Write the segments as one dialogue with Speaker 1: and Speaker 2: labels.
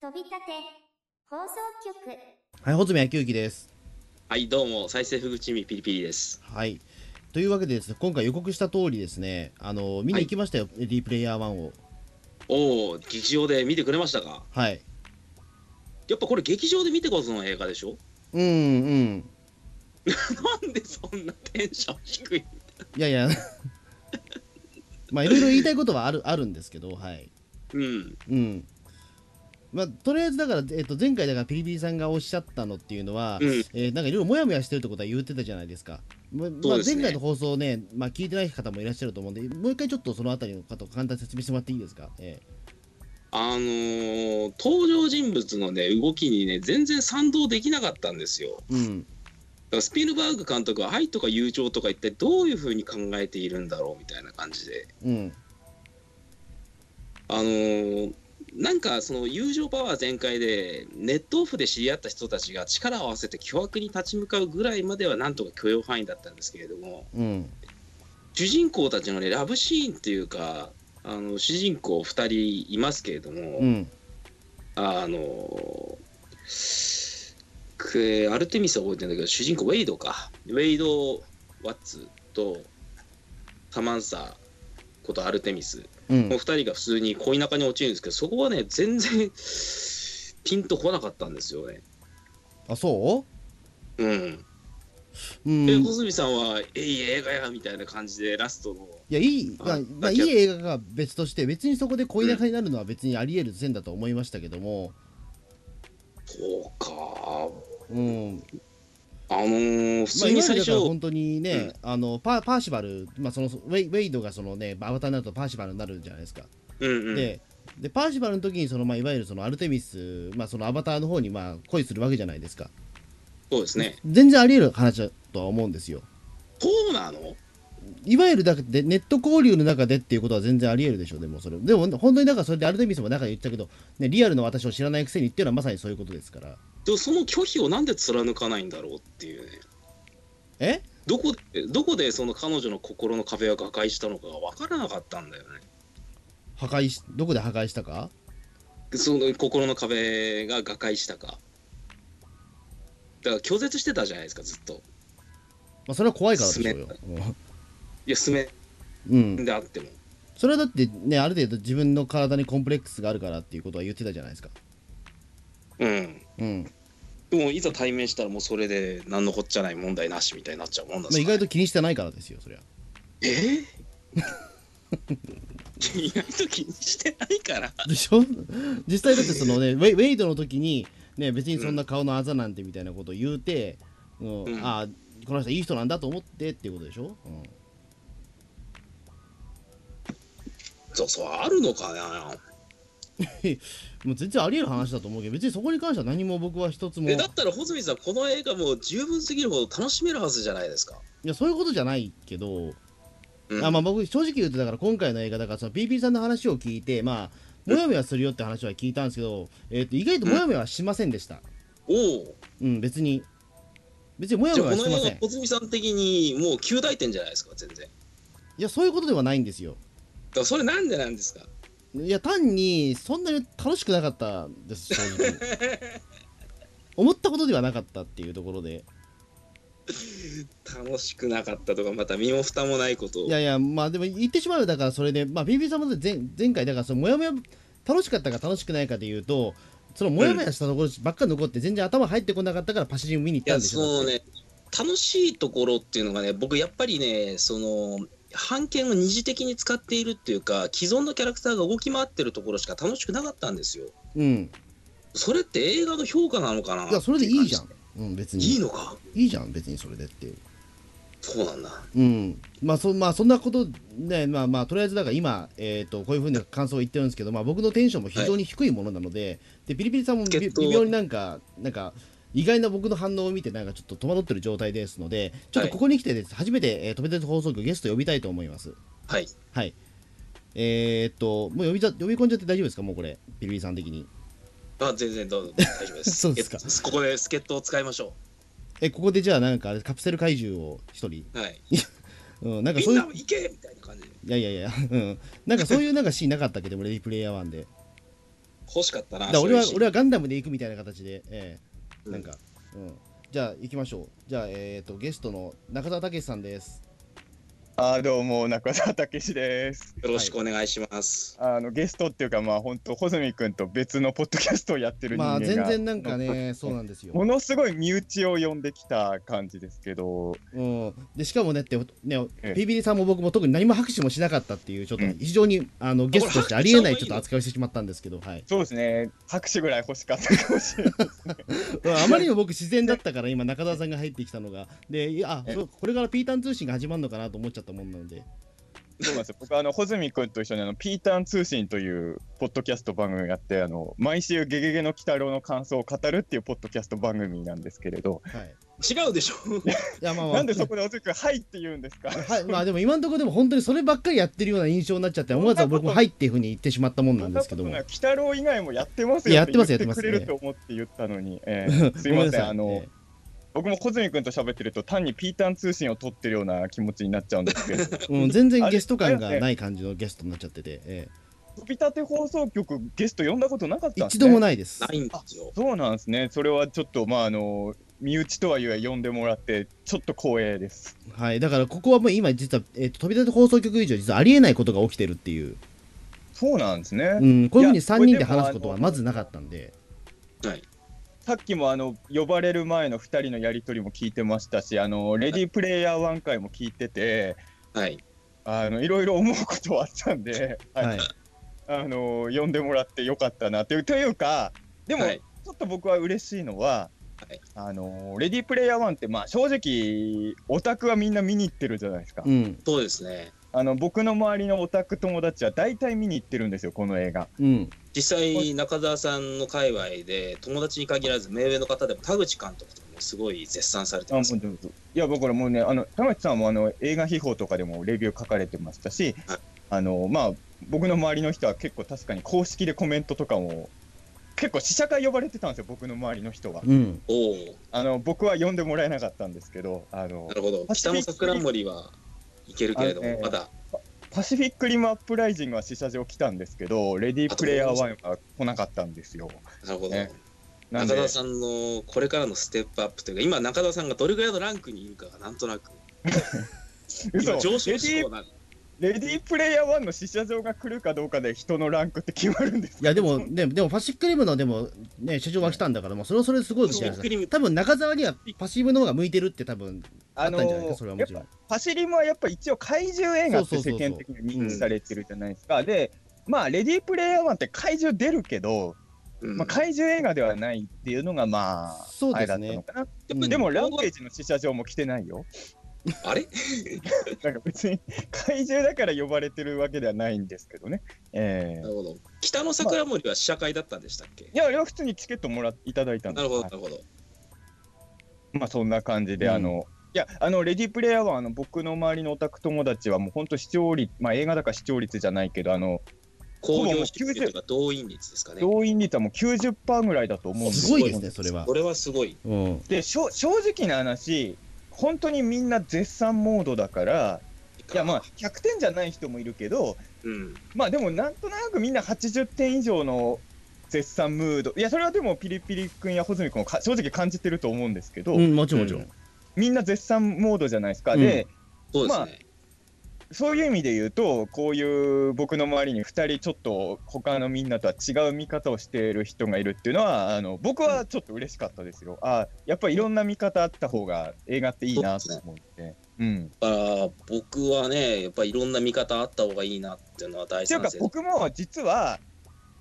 Speaker 1: 飛び立て放送局
Speaker 2: はい、穂積野球機です。
Speaker 3: はい、どうも、再生福地味ピリピリです。
Speaker 2: はい。というわけでですね、今回予告した通りですね、あの見に行きましたよ、リプレイヤー1を。
Speaker 3: おお、劇場で見てくれましたか
Speaker 2: はい。
Speaker 3: やっぱこれ劇場で見てこその映画でしょ
Speaker 2: うんうん。
Speaker 3: なんでそんなテンション低い
Speaker 2: いやい や、まあいろいろ言いたいことはあるあるんですけど、はい。
Speaker 3: うん、
Speaker 2: うん。まあ、とりあえずだから、えっと前回だからピリピリさんがおっしゃったのっていうのは、
Speaker 3: うん
Speaker 2: えーなんかいろいろモヤモヤしてるってことは言ってたじゃないですか。まま
Speaker 3: そ
Speaker 2: あ
Speaker 3: うですね
Speaker 2: 前回の放送ね、まあ、聞いてない方もいらっしゃると思うんで、もう一回ちょっとそのあたりの方を簡単に説明してもらっていいですか。え
Speaker 3: あのー登場人物のね、動きにね、全然賛同できなかったんですよ。
Speaker 2: えうん。
Speaker 3: だからスピルバーグ監督は愛とか友情とか一体どういう風に考えているんだろうみたいな感じで。
Speaker 2: うん。
Speaker 3: あのーなんかその友情パワー全開でネットオフで知り合った人たちが力を合わせて巨悪に立ち向かうぐらいまではなんとか許容範囲だったんですけれども
Speaker 2: うん。
Speaker 3: 主人公たちのねラブシーンっていうかあの主人公2人いますけれども、
Speaker 2: うん。
Speaker 3: あのくアルテミスは覚えてるんだけど主人公ウェイドかウェイド・ワッツとサマンサことアルテミス
Speaker 2: うん
Speaker 3: この2人が普通に恋仲に落ちるんですけどそこはね全然ピンとこなかったんですよね。
Speaker 2: あそ
Speaker 3: うん、
Speaker 2: ううん
Speaker 3: で
Speaker 2: い
Speaker 3: 小泉さんは「えい映画や」みたいな感じでラストの
Speaker 2: やいい、
Speaker 3: あ
Speaker 2: まあまあ、
Speaker 3: だ
Speaker 2: い
Speaker 3: けど
Speaker 2: い映画が別として別にそこで恋仲になるのは別にあり得る線だと思いましたけども
Speaker 3: 「そうか
Speaker 2: うん
Speaker 3: あの
Speaker 2: まあ、
Speaker 3: ー、普通
Speaker 2: い
Speaker 3: に
Speaker 2: わゆる
Speaker 3: 最
Speaker 2: だ
Speaker 3: 初、
Speaker 2: から本当にね、あのパパーシバル、まあ、そのウェイウェイドがその、ね、アバターになるとパーシバルになるじゃないですか。
Speaker 3: うんうん、
Speaker 2: ででパーシバルの時にその、まあ、いわゆるそのアルテミス、まあ、そのアバターの方にまあ恋するわけじゃないですか。
Speaker 3: そうですね。
Speaker 2: 全然あり得る話だとは思うんですよ。
Speaker 3: そうなの
Speaker 2: いわゆるだけでネット交流の中でっていうことは全然あり得るでしょう、でもそれ。でも本当にだからそれでアルテミスも中で言ってたけど、ね、リアルの私を知らないくせにっていうのはまさにそういうことですから。
Speaker 3: でもその拒否をなんで貫かないんだろうっていうね。
Speaker 2: え
Speaker 3: どこで、どこでその彼女の心の壁を破壊したのかが分からなかったんだよね。
Speaker 2: 破壊し、どこで破壊したか
Speaker 3: その心の壁が瓦解したか。だから拒絶してたじゃないですか、ずっと。
Speaker 2: まあそれは怖いからでしょうよ。
Speaker 3: いや、すめ
Speaker 2: うん。
Speaker 3: であっても。
Speaker 2: それはだってね、ある程度自分の体にコンプレックスがあるからっていうことは言ってたじゃないですか。
Speaker 3: うん。
Speaker 2: うん。
Speaker 3: でも、いざ対面したらもうそれで何のこっちゃない問題なしみたいになっちゃうもんなん
Speaker 2: まあ、
Speaker 3: です
Speaker 2: 意
Speaker 3: かね、
Speaker 2: 外と気にしてないからですよ、そりゃ。
Speaker 3: えー意外と気にしてないから。
Speaker 2: でしょ実際だってそ のね、ウェイウェイドの時に、ね、別にそんな顔のあざなんてみたいなことを言うて、うん
Speaker 3: うん
Speaker 2: ああ、この人いい人なんだと思ってっていうことでしょ、うん
Speaker 3: そうそう、あるのかな。
Speaker 2: もう全然あり得る話だと思うけど別にそこに関しては何も僕は一つもい
Speaker 3: えだったら穂積さんこの映画もう十分すぎるほど楽しめるはずじゃないですか、
Speaker 2: やそういうことじゃないけど、
Speaker 3: うん
Speaker 2: あまあ、僕正直言うとだから今回の映画だからその PP さんの話を聞いてまあ
Speaker 3: うん
Speaker 2: モヤモヤするよって話は聞いたんですけど、えっと意外とモヤモヤはしませんでした
Speaker 3: おお
Speaker 2: うん、別に別にモヤ
Speaker 3: じゃ
Speaker 2: モ
Speaker 3: あ
Speaker 2: ヤ
Speaker 3: こ
Speaker 2: は
Speaker 3: の
Speaker 2: して
Speaker 3: 映
Speaker 2: ま
Speaker 3: 画
Speaker 2: せんい
Speaker 3: 穂積さん的にもう旧大点じゃないですか全 然だか
Speaker 2: やそういうことではないんですよ
Speaker 3: らそれなんでなんですか
Speaker 2: いや単にそんなに楽しくなかったです正直 思ったことではなかったっていうところで
Speaker 3: 楽しくなかったとかまた身も蓋もないことを
Speaker 2: いやいや、まあでも言ってしまえばだからそれで、まあ、BB さんも前前回、だからそのもやもや、楽しかったか楽しくないかで言うと、そのもやもやしたところばっかり残って、全然頭入ってこなかったから、パシリン見に行っ
Speaker 3: い
Speaker 2: たん
Speaker 3: や
Speaker 2: でしょ。
Speaker 3: その
Speaker 2: だって
Speaker 3: ね楽しいところっていうのがね僕やっぱりねその版権を二次的に使っているっていうか既存のキャラクターが動き回ってるところしか楽しくなかったんですよ
Speaker 2: うん。
Speaker 3: それって映画の評価なのかない
Speaker 2: や、それでいいじゃん。うん、別に。
Speaker 3: いい
Speaker 2: い
Speaker 3: のか
Speaker 2: いじゃん、別にそれでっていう。
Speaker 3: そうなんだ
Speaker 2: うん。まあ、そまあ、そんなこと、ね、まあまあ、とりあえずだから今、えっ、と、こういうふうな感想を言ってるんですけど、まあ僕のテンションも非常に低いものなので、で、ピリピリさんもび
Speaker 3: 決闘
Speaker 2: 微妙になんか、なんか、意外な僕の反応を見て、なんかちょっと戸惑ってる状態ですので、ちょっとここに来てです、初めて、えー、飛び立て放送局ゲスト呼びたいと思います。
Speaker 3: はい
Speaker 2: はい。えー、っと、もう呼びざ呼び込んじゃって大丈夫ですか、もうこれ、ピリピリさん的に。
Speaker 3: あ全然どうぞ大丈夫です
Speaker 2: そうですか
Speaker 3: えここで助っ人を使いましょ
Speaker 2: え、ここでじゃあ、なんかあれ、カプセル怪獣を一人、
Speaker 3: うはい
Speaker 2: うん、なんか
Speaker 3: み
Speaker 2: そうんい
Speaker 3: な
Speaker 2: う、
Speaker 3: も行けみたいな感じで
Speaker 2: いやいやいや、うん、なんかそういうなんかシーンなかったっけど、俺、リプレイヤー1で。
Speaker 3: 欲しかったな
Speaker 2: だから俺は
Speaker 3: そういうシーン
Speaker 2: 俺はガンダムで行くみたいな形で、ええ
Speaker 3: うん
Speaker 2: なんか、うん、じゃあ行きましょうじゃあえっ、とゲストの中澤武さんです
Speaker 4: あーどうも中澤武史です。
Speaker 3: よろしくお願いします、
Speaker 4: あのゲストっていうかまあ本当穂積君と別のポッドキャストをやってる人間
Speaker 2: ま
Speaker 4: が、
Speaker 2: あ全然なんかねそうなんですよ、
Speaker 4: ものすごい身内を呼んできた感じですけど、
Speaker 2: うん、でしかもねってね
Speaker 4: ええ
Speaker 2: ビビリさんも僕も特に何も拍手もしなかったっていうちょっと
Speaker 4: うん
Speaker 2: 非常に、あのゲストとしてありえない
Speaker 3: こ
Speaker 2: ちょ
Speaker 3: れ拍手
Speaker 2: っと扱いをしてしまったんですけど はい
Speaker 4: そうですね拍手ぐらい欲しかったかもしれない。
Speaker 2: うんあまりにも僕自然だったから今中澤さんが入ってきたのがでいやあ
Speaker 4: ええ
Speaker 2: そうこれからピータン通信が始まるのかなと思っちゃったもんなので
Speaker 4: そうなんですよ僕あの穂積君と一緒にあのピーターン通信というポッドキャスト番組をやってあの毎週ゲゲゲの鬼太郎の感想を語るっていうポッドキャスト番組なんですけれど、
Speaker 2: はい
Speaker 3: 違うでしょ
Speaker 2: いやまあまあ
Speaker 4: なんでそこで穂積君はいって言うんですか。
Speaker 2: はい、まあでも今のところでも本当にそればっかりやってるような印象になっちゃって思わず僕も「はい」っていうふうに言ってしまったもんなんですけど
Speaker 4: そん
Speaker 2: も
Speaker 4: なことない鬼太郎以外もやってます
Speaker 2: い
Speaker 4: よ
Speaker 2: ややってます
Speaker 4: 言
Speaker 2: や
Speaker 4: って
Speaker 2: ってます
Speaker 4: くれると思って言ったのに、えーすい
Speaker 2: ごめ
Speaker 4: ま
Speaker 2: な
Speaker 4: せ
Speaker 2: さ
Speaker 4: ん、あの、
Speaker 2: え
Speaker 4: 僕も小泉君と喋ってると、単にピーターン通信を取ってるような気持ちになっちゃうんです けど、
Speaker 2: えうん、全然ゲスト感がない感じのゲストになっちゃってて、え
Speaker 4: 飛び立て放送局、ゲスト呼んだことなかっ
Speaker 2: え
Speaker 4: たんで
Speaker 2: 一
Speaker 4: す、ね、
Speaker 2: 度もないです
Speaker 3: ないんですよ
Speaker 4: そうなんですね、それはちょっと、まあ、あの、身内とはいえ、呼んでもらって、ちょっと光栄です。
Speaker 2: はい、だからここはもう今実は、えっと飛び立て放送局以上実はありえないことが起きてるっていう、
Speaker 4: そうなんですね。
Speaker 2: うん、こういうふうに
Speaker 4: いや
Speaker 2: 3人で話すことは
Speaker 4: これでもあ
Speaker 2: ま
Speaker 4: の
Speaker 2: ずなかったんで
Speaker 3: はい
Speaker 4: さっきもあの呼ばれる前の2人のやり取りも聞いてましたし、あのレディープレイヤー1回も聞いてて、
Speaker 3: はい
Speaker 4: あのいろいろ思うことはあった んで、はい
Speaker 2: はい、
Speaker 4: あの呼んでもらってよかったなっていうというかでも、
Speaker 3: はい
Speaker 4: ちょっと僕は嬉しいのは、
Speaker 3: はい
Speaker 4: あのレディープレイヤー1ってまあ正直オタクはみんな見に行ってるじゃないですか、
Speaker 2: うん
Speaker 3: そうですね
Speaker 4: あの僕の周りのオタク友達は大体見に行ってるんですよこの映画
Speaker 2: うん
Speaker 3: 実際中澤さんの界隈で友達に限らず目上の方でも田口監督とかもすごい絶賛されて
Speaker 4: あも
Speaker 3: ま
Speaker 4: う
Speaker 3: す
Speaker 4: どうぞいや僕らもうねあの田口さんもあの映画秘宝とかでもレビュー書かれてましたし、
Speaker 3: はい
Speaker 4: あのまあ僕の周りの人は結構確かに公式でコメントとかも結構試写会呼ばれてたんですよ僕の周りの人は
Speaker 2: うん
Speaker 3: おお
Speaker 4: あの僕は呼んでもらえなかったんですけどあの
Speaker 3: なるほど
Speaker 4: パシ
Speaker 3: 北
Speaker 4: フィ
Speaker 3: の
Speaker 4: ック
Speaker 3: 桜森はいけるけれど
Speaker 4: あの
Speaker 3: も
Speaker 4: えー
Speaker 3: まだ
Speaker 4: パシフィックリムアップライジングは試写場来たんですけど、レディープレイヤー1は来なかったんですよ。
Speaker 3: なるほど
Speaker 4: ねなん
Speaker 3: 中
Speaker 4: で
Speaker 3: 澤、さんのこれからのステップアップというか今中澤さんがどれぐらいのランクにいるかがなんとなく今
Speaker 4: 嘘
Speaker 3: 上
Speaker 4: レ
Speaker 3: 昇
Speaker 4: デ
Speaker 3: し
Speaker 4: ィ
Speaker 3: そ
Speaker 4: ー
Speaker 3: うな
Speaker 4: レディープレイヤー1の試写場が来るかどうかで人のランクって決まるんです
Speaker 2: いやでも
Speaker 4: そ
Speaker 2: でもでもパシックリムのでもね社長は来たんだからもうそれはそれですごいことじゃない
Speaker 3: パシフィッ
Speaker 2: で
Speaker 3: クリ
Speaker 2: す
Speaker 3: ム
Speaker 2: か多分中澤にはパシーブの方が向いてるって多分あ
Speaker 4: あ
Speaker 2: ったん
Speaker 4: の
Speaker 2: じゃないですかそれはもちろ
Speaker 4: や
Speaker 2: ん
Speaker 4: っぱパシリムはやっぱ一応怪獣映画って
Speaker 2: そうそう
Speaker 4: 世
Speaker 2: そうそう
Speaker 4: 間的に認知されてるじゃないですか。で、まあレディープレイヤー1って怪獣出るけど、
Speaker 3: うん
Speaker 4: まあ、怪獣映画ではないっていうのがまあ、
Speaker 2: そうですね
Speaker 4: あれだったのか
Speaker 2: う
Speaker 4: な。
Speaker 2: ん
Speaker 4: でもランページの試写場も来てないよ。
Speaker 3: あれ
Speaker 4: なんか別に怪獣だから呼ばれてるわけではないんですけどね。え
Speaker 3: な
Speaker 4: ー
Speaker 3: るほど北の桜森は試写会だったんでしたっけ
Speaker 4: いや、あれは普通にチケットもらっていただいたんで
Speaker 3: な
Speaker 4: す
Speaker 3: るほど
Speaker 4: は
Speaker 3: ないるほど
Speaker 4: まあそんな感じで、
Speaker 2: うん
Speaker 4: あの、いや、あの、レディープレイヤーは、あの、僕の周りのオタク友達は、もう本当視聴率、まあ映画だから視聴率じゃないけど、あの、
Speaker 3: 興
Speaker 4: ほぼもう
Speaker 3: 行収入とか動員率ですかね
Speaker 4: 動員率はもう90%ぐらいだと思うんです
Speaker 2: すごいですねそれは
Speaker 3: これはすごい
Speaker 2: うん
Speaker 4: で、しょ正直な話、本当にみんな絶賛モードだから、いや、まあ、100点じゃない人もいるけど、
Speaker 3: うん
Speaker 4: まあでもなんとなくみんな80点以上の絶賛ムードいやそれはでもピリピリ君や穂積君もか正直感じてると思うんですけど、
Speaker 2: うんもちろんもちろん
Speaker 4: みんな絶賛モードじゃないですか、で
Speaker 3: そうです
Speaker 4: まあ
Speaker 3: ね
Speaker 4: そういう意味で言うとこういう僕の周りに2人ちょっと他のみんなとは違う見方をしている人がいるっていうのはあの僕はちょっと嬉しかったですよ、あやっぱりいろんな見方あった方が映画っていいなと思って。うん、
Speaker 3: だから僕はねやっぱりいろんな見方あった方がいいなっていうのは大
Speaker 4: っていう
Speaker 3: 賛
Speaker 4: か
Speaker 3: 成
Speaker 4: 僕も実は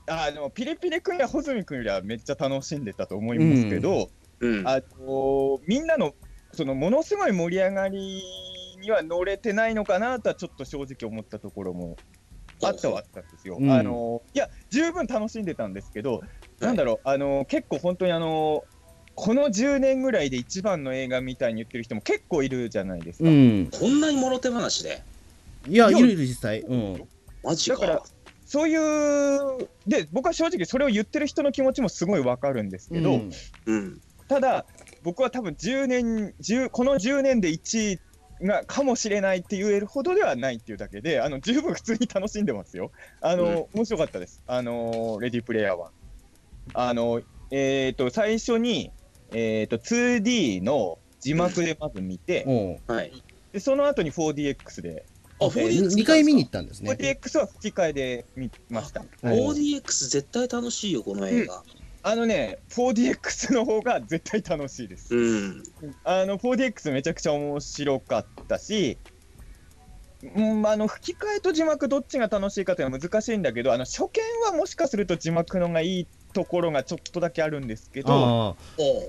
Speaker 4: あのピリピリ君や穂積君よりはめっちゃ楽しんでたと思いますけど、
Speaker 3: うん
Speaker 4: あとみんなのそのものすごい盛り上がりには乗れてないのかなとはちょっと正直思ったところもあったはあったんですよ。
Speaker 2: うん
Speaker 4: あのいや十分楽しんでたんですけど、なんだろうあの結構本当にあのこの10年ぐらいで一番の映画みたいに言ってる人も結構いるじゃないですか。
Speaker 2: うん
Speaker 3: こんなにもろ手話で
Speaker 2: いやい
Speaker 4: いや
Speaker 2: るいる実際うん
Speaker 3: マジか
Speaker 4: だからそういうで僕は正直それを言ってる人の気持ちもすごいわかるんですけど、
Speaker 2: うん
Speaker 3: うん
Speaker 4: ただ僕は多分10年10この10年で1位がかもしれないって言えるほどではないっていうだけであの十分普通に楽しんでますよあの、面白かったですあのレディープレイヤーはあの、えっ、と、最初に、えっ、と、2D の字幕でまず見て、
Speaker 2: おう
Speaker 3: はい。
Speaker 4: でその後に 4DX で、
Speaker 3: あ、
Speaker 4: えー
Speaker 3: 4DX
Speaker 2: 2回見に行ったんですね。
Speaker 4: 4DX は吹き替えで見ました。
Speaker 2: おう
Speaker 3: 4DX 絶対楽しいよ、この映画。
Speaker 4: あのね、4DX の方が絶対楽しいです。
Speaker 3: うん。
Speaker 4: あの 4DX めちゃくちゃ面白かったし、うん、あの吹き替えと字幕どっちが楽しいかというのは難しいんだけど、あの初見はもしかすると字幕のがいいところがちょっとだけあるんですけど、
Speaker 2: あ
Speaker 3: ああ、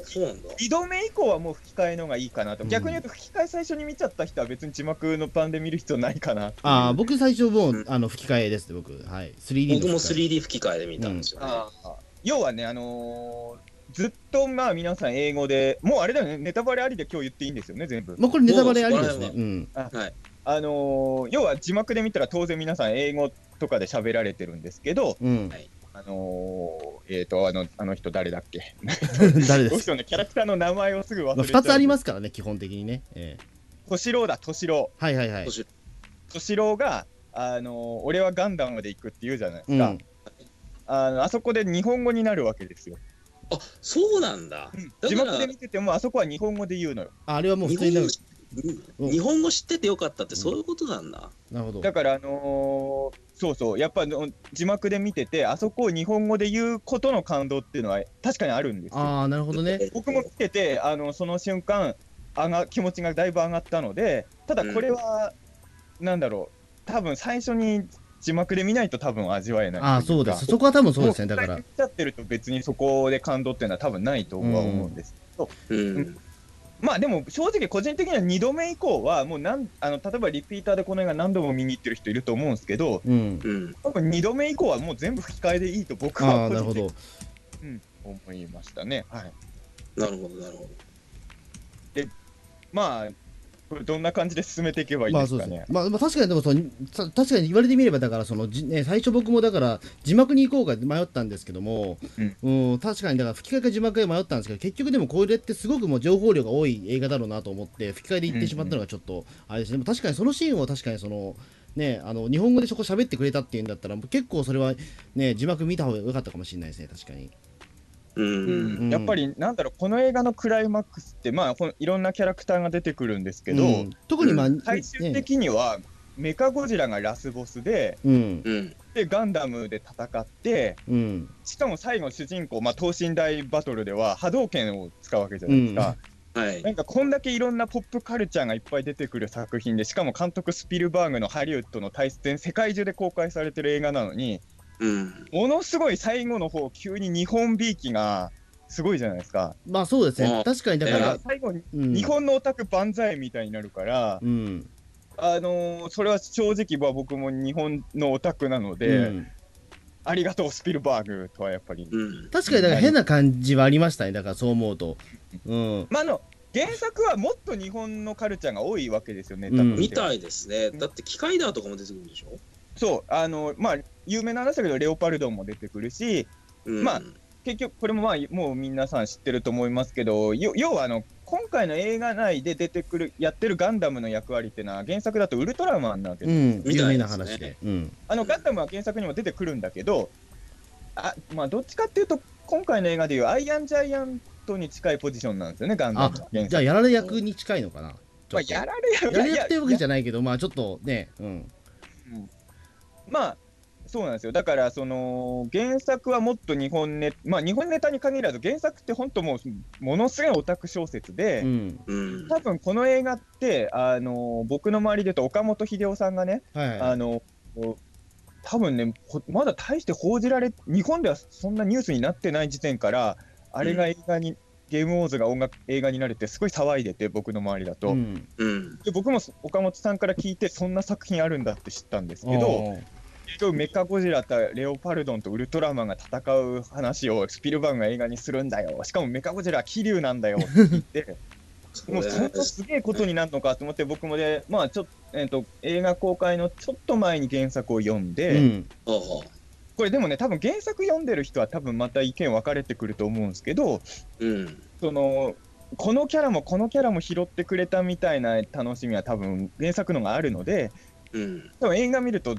Speaker 3: そうなんだ。
Speaker 4: 2度目以降はもう吹き替えのがいいかなと、
Speaker 2: うん
Speaker 4: 逆に言うと吹き替え最初に見ちゃった人は別に字幕のパンで見る必要ないかなっていう
Speaker 2: あああ僕最初もう
Speaker 3: うん
Speaker 2: あの吹き替えですね僕はい 3D の
Speaker 3: 僕も
Speaker 2: 吹き替え
Speaker 3: 3D 吹き替えで見たんですよね。
Speaker 4: あー要はね、あのーずっとまあ皆さん英語で、もうあれだよね、ネタバレありで今日言っていいんですよね、全部。
Speaker 2: まあこれネタバレありですね
Speaker 3: もう
Speaker 2: うん
Speaker 4: あのー要は字幕で見たら当然皆さん英語とかで喋られてるんですけど、
Speaker 2: うん
Speaker 3: はい
Speaker 4: あのーえっ、とあのあの人誰だっけ
Speaker 2: 誰で
Speaker 4: どうし
Speaker 2: す
Speaker 4: ようねキャラクターの名前をすぐ忘
Speaker 2: ま
Speaker 4: れ
Speaker 2: あ
Speaker 4: ちゃう
Speaker 2: 2つありますからね基本的にねええ
Speaker 4: 敏郎だ敏郎
Speaker 2: はいはいはい
Speaker 3: 年
Speaker 4: 敏郎があのー俺はガンダムまで行くって言うじゃない
Speaker 2: う
Speaker 4: ですか、
Speaker 2: ん
Speaker 4: あのあそこで日本語になるわけですよ
Speaker 3: あ、そうなんだ。だ
Speaker 4: 字
Speaker 3: から
Speaker 4: 幕で見ててもあそこは日本語で言うのよ
Speaker 2: ああれはもう
Speaker 3: 日
Speaker 2: 普通に
Speaker 3: 本
Speaker 2: な
Speaker 3: 語
Speaker 2: る
Speaker 3: 知
Speaker 2: うん
Speaker 3: 日本語知っててよかったってそういうことなんだ。
Speaker 2: なるほど
Speaker 4: だからあのーそうそうやっぱの字幕で見ててあそこを日本語で言うことの感動っていうのは確かにあるんですよ
Speaker 2: ああなるほどね
Speaker 4: 僕もつけて、あのその瞬間上が、気持ちがだいぶ上がったので、ただこれは、なんだろう、多分最初に字幕で見ないと、多分味わえない
Speaker 2: ああそうですそこは多分そうですねだから
Speaker 4: もう一回見ちゃってると、別にそこで感動っていうのは、多分ないと僕は思うんです。
Speaker 3: うん。
Speaker 4: まあでも正直個人的には2度目以降はもうなんあの例えばリピーターでこの映画何度も見に行ってる人いると思うんですけど
Speaker 2: うん
Speaker 3: うん。
Speaker 4: 多分2度目以降はもう全部吹き替えでいいと僕
Speaker 2: あ
Speaker 4: は
Speaker 2: あ
Speaker 4: 個
Speaker 2: なる
Speaker 4: 人
Speaker 2: ほ
Speaker 4: 的に
Speaker 2: ど
Speaker 4: 思いましたね。はい、
Speaker 3: なるほど、なるほ
Speaker 4: まあこれどんな感じで進めていけばいい
Speaker 2: ま
Speaker 4: で
Speaker 2: あ
Speaker 4: す
Speaker 2: そう
Speaker 4: か
Speaker 2: です
Speaker 4: ね
Speaker 2: ね。まあまあ確かにでもそのた確かに言われてみればだからそのじね最初僕もだから字幕に行こうか迷ったんですけども
Speaker 4: うん
Speaker 2: うん確かにだから吹き替えか字幕で迷ったんですけど結局でもこれってすごくもう情報量が多い映画だろうなと思って吹き替えで行ってしまったのがちょっとあれですねでも確かにそのシーンを確かにそのねあの日本語でそこ喋ってくれたっていうんだったら結構それはね字幕見た方が良かったかもしれないですね確かに
Speaker 3: ど。うん。
Speaker 2: うん
Speaker 4: やっぱりなんだろうこの映画のクライマックスってまあほんいろんなキャラクターが出てくるんですけど、
Speaker 2: うん特にまあ
Speaker 4: 最終的にはメカゴジラがラスボスで
Speaker 2: うん
Speaker 3: うん。
Speaker 4: でガンダムで戦って
Speaker 2: うん
Speaker 4: しかも最後主人公、まあ、等身大バトルでは波動拳を使うわけじゃないですか、
Speaker 3: はい
Speaker 4: な。んかこんだけいろんなポップカルチャーがいっぱい出てくる作品でしかも監督スピルバーグのハリウッドの大戦世界中で公開されてる映画なのに
Speaker 3: うん。
Speaker 4: ものすごい最後の方急に日本びいきがすごいじゃないですか。
Speaker 2: まあそうです
Speaker 3: う
Speaker 2: ね
Speaker 3: ん
Speaker 2: 確かにだ
Speaker 4: だ
Speaker 2: か
Speaker 4: からら最後に
Speaker 2: うん
Speaker 4: 日本のオタク万歳みたいになるから、
Speaker 2: うん
Speaker 4: あのーそれは正直は僕も日本のオタクなので、
Speaker 2: うん
Speaker 4: ありがとうスピルバーグとはやっぱり、
Speaker 3: うん。
Speaker 2: 確かにだから変な感じはありましたねだからそう思うとうん
Speaker 4: まあ、あの原作はもっと日本のカルチャーが多いわけですよね、
Speaker 2: うん
Speaker 4: 多分
Speaker 3: みたいですね。だって、機械だとかも出てくるんでしょ
Speaker 4: そうあのまあ有名な話だけどレオパルドンも出てくるし
Speaker 3: うん
Speaker 4: まあ結局これもまあもう皆さん知ってると思いますけどよ要はあの今回の映画内で出てくるやってるガンダムの役割ってのは原作だとウルトラマンなわけですよ
Speaker 2: うん
Speaker 3: み
Speaker 2: 有
Speaker 3: た
Speaker 2: 名
Speaker 3: いですね
Speaker 2: な話でうん
Speaker 4: あのガンダムは原作にも出てくるんだけど、あまあ、どっちかっていうと、今回の映画でいうアイアンジャイアントに近いポジションなんですよね、ガンダ
Speaker 2: あ
Speaker 4: ムは原
Speaker 2: じゃ
Speaker 4: 作。
Speaker 2: あやられ役に近いのかなちょ
Speaker 4: まあ、
Speaker 2: っと
Speaker 4: や
Speaker 2: や
Speaker 4: られ
Speaker 2: られ役っていうわけ
Speaker 4: ゃ
Speaker 2: じゃないけどまあちょっとねうん
Speaker 4: まあそうなんですよだからその原作はもっと日本ネ,、まあ、日本ネタに限らず原作って本当もうものすごいオタク小説
Speaker 2: う
Speaker 4: で、
Speaker 2: ん
Speaker 3: うん。
Speaker 4: 多分この映画ってあの僕の周りで言うと岡本秀夫さんがね
Speaker 2: はいは
Speaker 4: あ
Speaker 2: い
Speaker 4: の多分ね、ほまだ大して報じられ、日本ではそんなニュースになってない時点から、あれが映画に、ゲームウォーズが音楽映画になるって、すごい騒いでて、僕の周りだと。
Speaker 2: うん
Speaker 3: うん。
Speaker 4: で僕も岡本さんから聞いて、そんな作品あるんだって知ったんですけど、
Speaker 2: おー
Speaker 4: 結局メカゴジラとレオパルドンとウルトラマンが戦う話をスピルバーグが映画にするんだよ、しかもメカゴジラは桐生なんだよって聞いて。
Speaker 3: そ
Speaker 4: もうそんなすげえことになるのかと思って、僕もで、まあちょっえー、と映画公開のちょっと前に原作を読ん
Speaker 2: う
Speaker 4: で、
Speaker 2: ん
Speaker 3: ああ
Speaker 4: これでもね、多分原作読んでる人は、多分また意見分かれてくると思うんですけど、
Speaker 3: うん。
Speaker 4: そのこのキャラもこのキャラも拾ってくれたみたいな楽しみは、多分原作のがあるので、
Speaker 3: うん。
Speaker 4: 多分映画見ると、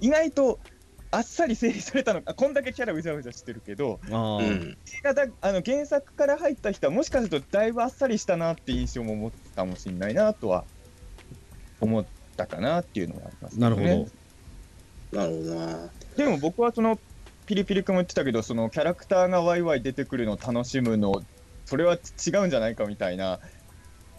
Speaker 4: 意外と、あっさり整理されたのか、こんだけキャラうじゃうじゃしてるけど、
Speaker 2: あ
Speaker 3: う
Speaker 2: ー、
Speaker 3: ん、
Speaker 4: 映画だあの原作から入った人は、もしかするとだいぶあっさりしたなって印象も持ったかもしれないなとは思ったかなっていうのはありますね。
Speaker 2: なるほど、
Speaker 3: なるほどな。
Speaker 4: でも僕はそのピリピリ君も言ってたけどそのキャラクターがワイワイ出てくるのを楽しむのそれは違うんじゃないかみたいな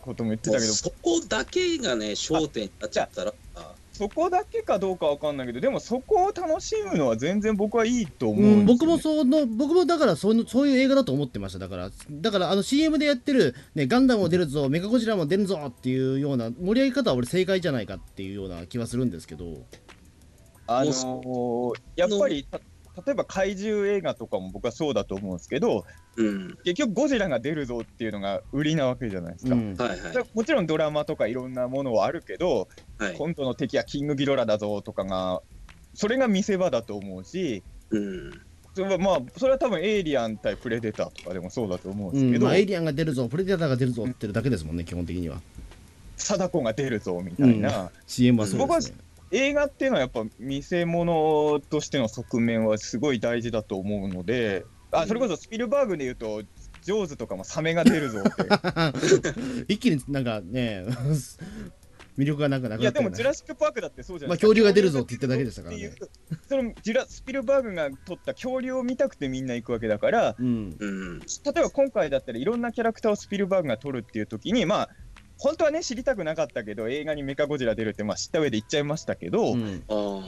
Speaker 4: ことも言ってたけど
Speaker 3: そこだけがね、焦点になっちゃったら、あ
Speaker 4: そこだけかどうかわかんないけどでもそこを楽しむのは全然僕はいいと思
Speaker 2: う
Speaker 4: うんですよね
Speaker 2: ん、僕もその僕もだからそのそういう映画だと思ってましただからだからあの CM でやってる、ね、ガンダムも出るぞメカゴジラも出るぞっていうような盛り上げ方は俺正解じゃないかっていうような気はするんですけど
Speaker 4: あの
Speaker 3: も
Speaker 4: ーやっぱりた例えば怪獣映画とかも僕はそうだと思うんですけど
Speaker 3: うん、
Speaker 4: 結局ゴジラが出るぞっていうのが売りなわけじゃないです
Speaker 2: う
Speaker 4: か。
Speaker 2: ん
Speaker 3: はいはい
Speaker 4: でもちろんドラマとかいろんなものはあるけど、
Speaker 3: はい。
Speaker 4: 今度の敵はキングギドラだぞとかがそれが見せ場だと思うし
Speaker 3: うん、
Speaker 4: それはまあそれは多分エイリアン対プレデターとかでもそうだと思うん
Speaker 2: う
Speaker 4: ですけ
Speaker 2: ん
Speaker 4: ど、
Speaker 2: まあ、エイリアンが出るぞプレデターが出るぞってるだけですもんね基本的には
Speaker 4: 貞子が出るぞみたいな、
Speaker 2: CM はそうですね
Speaker 4: 映画っていうのはやっぱ見せ物としての側面はすごい大事だと思うのであそれこそスピルバーグで言うとジョーズとかもサメが出 るぞって
Speaker 2: 一気になんかね魅力がなくなく
Speaker 4: い
Speaker 2: な
Speaker 4: や
Speaker 2: って
Speaker 4: で
Speaker 2: るね
Speaker 4: もジュラシック・パークだってそうじゃ
Speaker 2: ま
Speaker 4: な
Speaker 2: あ
Speaker 4: いですか
Speaker 2: 恐竜が出るぞって言っただけでしたから
Speaker 4: っ
Speaker 2: ね
Speaker 4: ていうそのジュラスピルバーグが撮った恐竜を見たくてみんな行くわけだから
Speaker 2: うん
Speaker 3: うん、
Speaker 4: 例えば今回だったらいろんなキャラクターをスピルバーグが撮るっていう時にまあ本当はね知りたくなかったけど映画にメカゴジラ出るってまあ知った上で言っちゃいましたけど、
Speaker 2: うん
Speaker 3: ああ。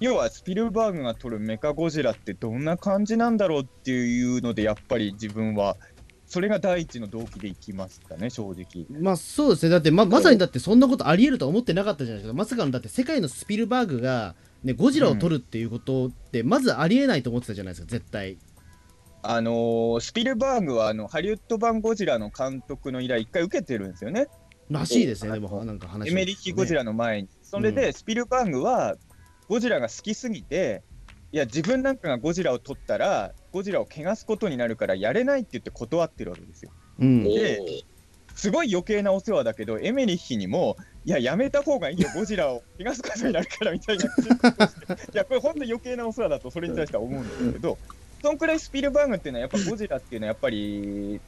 Speaker 4: 要はスピルバーグが撮るメカゴジラってどんな感じなんだろうっていうのでやっぱり自分はそれが第一の動機でいきましたね正直。
Speaker 2: まあそうですねだってままさにだってそんなことありえるとは思ってなかったじゃないですかまさかのだって世界のスピルバーグが、ね、ゴジラを取るっていうことってまずありえないと思ってたじゃないですか絶対
Speaker 4: あのースピルバーグはあのハリウッド版ゴジラの監督の依頼一回受けてるんですよね。
Speaker 2: らしいですね
Speaker 4: お
Speaker 2: でもなんか話を
Speaker 4: エメリッキ・ゴジラの前に。それ
Speaker 2: う
Speaker 4: で、スピルバーグは、ゴジラが好きすぎて、いや、自分なんかがゴジラを取ったら、ゴジラを汚すことになるから、やれないって言って断ってるわけですよ。
Speaker 2: うん
Speaker 3: お
Speaker 4: で
Speaker 3: ー
Speaker 4: すごい余計なお世話だけど、エメリッヒにも、いや、やめた方がいいよ、ゴジラを汚すことになるからみたいなことをして、いや、これ、本当に余計なお世話だと、それに対しては思うんですけど、そんくらいスピルバーグっていうのは、やっぱゴジラっていうのは、やっぱり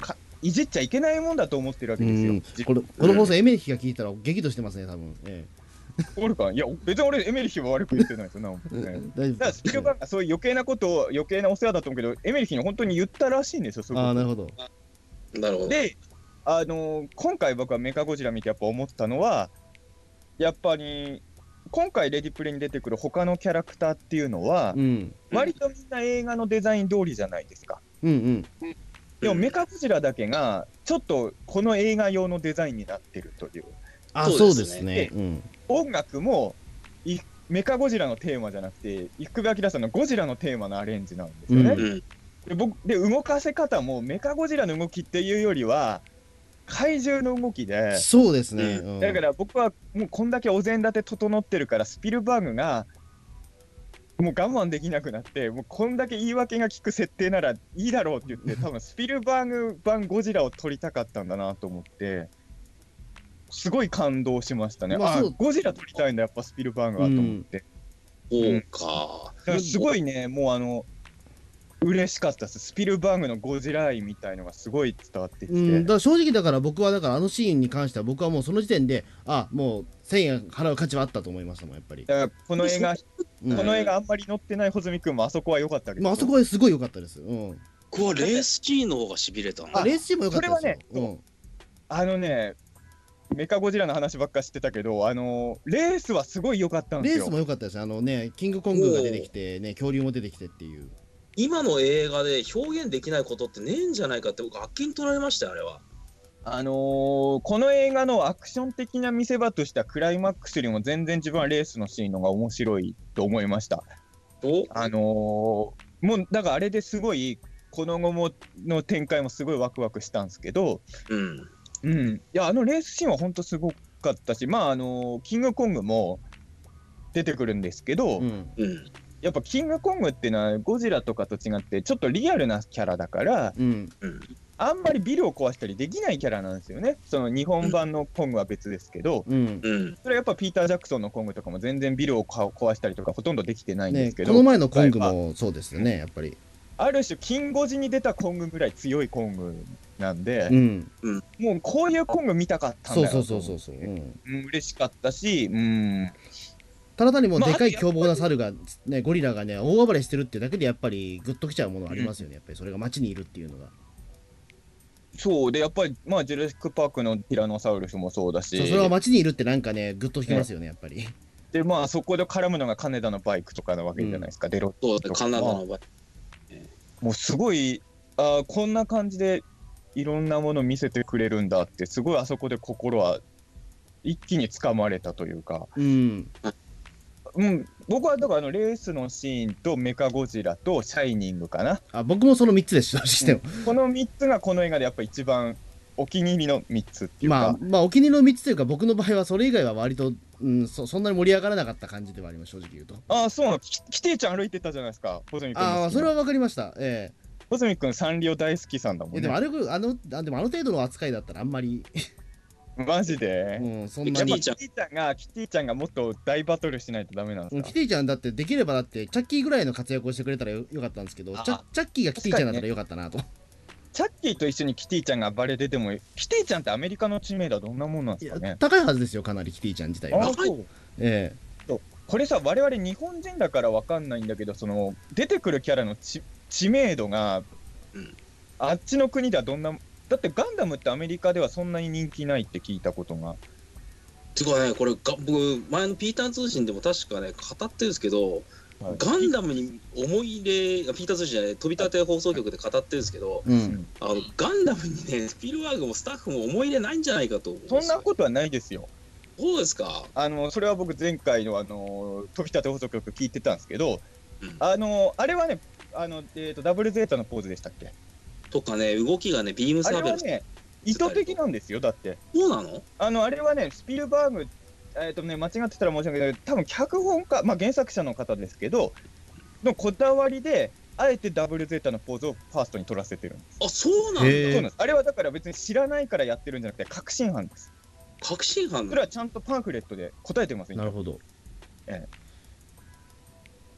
Speaker 4: か、いじっちゃいけないもんだと思ってるわ
Speaker 2: う
Speaker 4: けですよ。
Speaker 2: ん、これこの放送エメリッキが聞いたら激怒してますね多分、え
Speaker 4: おるかいや、別に俺、エメリヒは悪く言ってないですよ、なおも
Speaker 2: え
Speaker 4: ね
Speaker 2: 大
Speaker 4: だからスピル
Speaker 2: 丈
Speaker 4: バーグがそういう余計なことを、余計なお世話だと思うけど、エメリヒに本当に言ったらしいんですよ、そう
Speaker 2: 夫
Speaker 4: いう
Speaker 2: ああ
Speaker 4: こ
Speaker 2: なるほど
Speaker 3: なるほど。
Speaker 4: とで、あのー今回僕はメカゴジラ見てやっぱ思ったのは、やっぱり、今回レディプレに出てくる他のキャラクターっていうのは
Speaker 2: う、ん
Speaker 4: 割とみんな映画のデザイン通りじゃないですか。
Speaker 2: うんうん
Speaker 4: でもメカゴジラだけが、ちょっとこの映画用のデザインになってるという。
Speaker 2: あ
Speaker 3: そ
Speaker 2: そうう
Speaker 3: ですね
Speaker 2: ですねうん
Speaker 4: 音楽もいメカゴジラのテーマじゃなくて、生部明さんのゴジラのテーマのアレンジなんですよね。
Speaker 2: う
Speaker 3: うん、
Speaker 4: で僕で動かせ方もメカゴジラの動きっていうよりは、怪獣の動きで、
Speaker 2: そうですね、
Speaker 3: う
Speaker 2: うん
Speaker 4: だから僕はもうこんだけお膳立て整ってるから、スピルバーグが、もう我慢できなくなって、もうこんだけ言い訳が効く設定ならいいだろうって言って、多分スピルバーグ版ゴジラを撮りたかったんだなと思って。すごい感動しましたね。
Speaker 2: まあ
Speaker 4: あ
Speaker 2: そう
Speaker 4: ゴジラ撮りたいんだ、やっぱスピルバーグはと思って。
Speaker 3: そうか。
Speaker 4: だからすごいね、もうあの、嬉しかったです。スピルバーグのゴジラ愛みたいのがすごい伝わってきて。
Speaker 2: うん、だから正直だから僕はだからあのシーンに関しては僕はもうその時点であもう1000円払う価値はあったと思いましたもんやっぱり、
Speaker 4: だからこの映画、こ
Speaker 2: うん
Speaker 3: こ
Speaker 4: の映画あんまり載ってない穂積君もあそこは良かったけど、
Speaker 2: まああそこはすごい良かったです、うん、
Speaker 3: 僕はレースシーンの方がしびれたな
Speaker 2: あレースチーム良かったですよ
Speaker 4: それはねあのね、メカゴジラの話ばっかしてたけど、あのレースはすごい良かった
Speaker 2: うんん、
Speaker 4: で
Speaker 2: レ
Speaker 4: す
Speaker 2: ー
Speaker 4: よ
Speaker 2: ス。も良かったですあのねキングコングが出てきてね恐竜も出てきてっていう
Speaker 3: 今の映画で表現できないことってねえんじゃないかって僕あっけに取られましたよあれは。
Speaker 4: あのーこの映画のアクション的な見せ場としたクライマックスよりも全然自分はレースのシーンの方が面白いと思いました。
Speaker 3: お
Speaker 4: あのーもうだからあれですごいこの後もの展開もすごいワクワクしたんですけど、
Speaker 3: うん。
Speaker 4: うん、いやあのレースシーンは本当すごかったし、まああのーキングコングも出てくるんですけど、
Speaker 2: うん
Speaker 3: うん。
Speaker 4: やっぱキングコングっていうのはゴジラとかと違ってちょっとリアルなキャラだから
Speaker 2: うん
Speaker 3: うん。
Speaker 4: あんまりビルを壊したりできないキャラなんですよね。その日本版のコングは別ですけど、
Speaker 2: うん
Speaker 3: うん、
Speaker 4: それはやっぱピーター・ジャクソンのコングとかも全然ビルをか壊したりとかほとんどできてないんで
Speaker 2: ね、
Speaker 4: すけ
Speaker 2: こ
Speaker 4: ど、
Speaker 2: の前のコングもそうですね、やっぱり。
Speaker 4: ある種、金ゴジに出たコングぐらい強いコングなんで
Speaker 2: う、ん、
Speaker 4: もうこういうコング見たかったんだ
Speaker 2: そう
Speaker 4: よ
Speaker 2: そうそうそうそう、うん。
Speaker 4: うん嬉しかったし、うん、
Speaker 2: ただ単にもう
Speaker 4: まあ
Speaker 2: でかい凶暴な猿が、ね、ゴリラがね、大暴れしてるっていうだけで、やっぱりグッときちゃうものありますよね、やっぱりそれが街にいるっていうのが。
Speaker 4: そうで、やっぱり、まあ、ジュラシック・パークのティラノサウルスもそうだし、
Speaker 2: そうそれは街にいるってなんかね、グッときますよね、やっぱり。
Speaker 4: でまあ、そこで絡むのが金田のバイクとかなわけじゃないですか、デロッ
Speaker 3: そう
Speaker 4: チとか
Speaker 3: カナダの場合、
Speaker 4: もうすごい、あーこんな感じでいろんなもの見せてくれるんだって、すごいあそこで心は一気につかまれたというか、
Speaker 2: うん。
Speaker 4: うん、僕はだからあのレースのシーンとメカゴジラとシャイニングかな、
Speaker 2: あ僕もその3つでしたしても。
Speaker 4: この3つがこの映画でやっぱ一番お気に入りの3つっていうか。
Speaker 2: まあ、まあ、お気に入りの3つというか、僕の場合はそれ以外は割と、うん、そそんなに盛り上がらなかった感じではあります、正直言うと。
Speaker 4: ああ、そうなの。きキティちゃん歩いてたじゃないですか。ホズミ君の好きな。
Speaker 2: ああ、それは分かりました。え
Speaker 4: ホズミ君サンリオ大好きさんだも
Speaker 2: え
Speaker 4: ん
Speaker 2: でも
Speaker 4: ね。
Speaker 2: あれぐあの、あでもあの程度の扱いだったら、あんまり、
Speaker 4: マジで
Speaker 2: う。ん、そんな
Speaker 4: やっぱ
Speaker 2: に
Speaker 4: キ。ティちゃんが、キティちゃんがもっと大バトルしないとダメな
Speaker 2: うん
Speaker 4: んで
Speaker 2: キ
Speaker 4: すか。
Speaker 2: ティちゃんだってできればだってチャッキーぐらいの活躍をしてくれたらよよかったんですけどチ
Speaker 4: あ
Speaker 2: ャチャッキーがキティちゃんだったらよかったなと、
Speaker 4: チャッキーと一緒にキティちゃんが暴れてても、キティちゃんってアメリカの知名度はどんなもんなん
Speaker 2: い
Speaker 4: です
Speaker 2: や
Speaker 4: かね。
Speaker 2: 高いはずですよかなりキティちゃん自体
Speaker 4: あ
Speaker 2: は
Speaker 4: あ、そう。
Speaker 2: え
Speaker 4: これさ、我々日本人だからわかんないんだけど、その出てくるキャラの知知名度が、
Speaker 3: うん
Speaker 4: あっちの国ではどんな。だってガンダムってアメリカではそんなに人気ないって聞いたことが。
Speaker 3: てかねこれが僕前のピーター通信でも確かね語ってるんですけど、
Speaker 4: はい
Speaker 3: ガンダムに思い入れあピーター通信じゃない飛び立て放送局で語ってるんですけど
Speaker 2: えうん
Speaker 3: あのガンダムにねスピルバーグもスタッフも思い入れないんじゃないかと思うんです
Speaker 4: そ
Speaker 3: よ
Speaker 4: んなことはないですよ。
Speaker 3: そうですか
Speaker 4: あのそれは僕前回のあの飛び立て放送局聞いてたんですけど、
Speaker 3: うん
Speaker 4: あのあれはねあの、えー、とダブルゼータのポーズでしたっけ
Speaker 3: とかね動きがねビーム
Speaker 4: あ
Speaker 3: サ
Speaker 4: れ
Speaker 3: ーベ
Speaker 4: は
Speaker 3: ル
Speaker 4: ね意図的なんですよだって
Speaker 3: そうなの
Speaker 4: あのあれはねスピルバーグえっ、とね間違ってたら申し訳ないけど多分脚本家、まあ、原作者の方ですけどのこだわりであえてダブルゼータのポーズをファーストに取らせてるんです、
Speaker 3: あそうなんだ
Speaker 2: へえ
Speaker 4: そうなんですあれはだから別に知らないからやってるんじゃなくて確信犯です
Speaker 3: 確信犯
Speaker 4: それ
Speaker 3: だ
Speaker 4: はちゃんとパンフレットで答えてます
Speaker 2: なるほど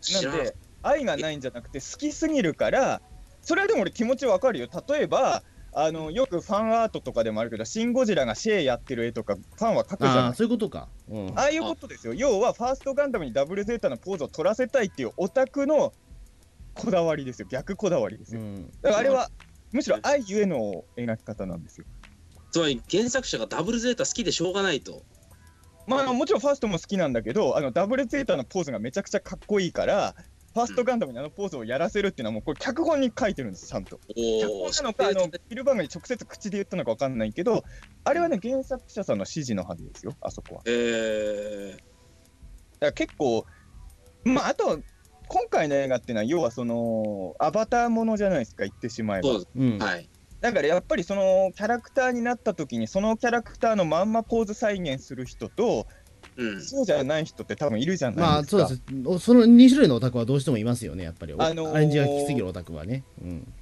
Speaker 3: 知ら
Speaker 4: なん
Speaker 3: な
Speaker 4: で愛がないんじゃなくて好きすぎるからそれはでも俺気持ちわかるよ例えばあのよくファンアートとかでもあるけど「シン・ゴジラ」がシェイやってる絵とかファンは描くじゃ
Speaker 2: あ
Speaker 4: な
Speaker 2: あ
Speaker 4: い
Speaker 2: そういうことか、うん
Speaker 4: ああいうことですよ要は「ファーストガンダム」にダブルゼータのポーズを取らせたいっていうオタクのこだわりですよ逆こだわりです
Speaker 2: う
Speaker 4: よ
Speaker 2: ん、
Speaker 4: だからあれはむしろ愛ゆえの描き方なんですよ
Speaker 3: つまり原作者がダブルゼータ好きでしょうがないと
Speaker 4: まああの、もちろんファーストも好きなんだけど、あのダブルゼータのポーズがめちゃくちゃかっこいいから、ファーストガンダムにあのポーズをやらせるっていうのは、もうこれ、脚本に書いてるんです、ちゃんと。脚
Speaker 3: おお
Speaker 4: 本なのか、あのビルバーグに直接口で言ったのか分かんないけど、あれはね、原作者さんの指示のはずですよ、あそこは。
Speaker 3: え
Speaker 4: だから結構、まあ、あと、今回の映画っていうのは、要はその、アバターものじゃないですか、言ってしまえ
Speaker 3: ー、そ
Speaker 4: ば
Speaker 3: う。です
Speaker 2: うん
Speaker 3: はい
Speaker 4: だからやっぱりそのキャラクターになった時に、そのキャラクターのまんまポーズ再現する人と、
Speaker 3: うん
Speaker 4: そうじゃない人って多分いるじゃないですか。
Speaker 2: まあそうですおその2種類のオタクはどうしてもいますよねやっぱり、お
Speaker 4: あのー
Speaker 2: アレンジが効きすぎるオタクはねうん、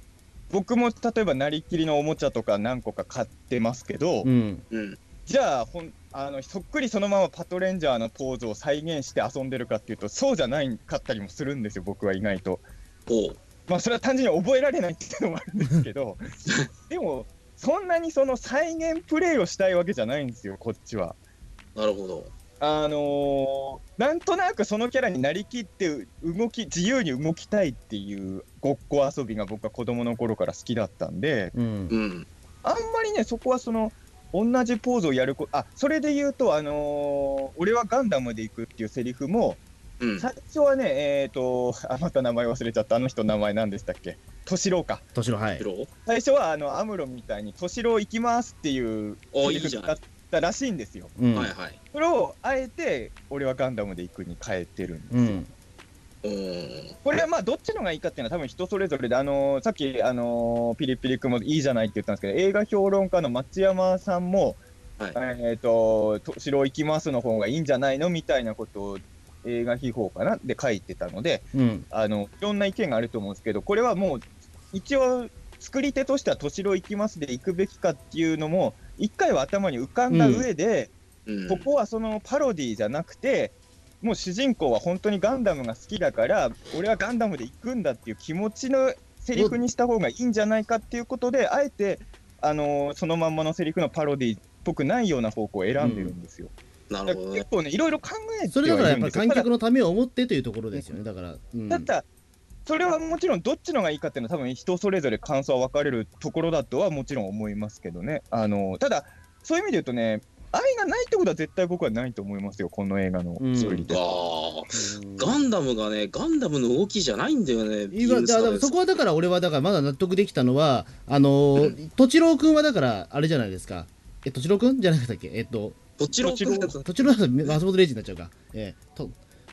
Speaker 4: 僕も例えばなりきりのおもちゃとか何個か買ってますけど、
Speaker 2: うん、
Speaker 3: うん
Speaker 4: じゃあほんあのそっくりそのままパトレンジャーのポーズを再現して遊んでるかっていうとそうじゃないかったりもするんですよ僕は意外と
Speaker 3: おう
Speaker 4: まあそれは単純に覚えられないっていうのもあるんです けどでもそんなにその再現プレイをしたいわけじゃないんですよこっちは
Speaker 3: なるほど
Speaker 4: あのーなんとなくそのキャラになりきって動き自由に動きたいっていうごっこ遊びが僕は子供の頃から好きだったんで
Speaker 2: うん
Speaker 3: うん
Speaker 4: あんまりね、そこはその、同じポーズをやるこあ、それで言うと、あのー俺はガンダムで行くっていうセリフも、
Speaker 3: うん
Speaker 4: 最初はね、えっ、と、あ、また名前忘れちゃった、あの人の名前何でしたっけ敏郎か。
Speaker 2: 敏郎はい
Speaker 3: 白
Speaker 4: 最初は、あの、アムロみたいに、敏郎行きますっていう
Speaker 3: お
Speaker 4: セ
Speaker 3: い
Speaker 4: リ
Speaker 3: いじゃ
Speaker 4: フ
Speaker 3: ん
Speaker 4: だったらしいんですよ。
Speaker 2: うん、
Speaker 3: はいはい
Speaker 4: それを、あえて、俺はガンダムで行くに変えてるんです
Speaker 2: う
Speaker 4: よ。
Speaker 2: ん、
Speaker 3: おー
Speaker 4: これはまあどっちのがいいかっていうのは多分人それぞれで、あのーさっき、あのーピリピリ君もいいじゃないって言ったんですけど映画評論家の松山さんも、
Speaker 3: はい
Speaker 4: えっ、と「と城行きます」の方がいいんじゃないのみたいなことを映画秘宝かなで書いてたので
Speaker 2: うん、
Speaker 4: あのいろんな意見があると思うんですけどこれはもう一応作り手としては敏郎行きますで行くべきかっていうのも一回は頭に浮かんだ上で、
Speaker 3: うん
Speaker 4: ここはそのパロディじゃなくてもう主人公は本当にガンダムが好きだから俺はガンダムで行くんだっていう気持ちのセリフにした方がいいんじゃないかっていうことであえて、あのーそのまんまのセリフのパロディっぽくないような方向を選んでるんですよ。
Speaker 3: な
Speaker 4: だ
Speaker 3: るほ
Speaker 4: から
Speaker 3: どね
Speaker 4: 結。構ねいろいろ考えて
Speaker 2: それだから
Speaker 4: はい
Speaker 2: やっ
Speaker 4: るん
Speaker 2: ぱ
Speaker 4: ですよ
Speaker 2: 観客のためを思ってというところですよねだから、うん
Speaker 4: ただただそれはもちろんどっちのがいいかっていうのは多分人それぞれ感想は分かれるところだとはもちろん思いますけどねあのただそういう意味で言うとね愛がないってことは絶対僕はないと思いますよこの映画の
Speaker 2: うん
Speaker 4: 作り手、
Speaker 3: ああ、
Speaker 2: うん
Speaker 3: ガンダムがね、ガンダムの動きじゃないんだよね。
Speaker 2: いやだだそこはだから俺はだからまだ納得できたのはあのーとちろうくんはだからあれじゃないですかえとちろうくんじゃなかったっけえっと
Speaker 3: どちらも
Speaker 2: とちろうさん松本零士になっちゃうかえーと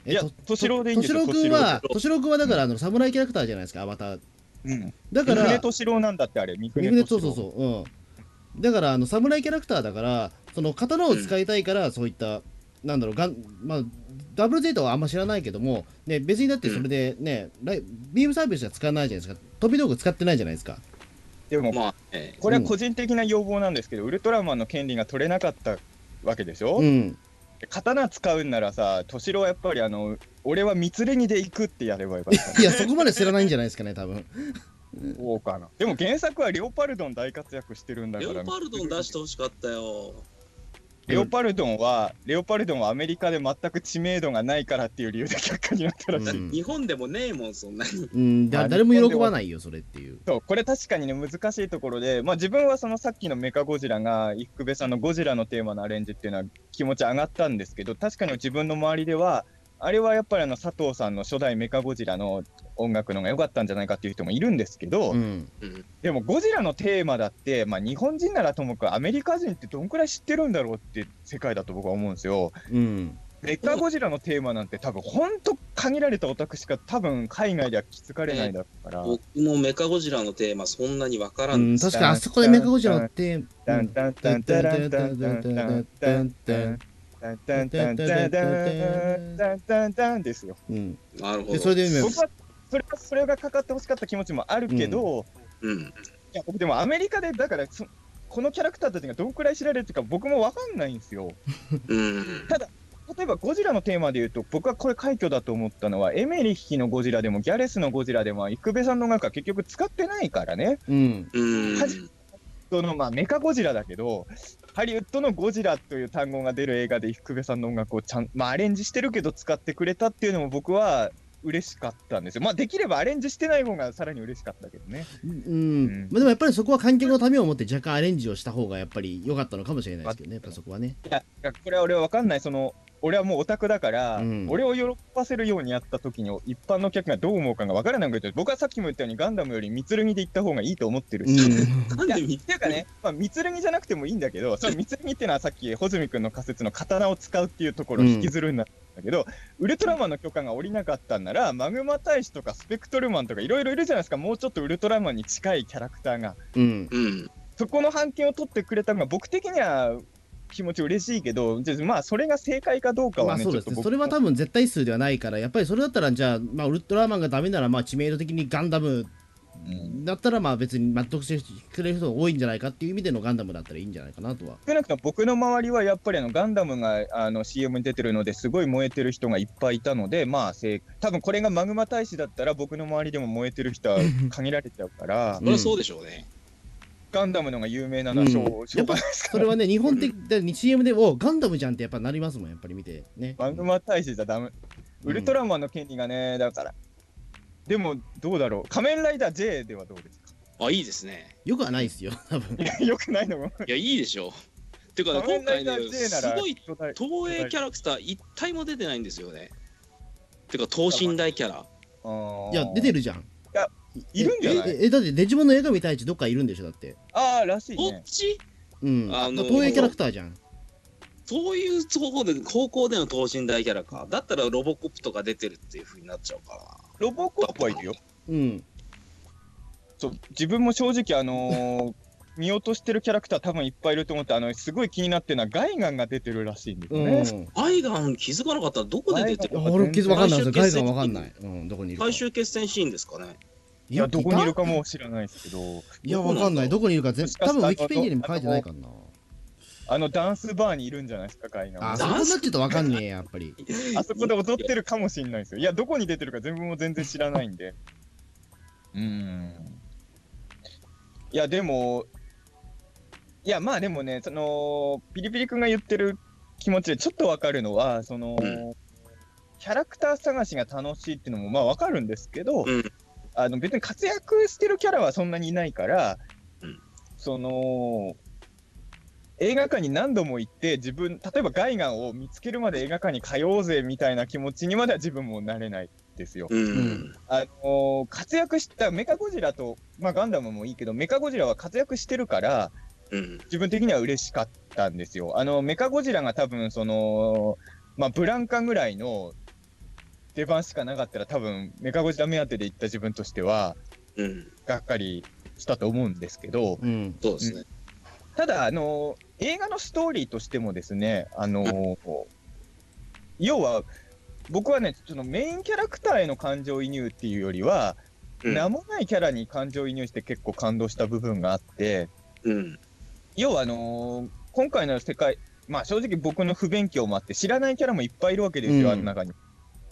Speaker 2: え
Speaker 4: いや
Speaker 2: と
Speaker 4: 敏郎でいいんですよ
Speaker 2: とちろうくんは
Speaker 3: 敏郎
Speaker 2: とちろうくんはだからあの侍キャラクターじゃないですかアバター
Speaker 4: うん、
Speaker 2: だか
Speaker 4: 三
Speaker 2: ら
Speaker 4: 船敏郎なんだってあれ三
Speaker 2: 三
Speaker 4: 船
Speaker 2: 船
Speaker 4: 敏
Speaker 2: そ
Speaker 4: 郎
Speaker 2: うそうそううんだからあの侍キャラクターだからその刀を使いたいからそういった、なんだろうガンまあダブルゼータはあんま知らないけども、ね、別にだってそれでね、ライビームサービスは使わないじゃないですか飛び道具使ってないじゃないですか
Speaker 4: でも
Speaker 3: まあ、ね、
Speaker 4: これは個人的な要望なんですけど、ウルトラマンの権利が取れなかったわけでしょ、
Speaker 2: うん
Speaker 4: 刀使うんならさ敏郎はやっぱりあの俺は三連にで行くってやればよかった
Speaker 2: いやそこまで知らないんじゃないですかね多 分
Speaker 4: そうかな。でも原作はレオパルドン大活躍してるんだか
Speaker 3: レ
Speaker 4: ら。
Speaker 3: オパルドン出してほしかったよ。
Speaker 4: レオパルドンは、レオパルドンはアメリカで全く知名度がないからっていう理由で却下になったらしい。
Speaker 2: うん
Speaker 3: 日本でもねえもん、そんなに。
Speaker 2: うん
Speaker 4: まあ
Speaker 2: だ誰も喜ばないよそれっていう
Speaker 4: そうこれ確かにね難しいところで、まあ、自分はそのさっきのメカゴジラが生部さんのゴジラのテーマのアレンジっていうのは気持ち上がったんですけど確かに自分の周りではあれはやっぱりあの佐藤さんの初代メカゴジラの音楽の方が良かったんじゃないかっていう人もいるんですけど、
Speaker 2: うん
Speaker 4: でもゴジラのテーマだって、まあ、日本人ならともかくアメリカ人ってどんくらい知ってるんだろうって世界だと僕は思うんですよ。
Speaker 2: うん
Speaker 4: メカゴジラのテーマなんて多分ほんと限られたオタクしか多分海外では気づかれないだろうから。
Speaker 3: 僕もメカゴジラのテーマ、そんなにわか
Speaker 2: う
Speaker 3: らん。
Speaker 2: ん、確かにあそこでメカゴジラって、うん、
Speaker 4: ダンダンダンダランダンダンダンダンダンダンダンダンダンダンダンダンダンですよ。
Speaker 2: うん、
Speaker 3: なるほ
Speaker 2: で
Speaker 3: ど。
Speaker 2: それで今
Speaker 4: 僕はそれはそれがかかってほしかった気持ちもあるけど、
Speaker 3: うん。
Speaker 4: いや僕でもアメリカでだからそこのキャラクターたちがどんくらい知られてるか僕もわかんないんですよ。
Speaker 3: うん。
Speaker 4: 例えばゴジラのテーマで言うと僕はこれ快挙だと思ったのはエメリッヒのゴジラでもギャレスのゴジラでもイクベさんの楽は結局使ってないからね
Speaker 2: うん
Speaker 3: うん。
Speaker 4: そのまあメカゴジラだけどハリウッドのゴジラという単語が出る映画でイクベさんの音楽をちゃん、まあ、アレンジしてるけど使ってくれたっていうのも僕は嬉しかったんですよまあできればアレンジしてない方がさらに嬉しかったけどね
Speaker 2: うんまあでもやっぱりそこは観客のためを思って若干アレンジをした方がやっぱり良かったのかもしれないですけどねやっぱそこ はね
Speaker 4: いやいやこれは俺は分かんないその俺はもうオタクだから、
Speaker 2: うん
Speaker 4: 俺を喜ばせるようにやった時に一般の客がどう思うかが分からないけど僕はさっきも言ったようにガンダムより三剣で行った方がいいと思ってる
Speaker 2: う
Speaker 4: し、
Speaker 2: ん
Speaker 4: い
Speaker 3: なん
Speaker 4: や
Speaker 3: で
Speaker 4: っ
Speaker 3: 見
Speaker 4: ていうかね、まあ、三剣じゃなくてもいいんだけどその三剣っていうのはさっき穂積君の仮説の刀を使うっていうところを引きずるんだったけど、ウルトラマンの許可が下りなかったんならマグマ大使とかスペクトルマンとかいろいろいるじゃないですかもうちょっとウルトラマンに近いキャラクターが。
Speaker 2: うん
Speaker 3: うん。
Speaker 4: そこの判件を取ってくれたのが僕的には気持ち嬉しいけど、じゃあまあそれが正解かどうか
Speaker 2: ま
Speaker 4: は
Speaker 2: あ
Speaker 4: ね、
Speaker 2: そうです
Speaker 4: ちょっと
Speaker 2: ね
Speaker 4: 僕
Speaker 2: それは多分絶対数ではないからやっぱりそれだったらじゃあ、まあ、ウルトラマンがダメならまあ知名度的にガンダム
Speaker 4: うん
Speaker 2: だったらまあ別に納得してくれる人が多いんじゃないかっていう意味でのガンダムだったらいいんじゃないかなとは
Speaker 4: 少なくとも僕の周りはやっぱりあのガンダムがあの CM に出てるのですごい燃えてる人がいっぱいいたので、まあ正多分これがマグマ大使だったら僕の周りでも燃えてる人は限られちゃうから
Speaker 3: そ、りゃそうでしょうね。
Speaker 4: ガンダムのが有名なのはしょう
Speaker 2: うん
Speaker 4: しょうがないです
Speaker 2: そ
Speaker 4: か
Speaker 2: れ
Speaker 4: ら。
Speaker 2: はね日本的だ CM でおガンダムじゃんってやっぱなりますもんやっぱり見てね
Speaker 4: マグマ大使じゃダメ。ウルトラマンの権利がね、だから。でもどうだろう。仮面ライダー J ではどうですか
Speaker 3: あ、いいですね。
Speaker 2: よくはないですよ多分
Speaker 4: いやよくないのも
Speaker 3: いや、いいでしょう。てかね、
Speaker 4: 仮
Speaker 3: 今
Speaker 4: 面ラ
Speaker 3: 回
Speaker 4: イダー
Speaker 3: ね、
Speaker 4: J な
Speaker 3: す
Speaker 4: ら
Speaker 3: ごい
Speaker 4: 巨大
Speaker 3: 東映キャラクター一体も出てないんですよね。てか、等身大キャラ。
Speaker 2: いや出て
Speaker 4: る
Speaker 2: るじゃん
Speaker 4: いるんじゃない
Speaker 2: えええだってデジモンの映画見たいちどっかいるんでしょだって
Speaker 4: ああらしい
Speaker 3: こっ
Speaker 4: ね
Speaker 3: ち
Speaker 2: うん
Speaker 3: あのー
Speaker 2: 東映キャラクターじゃん
Speaker 3: そういう方向で方向での等身大キャラか。だったらロボコップとか出てるっていう風になっちゃうから。
Speaker 4: ロボコップはいるよ
Speaker 2: うん
Speaker 4: そう自分も正直あのー 見落としてるキャラクター多分いっぱいいると思ってあのすごい気になってるのはガイガンが出てるらしいんです
Speaker 2: う
Speaker 4: よ
Speaker 2: ん、
Speaker 4: ね、
Speaker 3: アイガン気づかなかったらどこで出てる
Speaker 4: アイガン
Speaker 2: 俺気づわかんないですよ
Speaker 3: 最
Speaker 2: 外
Speaker 3: 終決戦
Speaker 2: 観わかんない、うん、どこにいるか
Speaker 3: 最終決戦シーンですかね。
Speaker 4: いや、どこにいる
Speaker 2: か
Speaker 4: かも知らないですけど、
Speaker 2: いやわかんないどこにいるか全
Speaker 4: もしかし
Speaker 2: 多
Speaker 4: た
Speaker 2: 分ウ
Speaker 4: ら
Speaker 2: ィキペディアにも書いてないからな
Speaker 4: あのダンスバーにいるんじゃないですか、海
Speaker 2: あ
Speaker 4: 南
Speaker 2: そこになっちゃうとわかんねえやっぱり
Speaker 4: あそこで踊ってるかもしれないですよ。いや、どこに出てるか全部も全然知らないんで。うーん。いや、でも、いや、まあでもね、その、ピリピリ君が言ってる気持ちでちょっとわかるのは、その、
Speaker 3: うん
Speaker 4: キャラクター探しが楽しいっていうのもまあわかるんですけど、
Speaker 3: うん
Speaker 4: あの別に活躍してるキャラはそんなにいないから、
Speaker 3: うん
Speaker 4: その、映画館に何度も行って自分例えばガイガンを見つけるまで映画館に通おうぜみたいな気持ちにまでは自分もなれないですよ。
Speaker 3: うん
Speaker 4: あのー活躍したメカゴジラと、まあ、ガンダムもいいけどメカゴジラは活躍してるから
Speaker 3: うん
Speaker 4: 自分的には嬉しかったんですよ。あのメカゴジラが多分その、まあ、ブランカぐらいの出番しかなかったら多分メカゴジラ目当てで行った自分としては
Speaker 3: うん
Speaker 4: がっかりしたと思うんですけど、
Speaker 2: うん
Speaker 3: そうですね
Speaker 4: ただ、あの映画のストーリーとしてもですね、あの要は僕はね、そのメインキャラクターへの感情移入っていうよりは、
Speaker 3: うん
Speaker 4: 名もないキャラに感情移入して結構感動した部分があって、
Speaker 3: うん
Speaker 4: 要はあの今回の世界、まあ、正直僕の不勉強もあって、知らないキャラもいっぱいいるわけです
Speaker 2: う
Speaker 4: よ、
Speaker 2: ん
Speaker 4: あの中に。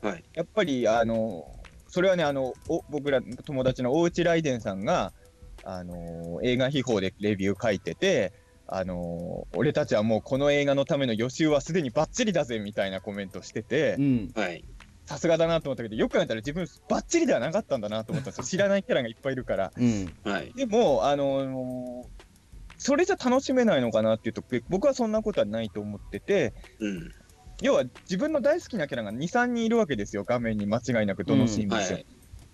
Speaker 3: はい
Speaker 4: やっぱり、あのそれはね、あのお僕ら友達の大内ライデンさんが、あの映画秘宝でレビュー書いてて、あの俺たちはもうこの映画のための予習はすでにバッチリだぜみたいなコメントしてて
Speaker 2: う、ん
Speaker 3: はい
Speaker 4: さすがだなと思ったけど、よく考えたら自分、バッチリではなかったんだなと思ったんですよ、知らないキャラがいっぱいいるから。
Speaker 2: うん
Speaker 3: はい
Speaker 4: でも、あのーそれじゃ楽しめないのかなっていうと、べ僕はそんなことはないと思ってて、
Speaker 3: うん
Speaker 4: 要は自分の大好きなキャラが2、3人いるわけですよ、画面に間違いなく、どのシーンも
Speaker 3: は
Speaker 4: 一緒に、
Speaker 3: い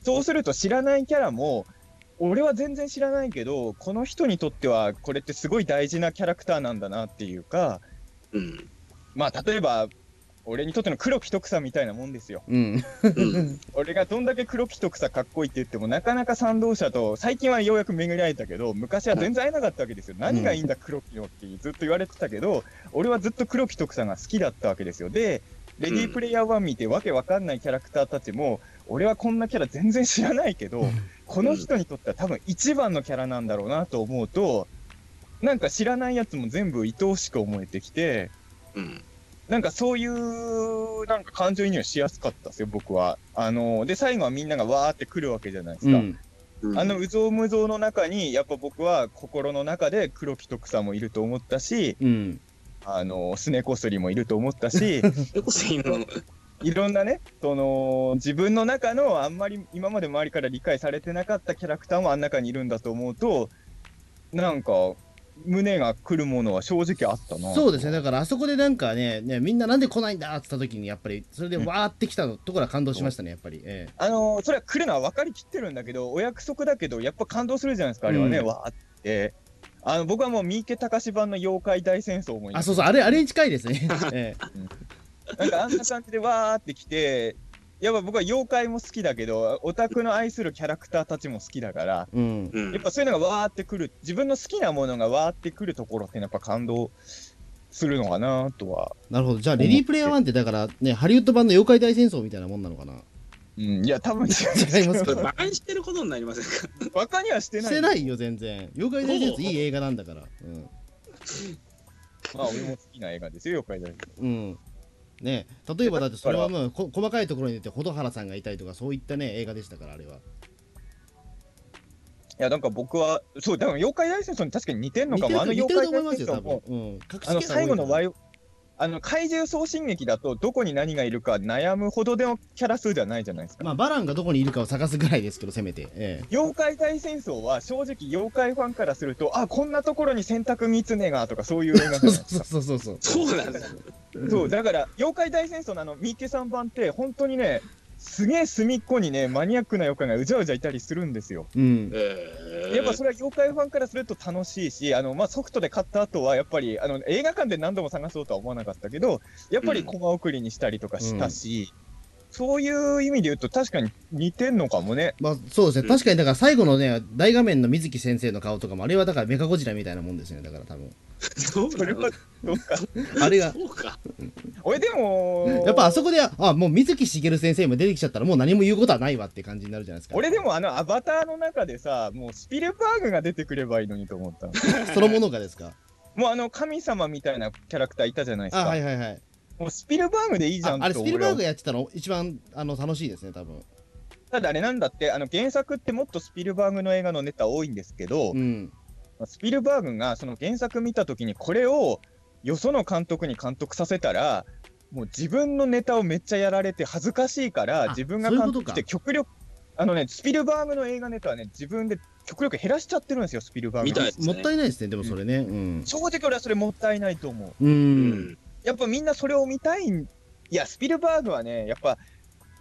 Speaker 4: そうすると知らないキャラも、俺は全然知らないけど、この人にとってはこれってすごい大事なキャラクターなんだなっていうか、
Speaker 3: うん
Speaker 4: まあ例えば、俺にとっての黒木徳さんみたいなもんですよ。
Speaker 2: うん
Speaker 3: うん
Speaker 4: 俺がどんだけ黒木徳さかっこいいって言ってもなかなか賛同者と最近はようやく巡り会えたけど昔は全然会えなかったわけですよ、何がいいんだ黒木のってずっと言われてたけど俺はずっと黒木徳さんが好きだったわけですよでレディープレイヤー1見てわけわかんないキャラクターたちも俺はこんなキャラ全然知らないけどこの人にとっては多分一番のキャラなんだろうなと思うとなんか知らないやつも全部愛おしく思えてきて
Speaker 3: うん
Speaker 4: なんかそういう、なんか感情移入しやすかったですよ、僕は。あので、最後はみんながわーって来るわけじゃないです
Speaker 2: う
Speaker 4: か。
Speaker 2: ん
Speaker 3: うん
Speaker 4: あの、うぞうむぞうの中に、やっぱ僕は心の中で黒木徳さんもいると思ったし、
Speaker 2: うん
Speaker 4: あのすねこすりもいると思っ たし、
Speaker 3: それこそ今の
Speaker 4: いろんなね、その、自分の中のあんまり今まで周りから理解されてなかったキャラクターもあん中にいるんだと思うと、なんか、胸が来るものは正直あったな。
Speaker 2: そうですね、だからあそこでなんかね、ねみんななんで来ないんだって言った時に、やっぱりそれでわーってきたのところは感動しましたね、やっぱり。え
Speaker 4: あのーそれは来るのは分かりきってるんだけど、お約束だけど、やっぱ感動するじゃないですか、あれはね、
Speaker 2: うん
Speaker 4: わーって。あの僕はもう三池隆版の妖怪大戦争を思い
Speaker 2: え
Speaker 4: 出
Speaker 2: あ、
Speaker 4: す
Speaker 2: そうそう、あれ、あれに近いです ね。え
Speaker 4: なんかあんな感じでわーって来て、やっぱ僕は妖怪も好きだけど、オタクの愛するキャラクターたちも好きだから、
Speaker 2: えうん。
Speaker 3: うん
Speaker 4: やっぱそういうのがわーってくる、自分の好きなものがわーってくるところってやっぱ感動するのかなとは。
Speaker 2: なるほど、じゃあ、レディープレイヤー1って、だからね、ハリウッド版の妖怪大戦争みたいなもんなのかな。
Speaker 4: うん、い や、多分違
Speaker 2: 違います
Speaker 3: そ
Speaker 4: う。
Speaker 3: れ
Speaker 2: か
Speaker 3: バカにしてることになりませんか
Speaker 4: バカにはしてない。
Speaker 2: してないよ、全然。妖怪大戦争、いい映画なんだから。うん。
Speaker 4: まあ、俺も好きな映画ですよ、妖怪大戦争。
Speaker 2: うんねえ、例えばだってそれはもうこ細かいところに出て蛍原さんがいたりとかそういったね映画でしたからあれはい
Speaker 4: や、なんか僕は、そう、でも妖怪大戦争に確かに似てんの
Speaker 2: 似
Speaker 4: か
Speaker 2: て
Speaker 4: も。あ
Speaker 2: る
Speaker 4: の
Speaker 2: 似て
Speaker 4: 妖
Speaker 2: る
Speaker 4: 怪
Speaker 2: と思いま
Speaker 4: 大
Speaker 2: すよ
Speaker 4: 戦
Speaker 2: 多
Speaker 4: 争
Speaker 2: 分
Speaker 4: も、、
Speaker 2: うん、隠し
Speaker 4: あの最後の
Speaker 2: ワ
Speaker 4: ワイ、あの怪獣送信劇だと、どこに何がいるか悩むほどでもキャラ数じゃないじゃないですか。
Speaker 2: まあバランがどこにいるかを探すぐらいですけどせめて、え
Speaker 4: 妖怪大戦争は正直妖怪ファンからすると、あ、こんなところに洗濯狐がとかそういう映画
Speaker 2: え、そう
Speaker 4: じゃないで す
Speaker 2: そ
Speaker 4: か。
Speaker 2: うそうそう
Speaker 3: そうなんですよ
Speaker 4: そう、だから妖怪大戦争のあの三池さん版って本当にね、すげえ隅っこにね、マニアックな妖怪がうじゃうじゃいたりするんですよ。
Speaker 2: うん
Speaker 3: えー
Speaker 4: やっぱそれは妖怪ファンからすると楽しいし、あのまあ、ソフトで買った後は、やっぱりあの映画館で何度も探そうとは思わなかったけど、やっぱりコマ送りにしたりとかしたし、そういう意味で言うと確かに似てんのかもね。
Speaker 2: まあそうですね、
Speaker 3: うん
Speaker 2: 確かにだから最後のね、大画面の水木先生の顔とかも、あれはだからメカゴジラみたいなもんですよね、だから多分。
Speaker 3: そう
Speaker 4: それはど うか。
Speaker 2: あれが、
Speaker 3: そうか
Speaker 4: 俺でも、
Speaker 2: やっぱあそこで、あ、もう水木しげる先生も出てきちゃったら、もう何も言うことはないわって感じになるじゃないですか。
Speaker 4: 俺でもあのアバターの中でさ、もうスピルバーグが出てくればいいのにと思った の。
Speaker 2: そのものがですか。
Speaker 4: もうあの神様みたいなキャラクターいたじゃないです
Speaker 2: あ、
Speaker 4: か。
Speaker 2: はいはいはい。
Speaker 4: もうスピルバーグでいいじゃ
Speaker 2: あ
Speaker 4: ん
Speaker 2: あれ、スピルバーグ
Speaker 4: 俺は
Speaker 2: やってたの、一番あの楽しいですね、多分。
Speaker 4: ただあれなんだって、あの原作ってもっとスピルバーグの映画のネタ多いんですけど、
Speaker 2: うん。
Speaker 4: スピルバーグがその原作見たときにこれをよその監督に監督させたらもう自分のネタをめっちゃやられて恥ずかしいから
Speaker 2: あ
Speaker 4: 自分が
Speaker 2: そういう
Speaker 4: 監
Speaker 2: こと
Speaker 4: 督
Speaker 2: か
Speaker 4: して極力あのねスピルバーグの映画ネタはね自分で極力減らしちゃってるんですよスピルバーグ
Speaker 3: みたいです
Speaker 2: も
Speaker 3: ね
Speaker 2: ったいないですね、でもそれね。うん。
Speaker 4: 正直俺はそれもったいないと思う
Speaker 2: う。
Speaker 3: うんん
Speaker 4: やっぱみんなそれを見たいんいやスピルバーグはねやっぱ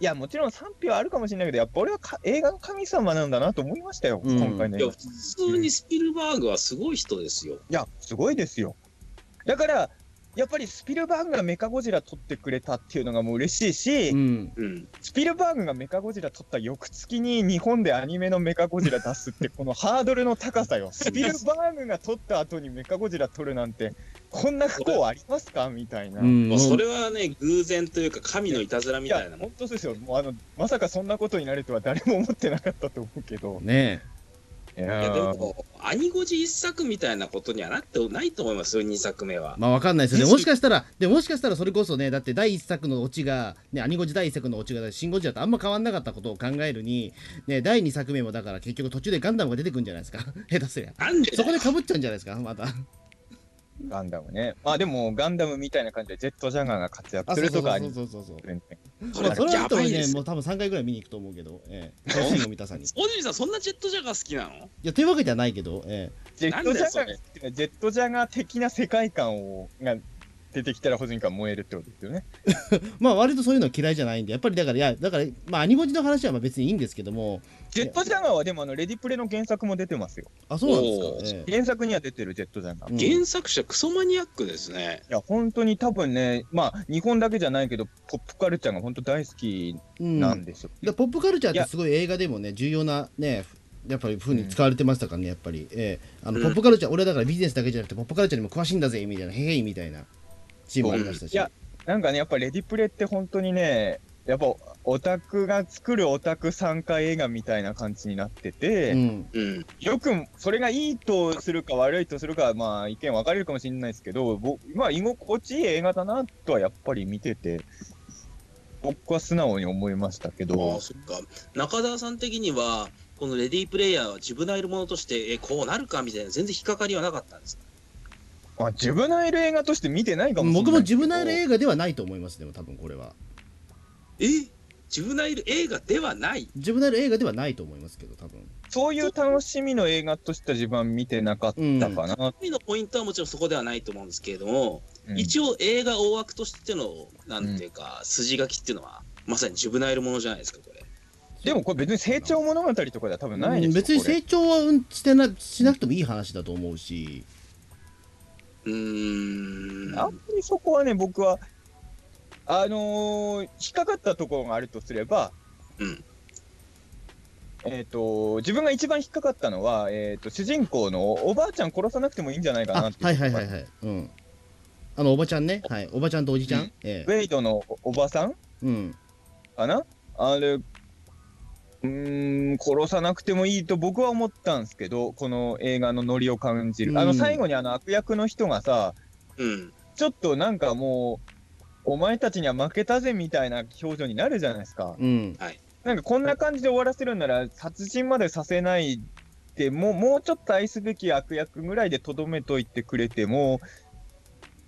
Speaker 4: いやもちろん賛否はあるかもしれないけどやっぱ俺はか映画の神様なんだなと思いましたよ、
Speaker 2: うん
Speaker 4: 今回の
Speaker 3: い
Speaker 4: 映
Speaker 3: や
Speaker 4: 画
Speaker 3: 普通にスピルバーグはすごい人ですよ
Speaker 4: いや、すごいですよ。だから、やっぱりスピルバーグがメカゴジラ撮ってくれたっていうのがもう嬉しいし、
Speaker 2: うん。
Speaker 3: うん
Speaker 4: スピルバーグがメカゴジラ撮った翌月に日本でアニメのメカゴジラ出すって、このハードルの高さよ。スピルバーグが撮った後にメカゴジラ撮るなんて、こんな不幸ありますかみたいな。
Speaker 2: うん
Speaker 3: もうそれはね偶然というか神のいたずらみ
Speaker 4: い
Speaker 3: た
Speaker 4: や
Speaker 3: いな、もん
Speaker 4: 本当そうですよ。もうあの、まさかそんなことになるとは誰も思ってなかったと思うけど。
Speaker 2: ね
Speaker 4: い
Speaker 3: いやで
Speaker 4: やー
Speaker 3: もアニゴジ一作みたいなことにはなってないと思いますよ二作目は
Speaker 2: まあわかんないですよね。
Speaker 3: ぜひ
Speaker 2: もしかしたら、でもしかしたらそれこそね、だって第一作のオチが、ね、アニゴジ第一作のオチが、シンゴジラとあんま変わんなかったことを考えるに、ね、第二作目もだから結局途中でガンダムが出てくるんじゃないですか。 下手すりゃ。
Speaker 3: なんで
Speaker 2: そこで被っちゃうんじゃないですか、また。
Speaker 4: ガンダムね。まあでも、ガンダムみたいな感じでジェットジャガーが活躍するとか
Speaker 2: そ
Speaker 4: に
Speaker 2: う。そうそうそう。
Speaker 3: こ
Speaker 2: ま
Speaker 3: れ
Speaker 2: あ、それは
Speaker 3: や
Speaker 2: 後
Speaker 3: ば
Speaker 2: に
Speaker 3: いで
Speaker 2: ね、
Speaker 3: す
Speaker 2: も
Speaker 3: よ
Speaker 2: う多分3回ぐらい見に行くと思うけど、ええ、楽しいの見たさに。い
Speaker 3: 大泉さんそんなジェットジャガー好きなの
Speaker 2: や、というわけじゃないけど、え
Speaker 4: ジェットジャガ
Speaker 3: なんだ
Speaker 4: ー
Speaker 3: よ
Speaker 4: っていうのはジェットジャガー的な世界観をが出てきたら、保人感燃えるってことですよね。
Speaker 2: え、まあ、割とそういうの嫌いじゃないんで、やっぱりだから、いや、だから、まあ、アニゴジの話はまあ別にいいんですけども、
Speaker 4: ジェットジャガーはでもあのレディプレの原作も出てますよ。
Speaker 2: あ、そうなんですか。ええ
Speaker 4: 原作には出てるジェットジャガー。
Speaker 2: うん
Speaker 4: い
Speaker 3: 原作者クソマニアックですね
Speaker 4: や本当に多分ね、まあ日本だけじゃないけど、ポップカルチャーが本当大好き
Speaker 2: うん
Speaker 4: なんですよ。
Speaker 2: だポップカルチャーっ
Speaker 4: い
Speaker 2: て
Speaker 4: や
Speaker 2: すごい映画でもね重要なねやっぱり風に使われてましたからねやっぱり、ええあの
Speaker 3: うん
Speaker 2: ポップカルチャー俺はだからビジネスだけじゃなくてポップカルチャーにも詳しいんだぜみたいなへへいみたいなチームありましたし、
Speaker 4: いやなんかね、やっぱレディプレって本当にね、やっぱオタクが作るオタク参加映画みたいな感じになってて、
Speaker 2: うん、
Speaker 3: うん
Speaker 4: よくそれがいいとするか悪いとするかはまあ意見分かれるかもしれないですけど僕まあ居心地いい映画だなとはやっぱり見てて僕は素直に思いましたけ
Speaker 3: あ
Speaker 4: ど
Speaker 3: あそっか中澤さん的にはこのレディープレイヤーはジブナイルものとしてえこうなるかみたいな全然引っかかりはなかったんです
Speaker 4: まあジブナイル映画として見てないかもしれない
Speaker 2: 僕もジブナイル
Speaker 4: 画
Speaker 2: 映画ではないと思いますでも多分これは
Speaker 3: えジブナイル映画ではない
Speaker 2: ジブナイル映画ではないと思いますけど多分
Speaker 4: そういう楽しみの映画としては自分は見てなかったかな、
Speaker 3: 海のポイントはもちろんそこではないと思うんですけれども、
Speaker 4: うん
Speaker 3: 一応映画大枠としてのなんていうか、筋書きっていうのはまさにジブナイルものじゃないですかこれ
Speaker 4: でもこれ別に成長物語とかでは多分ないでしょ、
Speaker 2: うん別に
Speaker 4: これ
Speaker 2: 成長は、うん、してなしなくてもいい話だと思うし、
Speaker 3: うーん
Speaker 4: あんまりそこはね僕はあのー引っかかったところがあるとすれば、
Speaker 3: うん
Speaker 4: えー、と自分が一番引っかかったのは、えー、と主人公のおばあちゃん殺さなくてもいいんじゃないかな
Speaker 2: あ
Speaker 4: っていう
Speaker 2: はいはいはいはいうんあのおばちゃんねはいおばちゃんとおじちゃん、
Speaker 4: うん
Speaker 2: え
Speaker 4: ウ
Speaker 2: え
Speaker 4: ェイドのおおばさん
Speaker 2: うん
Speaker 4: かなあれうーん殺さなくてもいいと僕は思ったんですけどこの映画のノリを感じる、あ
Speaker 2: う
Speaker 4: の
Speaker 2: ん
Speaker 4: 最後にあの悪役の人がさ
Speaker 3: うん
Speaker 4: ちょっとなんかもうお前たちには負けたぜみたいな表情になるじゃないですか。
Speaker 2: うん
Speaker 4: なんかこんな感じで終わらせるんなら殺人までさせないでもうもうちょっと愛すべき悪役ぐらいでとどめといてくれても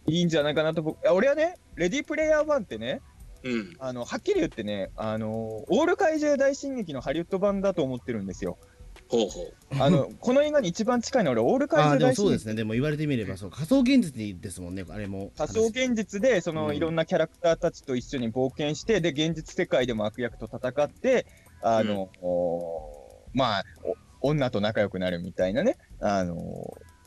Speaker 4: いいんじゃないかなと僕いや俺はねレディープレイヤー1ってね
Speaker 3: うん
Speaker 4: あのはっきり言ってねあのオール怪獣大進撃のハリウッド版だと思ってるんですよ
Speaker 3: ほうほう
Speaker 4: あのこの映画に一番近いのは俺オール怪
Speaker 2: ああー
Speaker 4: 獣
Speaker 2: でも
Speaker 4: 大
Speaker 2: そう
Speaker 4: 進
Speaker 2: で
Speaker 4: 撃
Speaker 2: すねでも言われてみればそう仮想現実にですもんねあれも
Speaker 4: 仮想現実でその
Speaker 2: うん
Speaker 4: いろんなキャラクターたちと一緒に冒険して、で現実世界でも悪役と戦ってあの、おーまあお女と仲良くなるみたいなねあの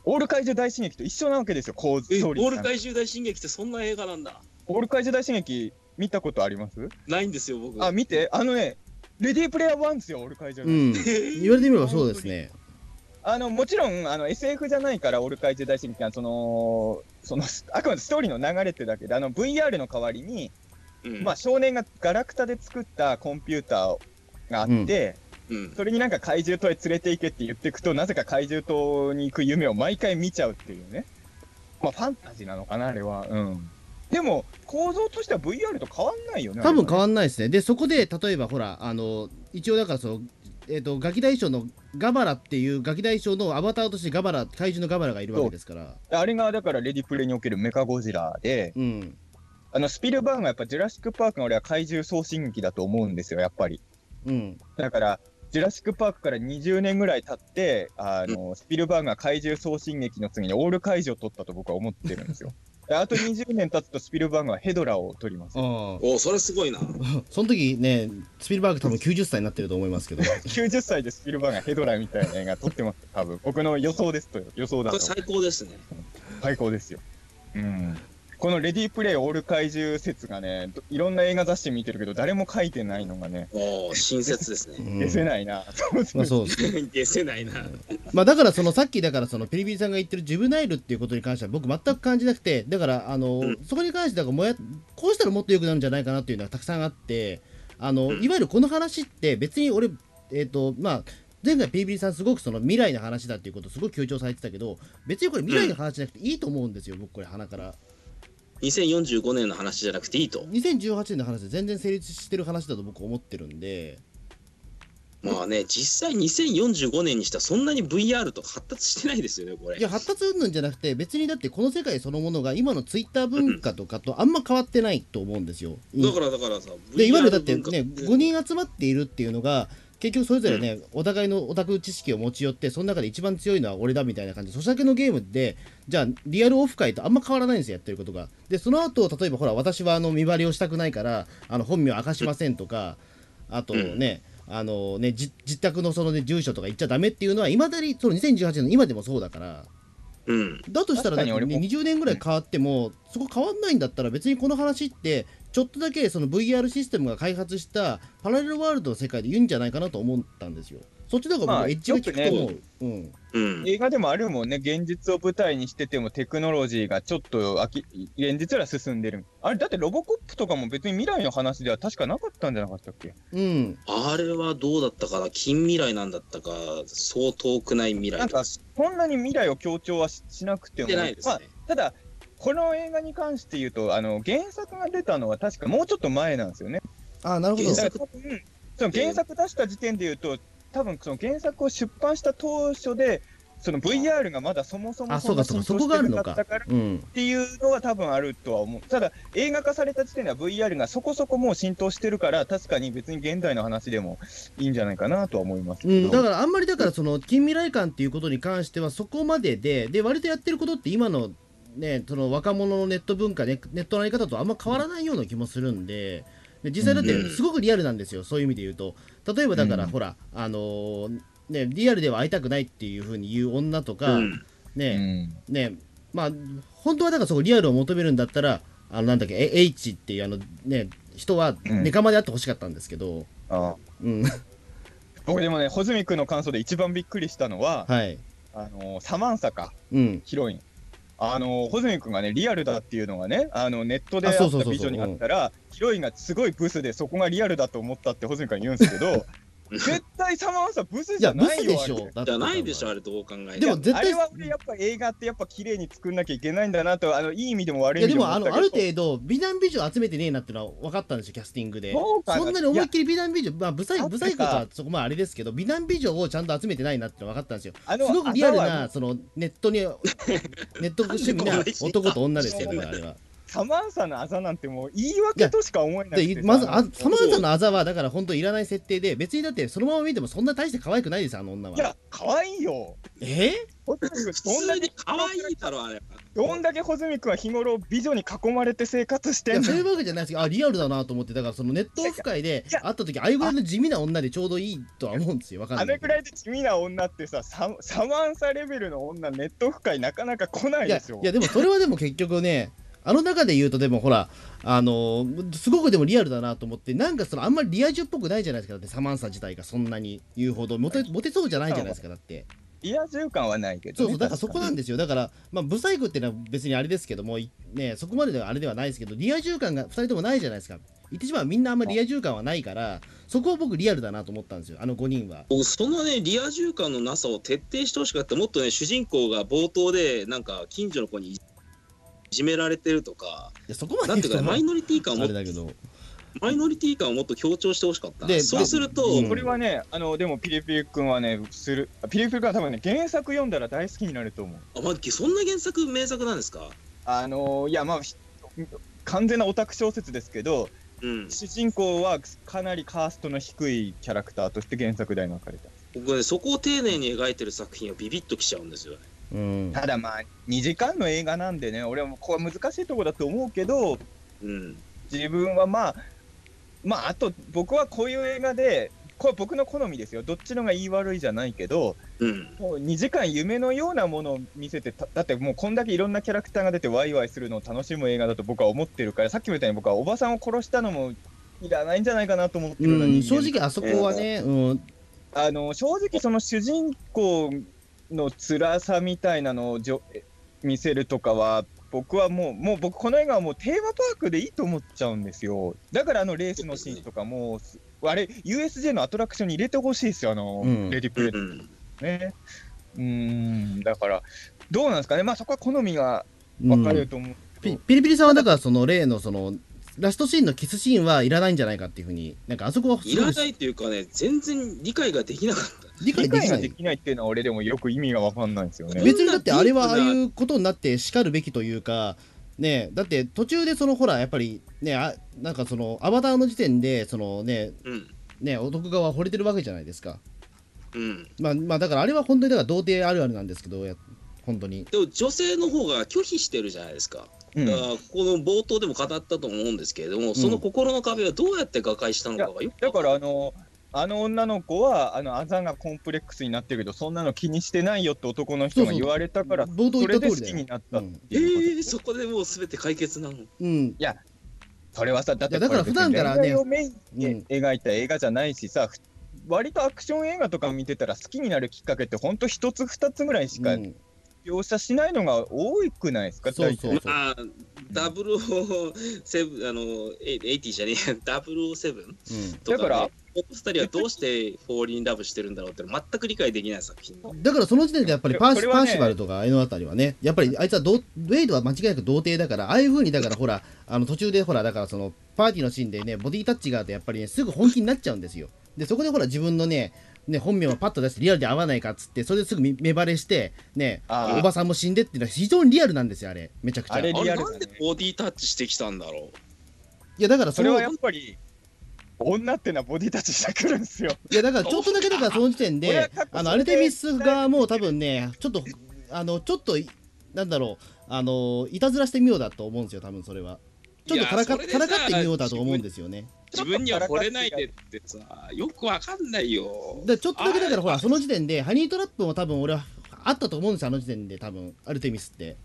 Speaker 4: オール怪獣大進撃と一緒なわけですよ構図
Speaker 3: え
Speaker 4: スト
Speaker 3: オ
Speaker 4: ーリー
Speaker 3: ール
Speaker 4: が
Speaker 3: 怪獣大進撃ってそんな映画なんだ
Speaker 4: オール怪獣大進撃見たことあります
Speaker 3: ないんですよ、僕。
Speaker 4: あ、見て、あのね、レディープレイヤー1ですよ、俺会じゃ
Speaker 2: う
Speaker 4: ない。
Speaker 2: ん、言われてみればそうですね。
Speaker 4: あのもちろんあの SF じゃないからオルカイジェダイシみたいなそのそのあくまでストーリーの流れってだけであの VR の代わりに、
Speaker 3: うん
Speaker 4: まあ、少年がガラクタで作ったコンピューターがあって、
Speaker 3: うん
Speaker 4: それになんか怪獣島へ連れて行けって言ってくとなぜか怪獣島に行く夢を毎回見ちゃうっていうね、まあ、ファンタジーなのかなあれは、うん、でも構造としては VR と変わんないよね
Speaker 2: 多分変
Speaker 4: ん
Speaker 2: わんないですね。で、そこで、例えばほら、あの、一応だからその、えっ、と、ガキ大将のガバラっていう、ガキ大将のアバターとしてガバラ、怪獣のガバラがいるわけですから。
Speaker 4: あれがだからレディプレイにおけるメカゴジラで
Speaker 2: うん。
Speaker 4: あのスピルバーグがやっぱジュラシック・パークの俺は怪獣送信機だと思うんですよやっぱり。
Speaker 2: うん。
Speaker 4: だから、ジュラシック・パークから20年ぐらい経って、あのスピルバーグが怪獣送信劇の次にオール怪獣を取ったと僕は思ってるんですよ。であと20年経つとスピルバーグはヘドラを取ります。
Speaker 2: あ
Speaker 3: おそれすごいな。
Speaker 2: あ。その時ね、スピルバーグ多分90歳になってると思いますけど。
Speaker 4: 90歳でスピルバーグがヘドラみたいな映画撮ってます、多分僕の予想ですと、予想だ
Speaker 3: ことれ最高ですね。
Speaker 4: 最高ですよ。うん。このレディープレイオール怪獣説がね、どいろんな映画雑誌見てるけど、誰も書いてないのがね、
Speaker 3: おお、親切です
Speaker 2: う
Speaker 3: ね。
Speaker 2: ん
Speaker 4: 消せない
Speaker 2: ま
Speaker 4: な。
Speaker 2: あそうです
Speaker 3: 消せないな。
Speaker 2: まあだからそのさっきだからそのペリビリさんが言ってるジュブナイルっていうことに関しては僕全く感じなくてだからあの、
Speaker 3: うん
Speaker 2: そこに関してだからもやこうしたらもっと良くなるんじゃないかなっていうのがたくさんあってあの、
Speaker 3: うん
Speaker 2: いわゆるこの話って別に俺えっ、とまあ前回ペリビリさんすごくその未来の話だっていうことをすごく強調されてたけど別にこれ未来の話じゃなくていいと思うんですよ僕これ鼻から
Speaker 3: 2045年の話じゃなくていいと。
Speaker 2: 2018年の話で全然成立してる話だと僕思ってるんで
Speaker 3: まあね、実際2045年にしたらそんなに VR とか発達してないですよね、これ。
Speaker 2: いや発達云々じゃなくて別にだってこの世界そのものが今のツイッター文化とかとあんま変わってないと思うんですよ
Speaker 3: だからだからさ、
Speaker 2: で
Speaker 3: VR
Speaker 2: いわゆるだってね
Speaker 3: 文化
Speaker 2: 5人集まっているっていうのが結局それぞれね、お互いのオタク知識を持ち寄ってその中で一番強いのは俺だみたいな感じで年明けのゲームでじゃあリアルオフ会とあんま変わらないんですよやってることがでその後例えばほら私はあの見張りをしたくないからあの本名を明かしませんとか、あとね、あのねじ自宅のその、ね、住所とか言っちゃダメっていうのはいまだにその2018年の今でもそうだから
Speaker 3: うん。
Speaker 2: だとしたらだって
Speaker 4: 確かに俺も
Speaker 2: 20年ぐらい変わっても、そこ変わんないんだったら別にこの話ってちょっとだけその VR システムが開発したパラレルワールドの世界で言うんじゃないかなと思ったんですよそっちの方が
Speaker 4: まあ
Speaker 2: 僕エッジが効くと思う、うん、
Speaker 3: うん。
Speaker 4: 映画でもあるもんね、現実を舞台にしててもテクノロジーがちょっとあき現実よりは進んでる。あれ、だってロボコップとかも別に未来の話では確かなかったんじゃなかったっけ
Speaker 2: うん、
Speaker 3: あれはどうだったかな近未来なんだったか、そう遠くない未来
Speaker 4: なん
Speaker 3: とか
Speaker 4: か、。そんなに未来を強調はししなくても、
Speaker 3: してないです
Speaker 4: まあ
Speaker 3: ね。
Speaker 4: ただ、この映画に関して言うと、あの原作が出たのは確かもうちょっと前なんですよね。
Speaker 2: ああなるほど
Speaker 3: 原
Speaker 4: だ
Speaker 3: 作
Speaker 4: から多分その原作出した時点で言うと、多分その原作を出版した当初で、その VR がまだそもそも
Speaker 2: あそうかそうかそこがあるのか
Speaker 4: だから
Speaker 2: うん
Speaker 4: っていうのは多分あるとは思う。ただ、映画化された時点では VR がそこそこもう浸透してるから、確かに別に現代の話でもいいんじゃないかなとは思いますけ
Speaker 2: う
Speaker 4: ど。
Speaker 2: ん、だからあんまりだからその近未来感っていうことに関してはそこまででで割とやってることって今のねその若者のネット文化ねネットのあり方とあんま変わらないような気もするんでで実際だってすごくリアルなんですよ、そういう意味で言うと例えばだから、
Speaker 4: うん
Speaker 2: ほらあのーねリアルでは会いたくないっていうふうに言う女とか、
Speaker 3: うん
Speaker 4: う
Speaker 2: ね
Speaker 4: ん
Speaker 2: ねまあ本当はだからそこリアルを求めるんだったらあのなんだっけえ H っていうあのね人は
Speaker 4: うん
Speaker 2: ネカマであってほしかったんですけど、
Speaker 4: ああ
Speaker 2: うん、
Speaker 4: 僕でもね、穂積君の感想で一番びっくりしたのは、
Speaker 2: はい、
Speaker 4: あのサマンサか、
Speaker 2: うん、
Speaker 4: ヒロイン。あの穂積君がね、リアルだっていうのがね、あのネットであ
Speaker 2: あ
Speaker 4: っ
Speaker 2: そうそう
Speaker 4: た
Speaker 2: そうそう
Speaker 4: 美女にあったら、ヒロインがすごいブスで、そこがリアルだと思ったって穂積君が言うんですけ ど、絶対サマンサブス
Speaker 2: い
Speaker 4: じ
Speaker 2: や
Speaker 4: ゃ
Speaker 2: ブ
Speaker 4: な
Speaker 2: ス
Speaker 4: い
Speaker 2: で
Speaker 4: よ。
Speaker 2: しょだって
Speaker 3: じゃないでしょ、あれどう考えても
Speaker 2: でも絶
Speaker 4: あ
Speaker 2: 対
Speaker 4: れは俺やっぱ映画ってやっぱ綺麗に作んなきゃいけないんだなとあのいい意味でも悪
Speaker 2: い
Speaker 4: い意
Speaker 2: や
Speaker 4: 味
Speaker 2: で
Speaker 4: でも
Speaker 2: もあのある程度美男美女集めてねえなってのは分かったんですよキャスティングで
Speaker 4: そうかな
Speaker 2: そんなに思いっきり美男美女まあブサイ
Speaker 4: だっ
Speaker 2: ブ
Speaker 4: てさ
Speaker 2: サイクとはそこまああれですけど美男美女をちゃんと集めてないなってのは分かったんですよ
Speaker 4: あの
Speaker 2: すごくリアル
Speaker 4: 朝
Speaker 2: な
Speaker 4: は
Speaker 2: そのネッ トにネット趣味な男と女ですよだからあれは
Speaker 4: サマンサのあざなんてもう言い訳としか思えなくて
Speaker 2: で
Speaker 4: さ
Speaker 2: まずあサマーザのあざはだから本当いらない設定で別にだってそのまま見てもそんな大して可愛くないですよあの女はい
Speaker 4: や可愛いよ
Speaker 2: え
Speaker 4: ホズミ君
Speaker 3: 普
Speaker 4: どんだ
Speaker 3: 通
Speaker 4: け
Speaker 3: に可愛いだろ、あれは。
Speaker 4: どんだけホズミ君は日頃美女に囲まれて生活し
Speaker 2: い
Speaker 4: て
Speaker 2: や
Speaker 4: ん
Speaker 2: そうい
Speaker 4: の
Speaker 2: うわけじゃないですけどあリアルだなと思ってだからそのネットオフ会で
Speaker 4: いや
Speaker 2: 会った時ああいうぐらいの地味な女でちょうどいいとは思うんですよ分かんな
Speaker 4: あ
Speaker 2: いけど
Speaker 4: れくらいで地味な女ってさササマンサレベルの女ネットオフ会なかなか来ない
Speaker 2: いや
Speaker 4: でしょ
Speaker 2: いやでもそれはでも結局ねあの中で言うとでもほらあのすごくでもリアルだなと思ってなんかそのあんまりリア充っぽくないじゃないですかだってサマンサ自体がそんなに言うほどモテモテそうじゃないじゃないですかだって
Speaker 4: リア充感はないけど、
Speaker 2: そ
Speaker 4: ね、
Speaker 2: うそうだからそこなん
Speaker 4: で
Speaker 2: ですよだからまあブサイクっていうのは別にあれですけどもいねそこまでではあれではないですけどリア充感が2人ともないじゃないですか言ってしまえばみんなあんまりリア充感はないからそこは僕リアルだなと思ったんですよあの5人は
Speaker 3: おそのねリア充感のなさを徹底してほしかったもっとね主人公が冒頭でなんか近所の子にいじめられてるとか
Speaker 2: いやそこまで
Speaker 3: なんていうか
Speaker 2: 言うと
Speaker 3: マイノリティ感をも
Speaker 2: あ
Speaker 3: っ
Speaker 2: れ
Speaker 3: と
Speaker 2: だけど
Speaker 3: マイノリティ感をもっと強調してほしかったな
Speaker 2: で
Speaker 3: そうすると、
Speaker 2: うん
Speaker 4: これはね、あのでもピリピリ君はね、するあピリピリ君は多分ね、原作読んだら大好きになると思う。
Speaker 3: あマッキーそんな原作名作なんですか
Speaker 4: あのいや、まあ、ひ完全なオタク小説ですけど、
Speaker 3: うん
Speaker 4: 主人公はかなりカーストの低いキャラクターとして原作で描かれた。
Speaker 3: 僕ねそこを丁寧に描いてる作品はビビッときちゃうんですよね
Speaker 2: うん
Speaker 4: ただまあ、2時間の映画なんでね、俺はもうここは難しいとこだと思うけど、
Speaker 3: うん
Speaker 4: 自分はまあ、まあ、あと僕はこういう映画で、これ僕の好みですよ、どっちのが言い悪いじゃないけど、
Speaker 3: うん
Speaker 4: もう2時間夢のようなものを見せてた、だってもうこんだけいろんなキャラクターが出てワイワイするのを楽しむ映画だと僕は思ってるから、さっきみたいに僕はおばさんを殺したのもいらないんじゃないかなと思ってるような
Speaker 2: うん正
Speaker 4: 人間
Speaker 2: 直あそこはね、うん、
Speaker 4: あの正直その主人公の辛さみたいなのをじょ見せるとかは僕はもうもう僕この映画はもうテーマパークでいいと思っちゃうんですよだからあのレースのシーンとかもうすあれ USJ のアトラクションに入れてほしいですよあの、
Speaker 2: うん
Speaker 4: レディ
Speaker 3: う
Speaker 4: プレイ
Speaker 3: ん
Speaker 4: ねうーんだからどうなんですかねまあそこは好みが分かれると思う、
Speaker 2: ピピリピリさんはだからその例のそのラストシーンのキスシーンはいらないんじゃないかっていうふうになんかあそこはす
Speaker 3: い
Speaker 2: ご
Speaker 3: ら
Speaker 2: い
Speaker 3: ないというかね全然理解ができなかった
Speaker 2: 理解
Speaker 4: 理
Speaker 2: で
Speaker 4: 解
Speaker 2: きな
Speaker 4: がで
Speaker 2: い
Speaker 4: きないっていうのは俺でもよく意味が分かんないんですよね
Speaker 3: 理解できな
Speaker 2: 別
Speaker 3: い
Speaker 2: にだってあれはあ
Speaker 3: こ
Speaker 2: あ
Speaker 3: んなディープない
Speaker 2: いうことになって叱るべきというかねだって途中でそのほらやっぱりねあなんかそのアバターの時点でそのね
Speaker 3: うん
Speaker 2: ね男側は惚れてるわけじゃないですか
Speaker 3: うん
Speaker 2: まあまあだからあれは本当にだから童貞あるあるなんですけどや本当に
Speaker 3: でも女性の方が拒否してるじゃないですか
Speaker 4: うん
Speaker 3: だからこの冒頭でも語ったと思うんですけれども、その心の壁はどうやって瓦解したのかがよく
Speaker 4: だ
Speaker 3: わ
Speaker 4: か
Speaker 3: から
Speaker 4: あのあの女の子はあのあざがコンプレックスになってるけどそんなの気にしてないよって男の人が言われたから
Speaker 2: 冒頭言
Speaker 4: それ
Speaker 2: った
Speaker 4: で
Speaker 2: 通り
Speaker 4: 好
Speaker 2: だ
Speaker 4: き
Speaker 2: よ
Speaker 4: に、なった
Speaker 2: う
Speaker 4: って
Speaker 2: ん
Speaker 3: え
Speaker 4: いう
Speaker 3: ー、そこでもう全て解決なの
Speaker 2: うん、
Speaker 4: それはさだっ
Speaker 2: いや
Speaker 4: て
Speaker 2: だから普段からね
Speaker 4: 恋愛をメインに描いた映画じゃないしさ、ふ割とアクション映画とか見てたら好きになるきっかけってほんと一つ二つぐらいしか
Speaker 2: うん
Speaker 4: 描写しないのが多くないですか、
Speaker 2: そう
Speaker 4: 大
Speaker 2: そ
Speaker 4: 体
Speaker 2: うそう
Speaker 3: まあダブルセブンあのエイティじゃねえダブルセブン
Speaker 2: う
Speaker 3: とか、ね、
Speaker 4: だから
Speaker 3: この二人はどうしてフォーリンラブしてるんだろうって全く理解できない作品
Speaker 2: んだからその時点でやっぱりパーシ,、
Speaker 4: それ
Speaker 2: パ
Speaker 4: は
Speaker 2: ー
Speaker 4: ね
Speaker 2: シバルとかあのあたりはねやっぱりあいつはどウェイドは間違いなく童貞だからああいうふうにだからほらあの途中でほらだからそのパーティーのシーンでねボディタッチがあってやっぱりねすぐ本気になっちゃうんですよでそこでほら自分のねね本名をパッと出してリアルで合わないかっつってそれですぐみ目バレしてね
Speaker 4: あー
Speaker 2: おばさんも死んでっていうのは非常にリアルなんですよあれめちゃくちゃ
Speaker 4: あれ
Speaker 3: あ
Speaker 4: リ
Speaker 3: れ
Speaker 4: アルだ
Speaker 3: な
Speaker 4: ね
Speaker 3: んでボディタッチしてきたんだろ
Speaker 2: いやだから
Speaker 4: そ
Speaker 2: そ
Speaker 4: れ
Speaker 2: れ
Speaker 4: は
Speaker 2: は
Speaker 4: やっぱり女ってのはボディタッチしてくるんですよ
Speaker 2: いやだからちょっとだけだからその時点
Speaker 4: 俺は
Speaker 2: で
Speaker 4: 過去
Speaker 2: あの
Speaker 4: そ
Speaker 2: ア
Speaker 4: れ
Speaker 2: ル
Speaker 4: で
Speaker 2: テミス側も多分ねちょっとあのちょっといなんだろうあのいたずらしてみようだと思うんですよ多分それはちょっとからか
Speaker 3: いやそ
Speaker 2: か
Speaker 3: れでさ
Speaker 2: らかってみようだと思うんですよね
Speaker 3: う自分には惚れないでってさよくわかんないよ
Speaker 2: だからちょっとだけだからほらその時点でハニートラップも多分俺はあったと思うんですよあの時点で多分アルテミスって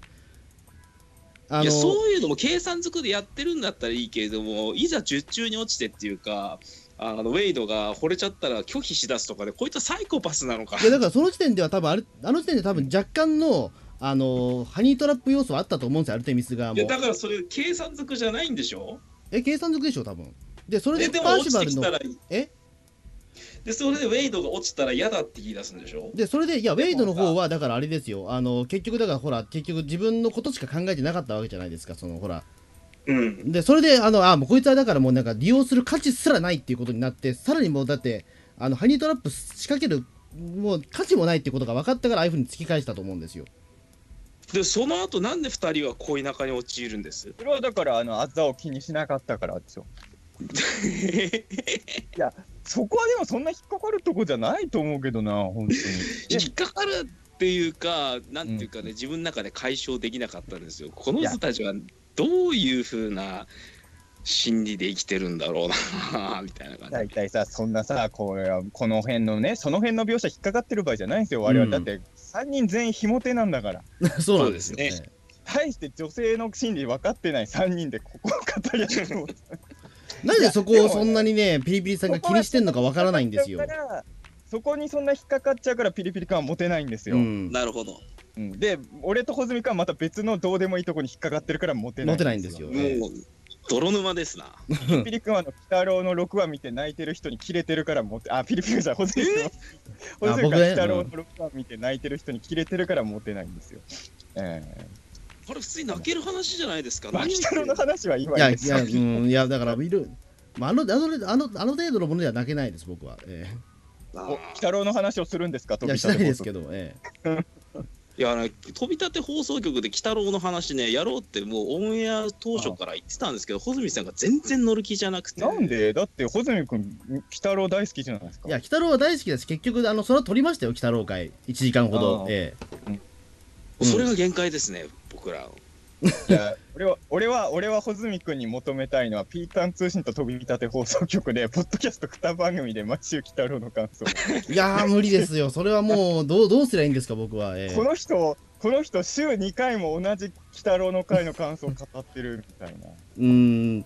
Speaker 2: あの
Speaker 3: いやそういうのも計算づくでやってるんだったらいいけれどもいざ術中に落ちてっていうかあのウェイドが惚れちゃったら拒否しだすとかでこいつはサイコパスなのか
Speaker 2: いやだからその時点では多分あれあの時点で多分若干のあのハニートラップ要素はあったと思うんですよアルテミス側
Speaker 3: いや
Speaker 2: も
Speaker 3: だからそれ計算づくじゃないんでしょ
Speaker 2: え計算づくでしょ多分でそれ
Speaker 3: で
Speaker 2: で
Speaker 3: で
Speaker 2: パー
Speaker 3: も落
Speaker 2: シ
Speaker 3: ち
Speaker 2: バ
Speaker 3: て
Speaker 2: ル
Speaker 3: き
Speaker 2: の
Speaker 3: たら
Speaker 2: え
Speaker 3: でそれでウェイドが落ちたら嫌だって言い出すんでしょ
Speaker 2: でそれでいやウ
Speaker 4: でも
Speaker 2: ェ
Speaker 4: さ
Speaker 2: イドの方はだからあれですよあの結局だからほら結局自分のことしか考えてなかったわけじゃないですかそのほら
Speaker 3: うん
Speaker 2: でそれであのあもうこいつはだからもうなんか利用する価値すらないっていうことになってさらにもうだってあのハニートラップ仕掛けるもう価値もないっていうことが分かったからああいうふうに突き返したと思うんですよ
Speaker 3: でその後なんで2人は恋仲に陥るんです
Speaker 4: それはだからあのあざを気にしなかったからですよそこはでもそんな引っかかるとこじゃないと思うけどな本当に
Speaker 3: 引っかかるっていうかなんていうかね、自分の中で解消できなかったんですよこの人たちはどういうふうな心理で生きてるんだろうな みたいな感じ
Speaker 4: 大体さそんなさこれはこの辺のねその辺の描写引っかかってる場合じゃないんですよ我々、
Speaker 2: うん
Speaker 4: だって3人全員ひも手なんだから
Speaker 2: そうなんですよ
Speaker 3: そうです
Speaker 2: ね
Speaker 4: 大して女性の心理分かってない3人でここを語り合うの
Speaker 2: なんでそ
Speaker 4: いや
Speaker 2: こ
Speaker 4: で
Speaker 2: を
Speaker 4: もね
Speaker 2: そんなにね、ピリピリさんが気にしてんのかわからないんですよ
Speaker 4: だ。からそこにそんな引っかかっちゃうからピリピリ感は持てないんですよ、
Speaker 2: う
Speaker 4: うん
Speaker 2: ん。
Speaker 3: なるほど。
Speaker 4: で俺と穂積君はまた別のどうでもいいとこに引っかかってるから持てない
Speaker 2: 持てないんですよ
Speaker 3: もう、泥沼ですな。
Speaker 4: ピリピリ君はあの鬼太郎の6話見て泣いてる人にキレてるから持てあピリピリじゃん穂積君
Speaker 2: あ
Speaker 4: は穂積君
Speaker 2: 僕
Speaker 4: は
Speaker 2: ね
Speaker 4: 鬼太郎の6話見て泣いてる人にキレてるから持てないんですよ、え
Speaker 3: これ普通に泣ける話じゃないですか。
Speaker 4: ーまあ、
Speaker 3: 何
Speaker 4: 鬼
Speaker 3: を
Speaker 4: 太郎の話はいいわ
Speaker 2: いや、
Speaker 4: け
Speaker 2: い
Speaker 4: ですよ
Speaker 2: や、うん、いや、だから、いる。まあ、あの、あの、あの、あの程度のものでは泣けないです、僕は。え
Speaker 3: あ
Speaker 4: お鬼
Speaker 3: ー
Speaker 4: 太郎の話をするんですか
Speaker 2: え
Speaker 4: 飛
Speaker 2: いや、
Speaker 4: び
Speaker 2: しないです
Speaker 4: ど
Speaker 2: けど、ええ
Speaker 3: いや、ね飛び立て放送局で鬼太郎の話ね、やろうって、もうオンエア当初から言ってたんですけど、穂積さんが全然乗る気じゃなくて。
Speaker 4: なんでだって穂積君鬼太郎大好きじゃないですか
Speaker 2: いや、鬼太郎は大好きだし、結局、あの、それは撮りましたよ、鬼太郎会。1時間ほど
Speaker 4: あ。ー
Speaker 2: ええ
Speaker 3: それが限界ですね、僕ら。
Speaker 4: いや俺は俺は俺は穂積君に求めたいのはピータン通信と飛び立て放送局でポッドキャスト2番組で毎週鬼太郎の感想、
Speaker 2: いやー、無理ですよ。それはもう、どう、どうすりゃいいんですか、僕は。ええ
Speaker 4: この人この人週2回も同じ鬼太郎の回の感想を語ってるみたいな
Speaker 2: うーん。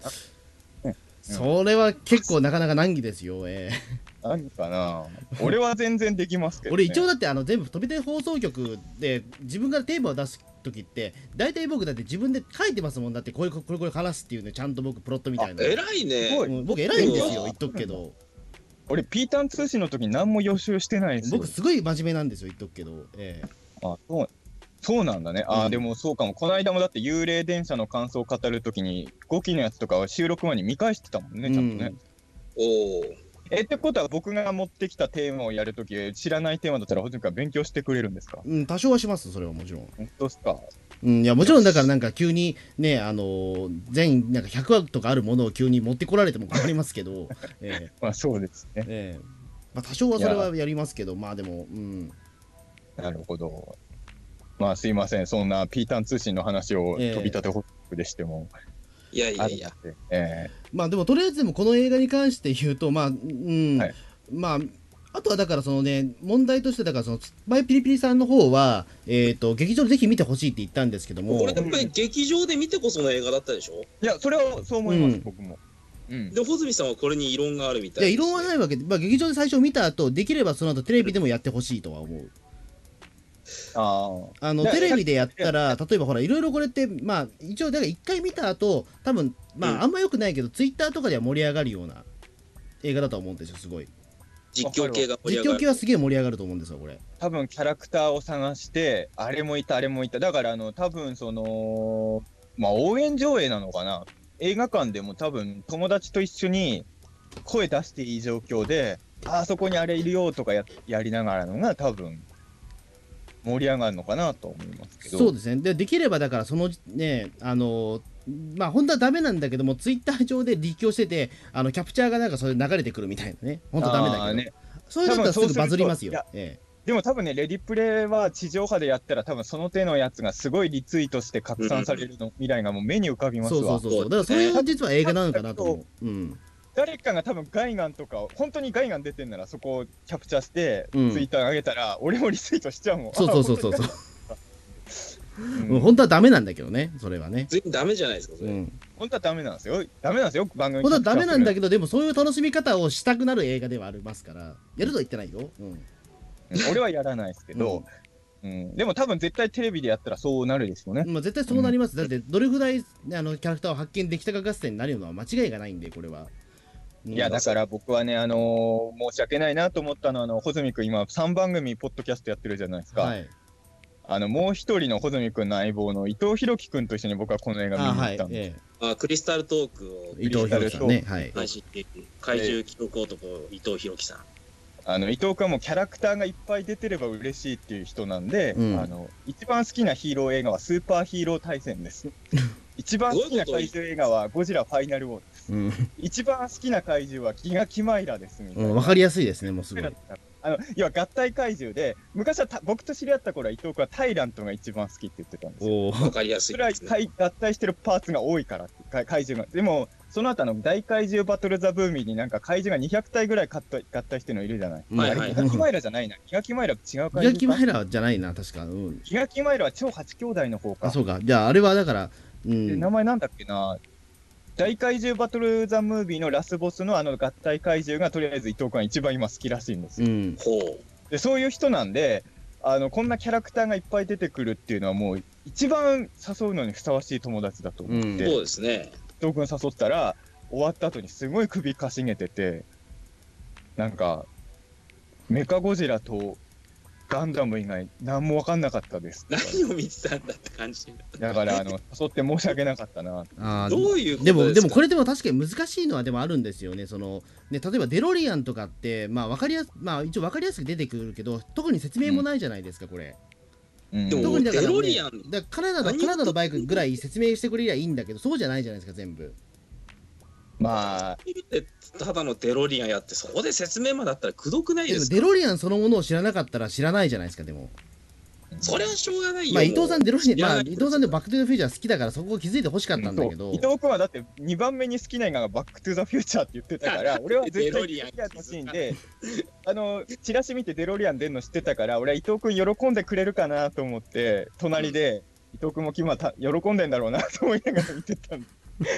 Speaker 2: それは結構なかなか難儀ですよ。ええ
Speaker 4: 何かな俺は全然できますけど、ね、
Speaker 2: 俺一応だってあの全部飛び出放送局で自分からテーマを出す時って大体僕だって自分で書いてますもんだってこれこれこれこれ話すっていうねちゃんと僕プロットみたいな
Speaker 3: 偉い
Speaker 4: すご
Speaker 3: ね。
Speaker 4: い
Speaker 2: うん僕偉いんです
Speaker 3: う
Speaker 2: よ
Speaker 3: わ
Speaker 2: 言っとくけど
Speaker 4: 俺ピータン通信の時何も予習してないですよ
Speaker 2: 僕すごい真面目なんですよ言っとくけどえ
Speaker 4: あそうそうなんだね。あー、
Speaker 2: うん
Speaker 4: でもそうかも。この間もだって幽霊電車の感想を語るときに、5期のやつとかは収録前に見返してたもん
Speaker 2: え
Speaker 4: ね、ちゃんとね。
Speaker 3: おお。
Speaker 4: え、ってことは僕が持ってきたテーマをやるとき、知らないテーマだったら、ほずみか勉強してくれるんですか
Speaker 2: うんうん多少はしますそれはもちろん
Speaker 4: 本当ですか
Speaker 2: うんいやもちろんだからなんか急にねあのー全なんか100話とかあるものを急に持ってこられても困りますけどええ
Speaker 4: まあそうですね。
Speaker 2: ええまあ多少はそれはやりますけどまあでもうん
Speaker 4: なるほど。まあすいません。そんなピータン通信の話を
Speaker 2: ええ
Speaker 4: 飛び立て報告でしても。
Speaker 3: いやいやいや
Speaker 4: あ。れだってえ
Speaker 2: まあでもとりあえずでもこの映画に関して言うとまあうん、
Speaker 4: はい
Speaker 2: まああとはだからそのね問題としてだからその前ピリピリさんの方はえっ、と劇場でぜひ見てほしいって言ったんですけども
Speaker 3: これやっぱり劇場で見てこその映画だったでしょ
Speaker 4: えいや、それはそう思います、
Speaker 2: うん
Speaker 4: 僕も。うん。
Speaker 3: で、穂積さんはこれに異論があるみた
Speaker 2: いや
Speaker 3: い
Speaker 2: 異論は
Speaker 3: ね
Speaker 2: ないわけで、まあ、劇場で最初見た後できればその後テレビでもやってほしいとは思う
Speaker 4: ああ。
Speaker 2: あの
Speaker 4: いや
Speaker 2: テレビでやったら例えばほらいろいろこれってまあ一応だから一回見た後多分ま
Speaker 3: うん
Speaker 2: ああんまよくないけど、ツイッターとかでは盛り上がるような映画だとは思うんですよすごい
Speaker 3: 実況系が盛り
Speaker 2: 実
Speaker 3: 上が
Speaker 2: 況
Speaker 3: る。
Speaker 2: 系はすげえ盛り上がると思うんですよこれ
Speaker 4: 多分キャラクターを探してあれもいたあれもいただからあの多分そのまあ応援上映なのかな映画館でも多分友達と一緒に声出していい状況でああそこにあれいるよとかややりながらのが多分盛り上がるのかなと思いますけど
Speaker 2: そうですねでできればだからそのねあのまあ本当はダメなんだけどもツイッター上で立教しててあのキャプチャーがなんかそれ流れてくるみたいなね本当ダメだ
Speaker 4: あ
Speaker 2: けど、
Speaker 4: ーね
Speaker 2: そういうのだったらすぐ
Speaker 4: 多分そうすると
Speaker 2: バズりますよ
Speaker 4: いや
Speaker 2: え
Speaker 4: でも多分ねレディプレイは地上波でやったら多分その手のやつがすごいリツイートして拡散されるの未来がもう目に浮かび
Speaker 2: え
Speaker 4: ます
Speaker 2: そうそ
Speaker 4: わ
Speaker 2: うそうそうだからそれが実は映画なのかなと思う、うん、
Speaker 4: 誰かが多分ガイガンとかを本当にガイガン出てんならそこをキャプチャーしてツ
Speaker 2: うん
Speaker 4: イッターに上げたら、俺もリツイートしちゃうもん
Speaker 2: そうそうそうそう
Speaker 4: あ
Speaker 2: そううん
Speaker 4: 本当にうん
Speaker 2: 本当はダメなんだけどねそれはね
Speaker 3: 全然ダメじゃないですか、それ。
Speaker 2: うん
Speaker 4: 本当はダメなんですよダメなんですよ番組
Speaker 2: 本当はダメなんだ
Speaker 4: け
Speaker 2: けどでもそういう楽しみ方をしたくなる映画ではありますからやるとは言ってないよ、うん、
Speaker 4: ど俺はやらないですけど、うんでも多分絶対テレビでやったらそうなるでしょうね、
Speaker 2: まあ、絶対そうなります、だってどれぐらいあのキャラクターを発見できたか合戦になるのは間違いがないんでこれは、うん
Speaker 4: いやだから僕はねあのー申し訳ないなと思ったのはあの穂積君今3番組ポッドキャストやってるじゃないですか、
Speaker 2: はい
Speaker 4: あのもう一人の穂積君の相棒の伊藤博樹君と一緒に僕はこの映画見に
Speaker 2: あ
Speaker 4: 行った
Speaker 2: は
Speaker 4: ん
Speaker 2: い
Speaker 4: です、、
Speaker 2: え
Speaker 3: あクリスタルトークを
Speaker 2: え、伊藤博さんね、はい、
Speaker 3: 配信怪獣記録男、伊藤博樹さん。
Speaker 4: あの伊藤君はもうキャラクターがいっぱい出てれば嬉しいっていう人なんで、
Speaker 2: うん
Speaker 4: あの一番好きなヒーロー映画はスーパーヒーロー対戦です。一番好きな怪獣映画はゴジラファイナルウォール。
Speaker 2: うん、
Speaker 4: 一番好きな怪獣はギガキマイラですみたいな。
Speaker 2: うん、わかりやすいですね、もうすごい。
Speaker 4: あの要は合体怪獣で昔はた僕と知り合った頃は伊藤君はタイラントが一番好きって言ってたんですよ。
Speaker 2: おお、
Speaker 3: わかりやすい
Speaker 4: それは
Speaker 3: ですね。
Speaker 4: 合体してるパーツが多いからって怪怪獣が。でもその後あの大怪獣バトル・ザ・ブーミーになんか怪獣が200体ぐらい買った買った人のいるじゃない。
Speaker 2: うん
Speaker 3: はい
Speaker 4: あ
Speaker 3: は
Speaker 4: れ
Speaker 3: い
Speaker 4: ギガキマイラじゃないな。ギガキマイラ違う
Speaker 2: ギ
Speaker 4: 怪
Speaker 2: ガキ
Speaker 4: 獣
Speaker 2: マ
Speaker 4: か。
Speaker 2: イラじゃないな、確か。うん。
Speaker 4: ギガキマイラは超八兄弟の方か。
Speaker 2: あ、そうか。じゃあ、あれはだから、う
Speaker 4: で
Speaker 2: ん
Speaker 4: 名。前なんだっけな。大怪獣バトル・ザ・ムービーのラスボスのあの合体怪獣がとりあえず伊藤君は一番今好きらしいんですよ
Speaker 2: うん。
Speaker 3: ほ
Speaker 4: でそういう人なんであのこんなキャラクターがいっぱい出てくるっていうのはもう一番誘うのにふさわしい友達だと思って、
Speaker 2: うん
Speaker 3: う。
Speaker 4: で
Speaker 3: そうですね。
Speaker 4: 伊藤君誘ったら終わった後にすごい首かしげててなんかメカゴジラとガンダム以外何も分かんなかったですって言わ
Speaker 3: 何
Speaker 4: れ
Speaker 3: を見てたんだって感じ。
Speaker 4: てだからあの誘って申し訳なかったな
Speaker 2: あー
Speaker 3: どういうこ
Speaker 2: で
Speaker 3: とですか
Speaker 2: も、でもこれでも確かに難しいのはでもあるんですよね。そのね例えばデロリアンとかって、まあわかりやすまあ、一応分かりやすく出てくるけど、特に説明もないじゃないですか、これ。
Speaker 4: うん
Speaker 3: でも
Speaker 2: 特にだから、ね、
Speaker 3: デロリアン
Speaker 2: だからカナダの
Speaker 3: 何を
Speaker 2: カナダのバイクぐらい説明してくれりゃいいんだけど、そうじゃないじゃないですか、全部。
Speaker 4: まあ
Speaker 3: ただのデロリアンやって、そこで説明まであったらくどくない
Speaker 2: で
Speaker 3: で
Speaker 2: も
Speaker 3: すか
Speaker 2: デロリアンそのものを知らなかったら知らないじゃないですか、でも。
Speaker 3: それはしょうがないよ。
Speaker 2: まあ、伊藤さん、デロリアン、
Speaker 3: 知ら
Speaker 2: まあ、
Speaker 3: ない
Speaker 2: 伊藤さんでもバック・トゥ・ザ・フューチャー好きだから、そこを気づいてほしかったんだけど
Speaker 4: そう伊、藤君はだって2番目に好きな映画が「バック・トゥ・ザ・フューチャー」って言ってた から俺は絶対デロリアン欲しいんであのチラシ見てデロリアン出るの知ってたから俺は伊藤君喜んでくれるかなと思って隣で、伊藤君も今た喜んでんだろうなと思いながら見て たんで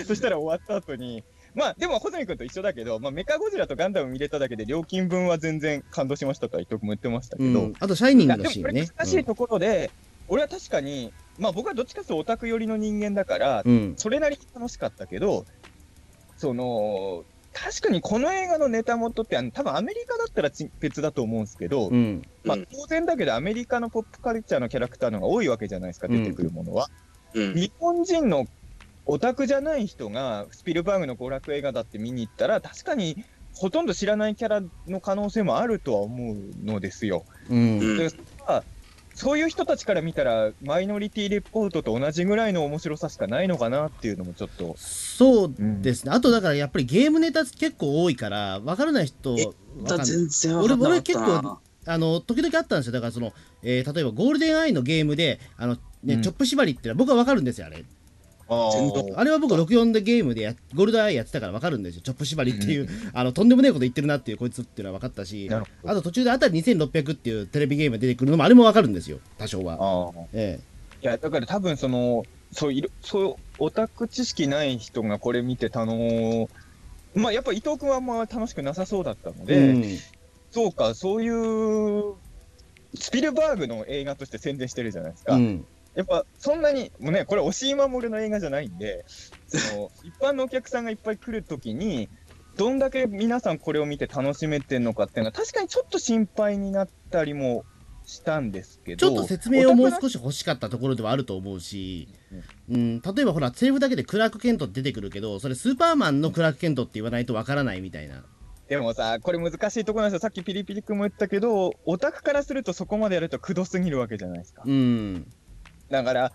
Speaker 4: そしたら終わった後にまあでも穂積君と一緒だけど、まあ、メカゴジラとガンダム見れただけで料金分は全然感動しましたとは伊藤君も言ってましたけ
Speaker 2: う
Speaker 4: ど。
Speaker 2: ん、あと、シャイニン
Speaker 4: い
Speaker 2: グ
Speaker 4: や
Speaker 2: の
Speaker 4: でも
Speaker 2: シ
Speaker 4: こ
Speaker 2: ーン
Speaker 4: れ
Speaker 2: ね。
Speaker 4: 難しいところで、俺は確かに、まあ、僕はどっちかというとオタク寄りの人間だから、
Speaker 2: うんうん、
Speaker 4: それなりに楽しかったけど、その確かにこの映画のネタ元って、あの多分アメリカだったらち別だと思うんですけど、
Speaker 2: うん、
Speaker 4: まあ
Speaker 3: うん、
Speaker 4: 当然だけど、アメリカのポップカルチャーのキャラクターの方が多いわけじゃないですか、
Speaker 2: うん
Speaker 4: 出てくるものは。
Speaker 3: うん、
Speaker 4: 日本人のオタクじゃない人が、スピルバーグの娯楽映画だって見に行ったら、確かにほとんど知らないキャラの可能性もあるとは思うのですよ。
Speaker 2: うん、
Speaker 3: うん
Speaker 4: でそういう人たちから見たら、マイノリティレポートと同じぐらいの面白さしかないのかなっていうのもちょっと。
Speaker 2: そう
Speaker 4: うん
Speaker 2: ですね、あとだからやっぱりゲームネタ結構多いから、分からない人、
Speaker 3: え
Speaker 2: 分か
Speaker 3: だ
Speaker 2: んない
Speaker 3: 全然わかんなかっ
Speaker 2: 俺
Speaker 3: たな
Speaker 2: 俺結構あの時々あったんですよ、だからその、えー例えばゴールデンアイのゲームで、あのね
Speaker 4: うん
Speaker 2: チョップ縛りってのは僕は分かるんですよ、あれ。
Speaker 3: 全
Speaker 4: ー
Speaker 3: 然
Speaker 2: あれは僕、64でゲームでやゴールデンアイやってたから分かるんですよ、チョップ縛りっていう、 あのとんでもねえこと言ってるなっていう、こいつっていうのは分かったし、
Speaker 4: なるほど
Speaker 2: あと途中であたり2600っていうテレビゲームが出てくるのも、あれも分かるんですよ、多少は。
Speaker 4: あー
Speaker 2: え
Speaker 4: いやだから多分そのそういろそうオタク知識ない人がこれ見てたのまあやっぱ伊藤君はあんま楽しくなさそうだったの
Speaker 2: え
Speaker 4: で、そうかそういうスピルバーグの映画として宣伝してるじゃないですか、
Speaker 2: うんうん
Speaker 4: やっぱそんなにもうねこれ押井守の映画じゃないんでその一般のお客さんがいっぱい来るときにどんだけ皆さんこれを見て楽しめてるのかっていうのは確かにちょっと心配になったりもしたんですけ
Speaker 2: ち
Speaker 4: ど
Speaker 2: ょっと説明をもう
Speaker 4: オタ
Speaker 2: 少
Speaker 4: ク
Speaker 2: し欲しかったところではあると思うし、うん、例えばほら、セリフだけでクラーク・ケントって出てくるけど、それスーパーマンのクラーク・ケントって言わないとわからないみたいな。
Speaker 4: でもさ、これ難しいところなんですよ。さっきピリピリ君も言ったけど、オタクからするとそこまでやるとくどすぎるわけじゃないですか。
Speaker 2: うん。
Speaker 4: だから、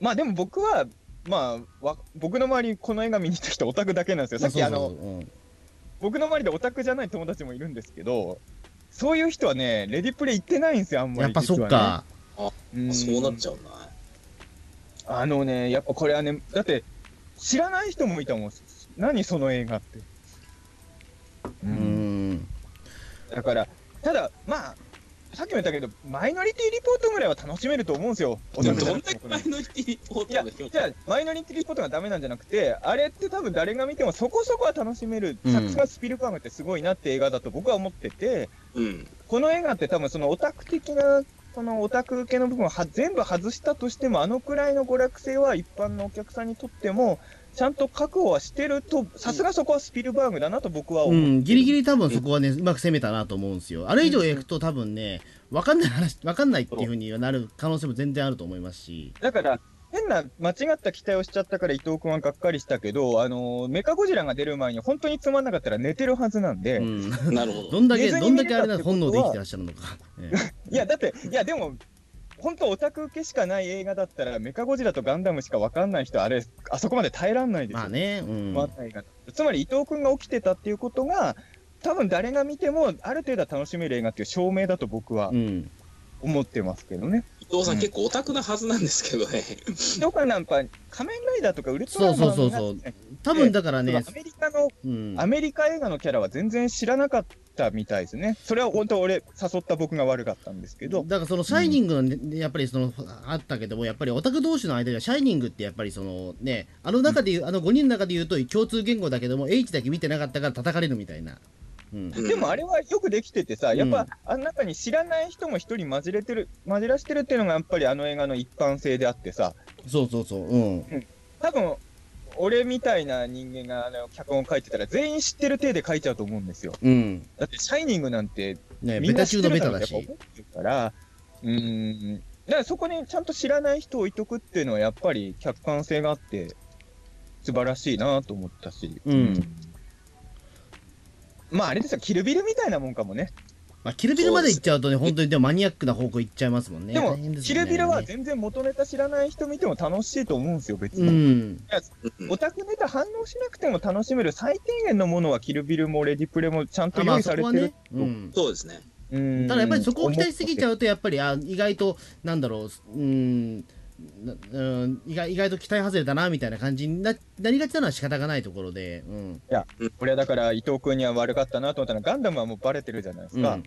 Speaker 4: まあでも僕は、まあ、わ僕の周り、この映画見に行った人オタクだけなんですよ。さっきあ
Speaker 2: そう
Speaker 4: の、
Speaker 2: そうそううん
Speaker 4: 僕の周りでオタクじゃない友達もいるんですけど、そういう人はね、レディプレイ行ってないんですよ、あんまり。
Speaker 2: やっぱそっ
Speaker 4: 実はね
Speaker 2: か。
Speaker 4: うん
Speaker 3: そうなっちゃうな。
Speaker 4: あのね、やっぱこれはね、だって、知らない人もいたもん。何その映画って。う
Speaker 2: うん。
Speaker 4: だから、ただ、まあ、さっきも言ったけど、マイノリティリポートぐらいは楽しめると思うんですよ。
Speaker 3: ど
Speaker 2: うんん
Speaker 3: だけマイノリティリポー
Speaker 4: い
Speaker 3: ト
Speaker 4: や、
Speaker 3: の評
Speaker 4: じ
Speaker 3: 価
Speaker 4: ゃあ、マイノリティリポートがダメなんじゃなくて、あれって多分誰が見てもそこそこは楽しめる、
Speaker 2: うん
Speaker 4: さすがスピルバーグってすごいなって映画だと僕は思ってて、
Speaker 3: うん。
Speaker 4: この映画って多分そのオタク的な、そのオタク系の部分をは全部外したとしても、あのくらいの娯楽性は一般のお客さんにとっても、ちゃんと確保はしてると、さすがそこはスピルバーグだなと僕は
Speaker 2: う
Speaker 4: 思う。
Speaker 2: ん、ギリギリ多分そこはね、うまく攻めたなと思うんですよ。あれ以上やくと多分ね、わかんない話、わかんないっていうふうになる可能性も全然あると思いますし。
Speaker 4: だから、変な間違った期待をしちゃったから伊藤君はがっかりしたけど、あのメカゴジラが出る前に本当につまんなかったら寝てるはずなんで、
Speaker 2: うん。
Speaker 3: なるほど。
Speaker 2: どんだけ、
Speaker 4: 寝ずに
Speaker 2: どんだけ
Speaker 4: 見
Speaker 2: あ
Speaker 4: れた
Speaker 2: れ
Speaker 4: って
Speaker 2: な
Speaker 4: ことは
Speaker 2: 本能で生きてらっしゃるのか。ええ
Speaker 4: いや、だって、いや、でも、本当オタク受けしかない映画だったら、メカゴジラとガンダムしかわかんない人、あれ、あそこまで耐えらんないですよ。
Speaker 2: まあね、うん。
Speaker 4: わかんない映画つまり伊藤君が起きてたっていうことが、多分誰が見ても、ある程度は楽しめる映画っていう証明だと僕は
Speaker 2: うん。
Speaker 4: 思ってますけどね。
Speaker 3: 藤さん、
Speaker 4: うん
Speaker 3: 結構オタクなはずなんですけどね。
Speaker 4: とかなんか仮面ライダーとかウルトラマン
Speaker 2: そうそうそうそう
Speaker 4: なんかね
Speaker 2: 多分だからね
Speaker 4: ア、メリカの
Speaker 2: うん
Speaker 4: アメリカ映画のキャラは全然知らなかったみたいですね。それは本当俺誘った僕が悪かったんですけど。
Speaker 2: だからそのシャイニングのね、やっぱりそのあったけどもやっぱりオタク同士の間ではシャイニングってやっぱりそのねあの中でいう、あの5人の中で言うと共通言語だけども H だけ見てなかったから叩かれるみたいな、うん、
Speaker 3: うん
Speaker 4: でもあれはよくできててさ、やっ
Speaker 2: うん
Speaker 4: ぱあの中に知らない人も一人混じれてる、混じらしてるっていうのがやっぱりあの映画の一般性であってさ、
Speaker 2: そうそうそううん
Speaker 4: 多分俺みたいな人間があの脚本書いてたら全員知ってる体で書いちゃうと思うんですよ。
Speaker 2: うん
Speaker 4: だってシャイニングなんて
Speaker 2: ね
Speaker 4: み
Speaker 2: ベ
Speaker 4: んな
Speaker 2: タ中
Speaker 4: 知って
Speaker 2: の
Speaker 4: る
Speaker 2: ベ
Speaker 4: だ
Speaker 2: タ
Speaker 4: ろうっ
Speaker 2: だし
Speaker 4: てやっぱ思ってるから、うーん。だからそこにちゃんと知らない人を置いとくっていうのはやっぱり客観性があって素晴らしいなと思ったし。
Speaker 2: うん
Speaker 4: まああれですよ、キルビルみたいなもんかもね。
Speaker 2: まあキルビルまで行っちゃうとね本当にでもマニアックな方向行っちゃいますもんね
Speaker 4: でも
Speaker 2: 大変す
Speaker 4: キ
Speaker 2: よね
Speaker 4: ルビルは全然元ネタ知らない人見ても楽しいと思うんですよ、別
Speaker 2: う
Speaker 4: に。
Speaker 2: ん
Speaker 3: うん
Speaker 4: オタクネタ反応しなくても楽しめる最低限のものはキルビルもレディプレもちゃんと
Speaker 2: あま
Speaker 4: 用
Speaker 2: あ
Speaker 4: 意
Speaker 2: そ
Speaker 4: され
Speaker 2: こは
Speaker 4: てる
Speaker 2: ね、うん、
Speaker 3: そうですね。
Speaker 4: うん
Speaker 2: ただやっぱりそこを期待しすぎちゃ
Speaker 4: う
Speaker 2: うとやっぱりあ意外となんだろううーんなうん意外意外と期待外れだなみたいな感じにななりがちなのは仕方がないところで、うん
Speaker 4: 俺はだから伊藤君には悪かったなと思ったのはガンダムはもうバレてるじゃないです
Speaker 2: うん
Speaker 4: か、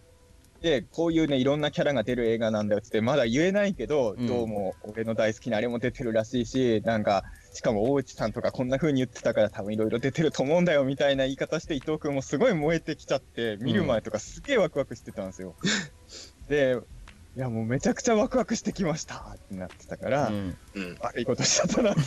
Speaker 4: でこういうねいろんなキャラが出る映画なんだよっつってまだ言えないけど、
Speaker 2: うん
Speaker 4: どうも俺の大好きなあれも出てるらしいしなんかしかも大内さんとかこんな風に言ってたから多分いろいろ出てると思うんだよみたいな言い方して伊藤君もすごい燃えてきちゃって見る前とかすげえワクワクしてたんで すよ。でいやもうめちゃくちゃワクワクしてきましたってなってたから、
Speaker 2: うん
Speaker 3: うん。
Speaker 4: 悪いことしちゃったなと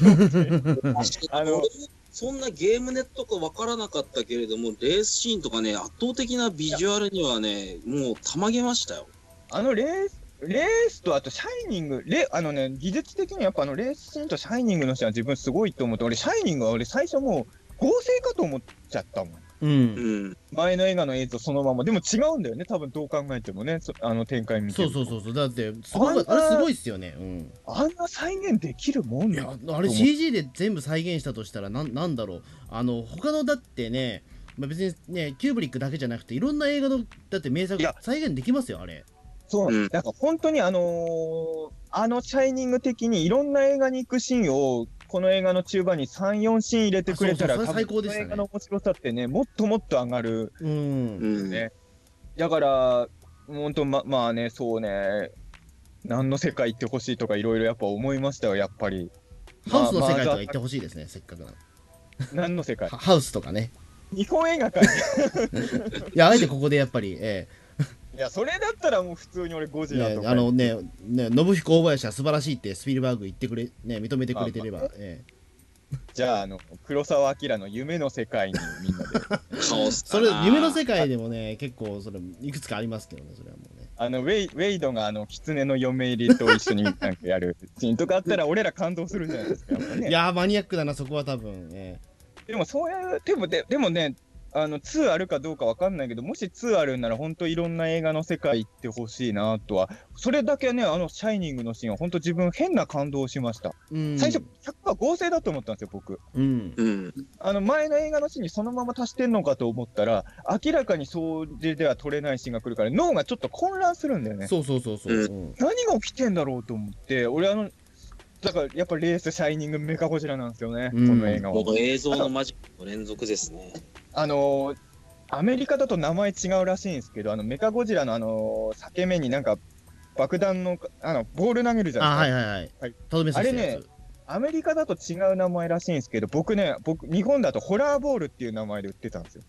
Speaker 4: あの
Speaker 3: 俺そんなゲームネットかわからなかったけれども、レースシーンとかね、圧倒的なビジュアルにはね、もうたまげましたよ。
Speaker 4: あのレース、レースとあとシャイニング、レあのね、技術的にやっぱあのレースシーンとシャイニングのシーンは自分すごいと思って、俺、シャイニングは俺最初もう合成かと思っちゃったもん。
Speaker 2: う、
Speaker 3: うんん。
Speaker 4: 前の映画の映像そのまま。でも違うんだよね、多分どう考えてもね、そあの展開見て
Speaker 2: そう
Speaker 4: る
Speaker 2: そう
Speaker 4: と
Speaker 2: そうそうだってすご
Speaker 4: あん
Speaker 2: い
Speaker 4: な
Speaker 2: あれすごいっすよね、うん、
Speaker 4: あんな再現できるもん
Speaker 2: い
Speaker 4: な
Speaker 2: やあれ CG で全部再現したとしたらなんなんだろうあの他のだってね、まあ、別にねキューブリックだけじゃなくていろんな映画のだって名作
Speaker 4: いや
Speaker 2: 再現できますよあれ
Speaker 4: そう、
Speaker 3: うん
Speaker 4: なんか本当にあのーあのシャイニング的にいろんな映画に行くシーンを、この映画の中盤に3、4シーン入れてくれたら、
Speaker 2: あそうそうそれ
Speaker 4: 多
Speaker 2: 最高
Speaker 4: 分
Speaker 2: でしたね
Speaker 4: この映画の面白さってね、もっともっと上がる。
Speaker 2: うん
Speaker 3: うん。
Speaker 4: ねだから、本当ま、まあね、そうね、何の世界行ってほしいとか、いろいろやっぱ思いましたよ、やっぱり。
Speaker 2: ハウスの世界と
Speaker 4: まあ
Speaker 2: か行ってほしいですね、せっかくなの
Speaker 4: 何の 世界
Speaker 2: はハウスとかね
Speaker 4: 日本映画界。い
Speaker 2: いやあえてここでやっぱりええ
Speaker 4: や、それだったらもう普通に俺ゴジ
Speaker 2: いや
Speaker 4: ラとか。
Speaker 2: あのね、ね信彦大林は素晴らしいってスピルバーグ言ってくれ、ね、認めてくれてれば、
Speaker 4: まあ
Speaker 2: ええ
Speaker 4: じゃあ、あの、黒澤明の夢の世界にみんな で。
Speaker 3: カオス
Speaker 2: そ
Speaker 3: だ
Speaker 2: れ
Speaker 3: な。
Speaker 2: 夢の世界でもね、結構それいくつかありますけどね、それはもうね。
Speaker 4: あの、ウェイ、ウェイドがあの、狐の嫁入りと一緒になんかやるシーンとか あったら、俺ら感動するじゃないですか。やっぱね
Speaker 2: いやーマニアックだな、そこは多分、え
Speaker 4: でもそういう、でもででもね、あの2あるかどうかわかんないけど、もし2あるんなら、本当いろんな映画の世界行ってほしいなとは、それだけね、あのシャイニングのシーンは、本当自分、変な感動しました。
Speaker 2: えうん、
Speaker 4: 最初、100%合成だと思ったんですよ、僕。
Speaker 2: うん、
Speaker 3: うん。
Speaker 4: あの前の映画のシーンにそのまま足してんのかと思ったら、明らかにそれでは撮れないシーンが来るから、脳がちょっと混乱するんだよね。
Speaker 2: そうそうそうそう、
Speaker 3: う
Speaker 2: うん
Speaker 4: 何が起きてんだろうと思って、俺、あの、だからやっぱレース、シャイニング、メカゴジラなんですよね、
Speaker 2: うん
Speaker 4: この映画は。
Speaker 3: この映像のマジックの連続ですね。
Speaker 4: あのーアメリカだと名前違うらしいんですけど、あのメカゴジラのあのー裂け目になんか爆弾のあのボール投げるじゃ
Speaker 2: あ
Speaker 4: な
Speaker 2: はいい
Speaker 4: です
Speaker 2: はいはい、
Speaker 4: はい
Speaker 2: とどめさせたや
Speaker 4: あれ
Speaker 2: つ、
Speaker 4: か。アメリカだと違う名前らしいんですけど、僕ね、僕日本だとホラーボールっていう名前で売ってたんですよ。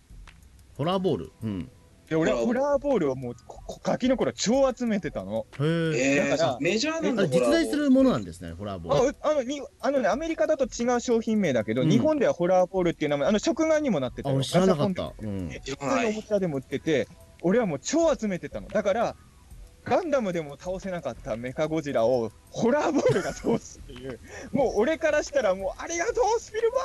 Speaker 2: ホラーボール、うん、
Speaker 4: で、俺ホ
Speaker 3: ホラ
Speaker 4: ラーボールをもうここガキの頃超集めてたの。
Speaker 2: へえ、
Speaker 3: え
Speaker 4: だから
Speaker 3: ー、メジャーなん
Speaker 2: あ
Speaker 3: だ
Speaker 2: れ実在す
Speaker 3: ホラー
Speaker 2: るものなんですね、ホラーボ
Speaker 4: あ
Speaker 2: ール。
Speaker 4: うあのにあのねアメリカだと違う商品名だけど、
Speaker 2: うん
Speaker 4: 日本ではホラーボールっていう名前、あの食玩にもなってた
Speaker 2: あ、
Speaker 4: よ
Speaker 2: 俺知らなかっ
Speaker 4: ガチャ
Speaker 2: た、うん、
Speaker 3: 知
Speaker 4: コン
Speaker 3: ら
Speaker 4: 普
Speaker 3: ない
Speaker 4: 通のおもちゃでも売ってて、俺はもう超集めてたの。だから、ガンダムでも倒せなかったメカゴジラをホラーボールが倒すっていう、もう俺からしたらもうありがとうスピルバ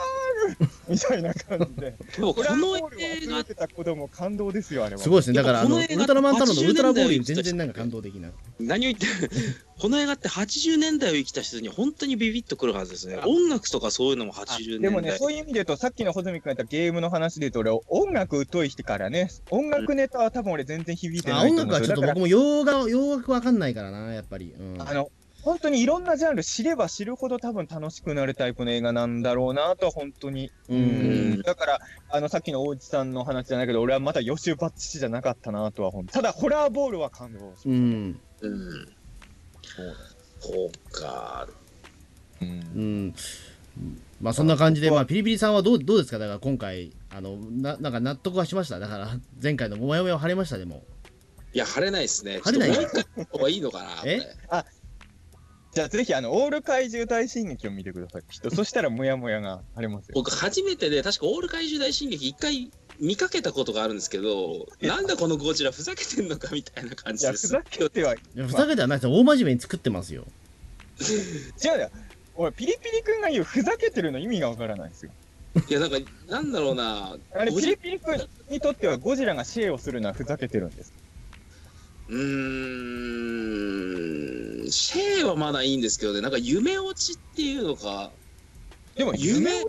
Speaker 4: ーグ みたいな感じで、
Speaker 3: でも
Speaker 4: ホ
Speaker 3: こ
Speaker 4: ラーボ
Speaker 3: の
Speaker 4: ールを
Speaker 3: 映
Speaker 4: 集
Speaker 3: 画
Speaker 4: めてた子供感動ですよ、あれは。
Speaker 2: すごいですね、だからあのウ
Speaker 3: この映画
Speaker 2: ルトラマンタロウのウルトラボールより
Speaker 3: 80年代
Speaker 2: 全然なんか感動的な。
Speaker 3: 何 を言ってるこの映画って80年代を生きた人に本当にビビッとくるはずですね。音楽とかそういうのも
Speaker 4: あ
Speaker 3: 80年代。
Speaker 4: でもね、そういう意味で言うと、さっきの穂積君が言ったゲームの話で言うと、俺、音楽疎い人からね、音楽ネタは多分俺全然響いて
Speaker 2: あ
Speaker 4: ない
Speaker 2: 音
Speaker 4: と思
Speaker 2: 楽
Speaker 4: うん
Speaker 2: は
Speaker 4: で
Speaker 2: ち
Speaker 4: す
Speaker 2: ょっ
Speaker 4: よ。
Speaker 2: と
Speaker 4: だから
Speaker 2: 僕も洋画洋楽わかんないからなやっぱり、うん、
Speaker 4: あの本当にいろんなジャンル知れば知るほど多分楽しくなるタイプの映画なんだろうなとは本当に、
Speaker 2: う
Speaker 4: うんだからあのさっきの大内さんの話じゃないけど俺はまた予習バッチシじゃなかったなとは本当ただホラーボールは感動し
Speaker 2: う
Speaker 4: ま
Speaker 2: ん、
Speaker 3: うん。
Speaker 4: した、
Speaker 3: そうか。
Speaker 4: うん
Speaker 2: うん、まあそんな感じで、まあ、ピリピリさんはどうどうですか、だから今回、あのななんか納得はしました、だから前回のもやもやは晴れました、でも、
Speaker 3: いや、晴れないですね。ちょ
Speaker 2: 晴
Speaker 3: っと
Speaker 2: れ
Speaker 3: もう
Speaker 2: ない
Speaker 3: 一回の方がいいのかなこれ
Speaker 2: え
Speaker 4: じゃあぜひあのオール怪獣大進撃を見てくださいきっとそしたらモヤモヤが晴れますよ
Speaker 3: 僕、初めてで、確かオール怪獣大進撃一回見かけたことがあるんですけど、なんだこのゴジラふざけてんのかみたいな感
Speaker 4: い
Speaker 3: じ
Speaker 4: や
Speaker 3: で
Speaker 4: ふ
Speaker 3: す。
Speaker 4: ざけてはい
Speaker 2: いやふざけてはないですよ、大真面目に作ってますよ。
Speaker 4: 違うよ俺ピリピリ君が言うふざけてるの意味がわからないですよ
Speaker 3: いや、なんか、なんだろうな。
Speaker 4: あれ
Speaker 3: ゴ
Speaker 4: ピ
Speaker 3: ジ
Speaker 4: リピリ君にとってはゴジラがシェイをするのはふざけてるんです
Speaker 3: うーん、シェイはまだいいんですけどね、なんか夢落ちっていうのか、
Speaker 4: でも夢
Speaker 3: 夢、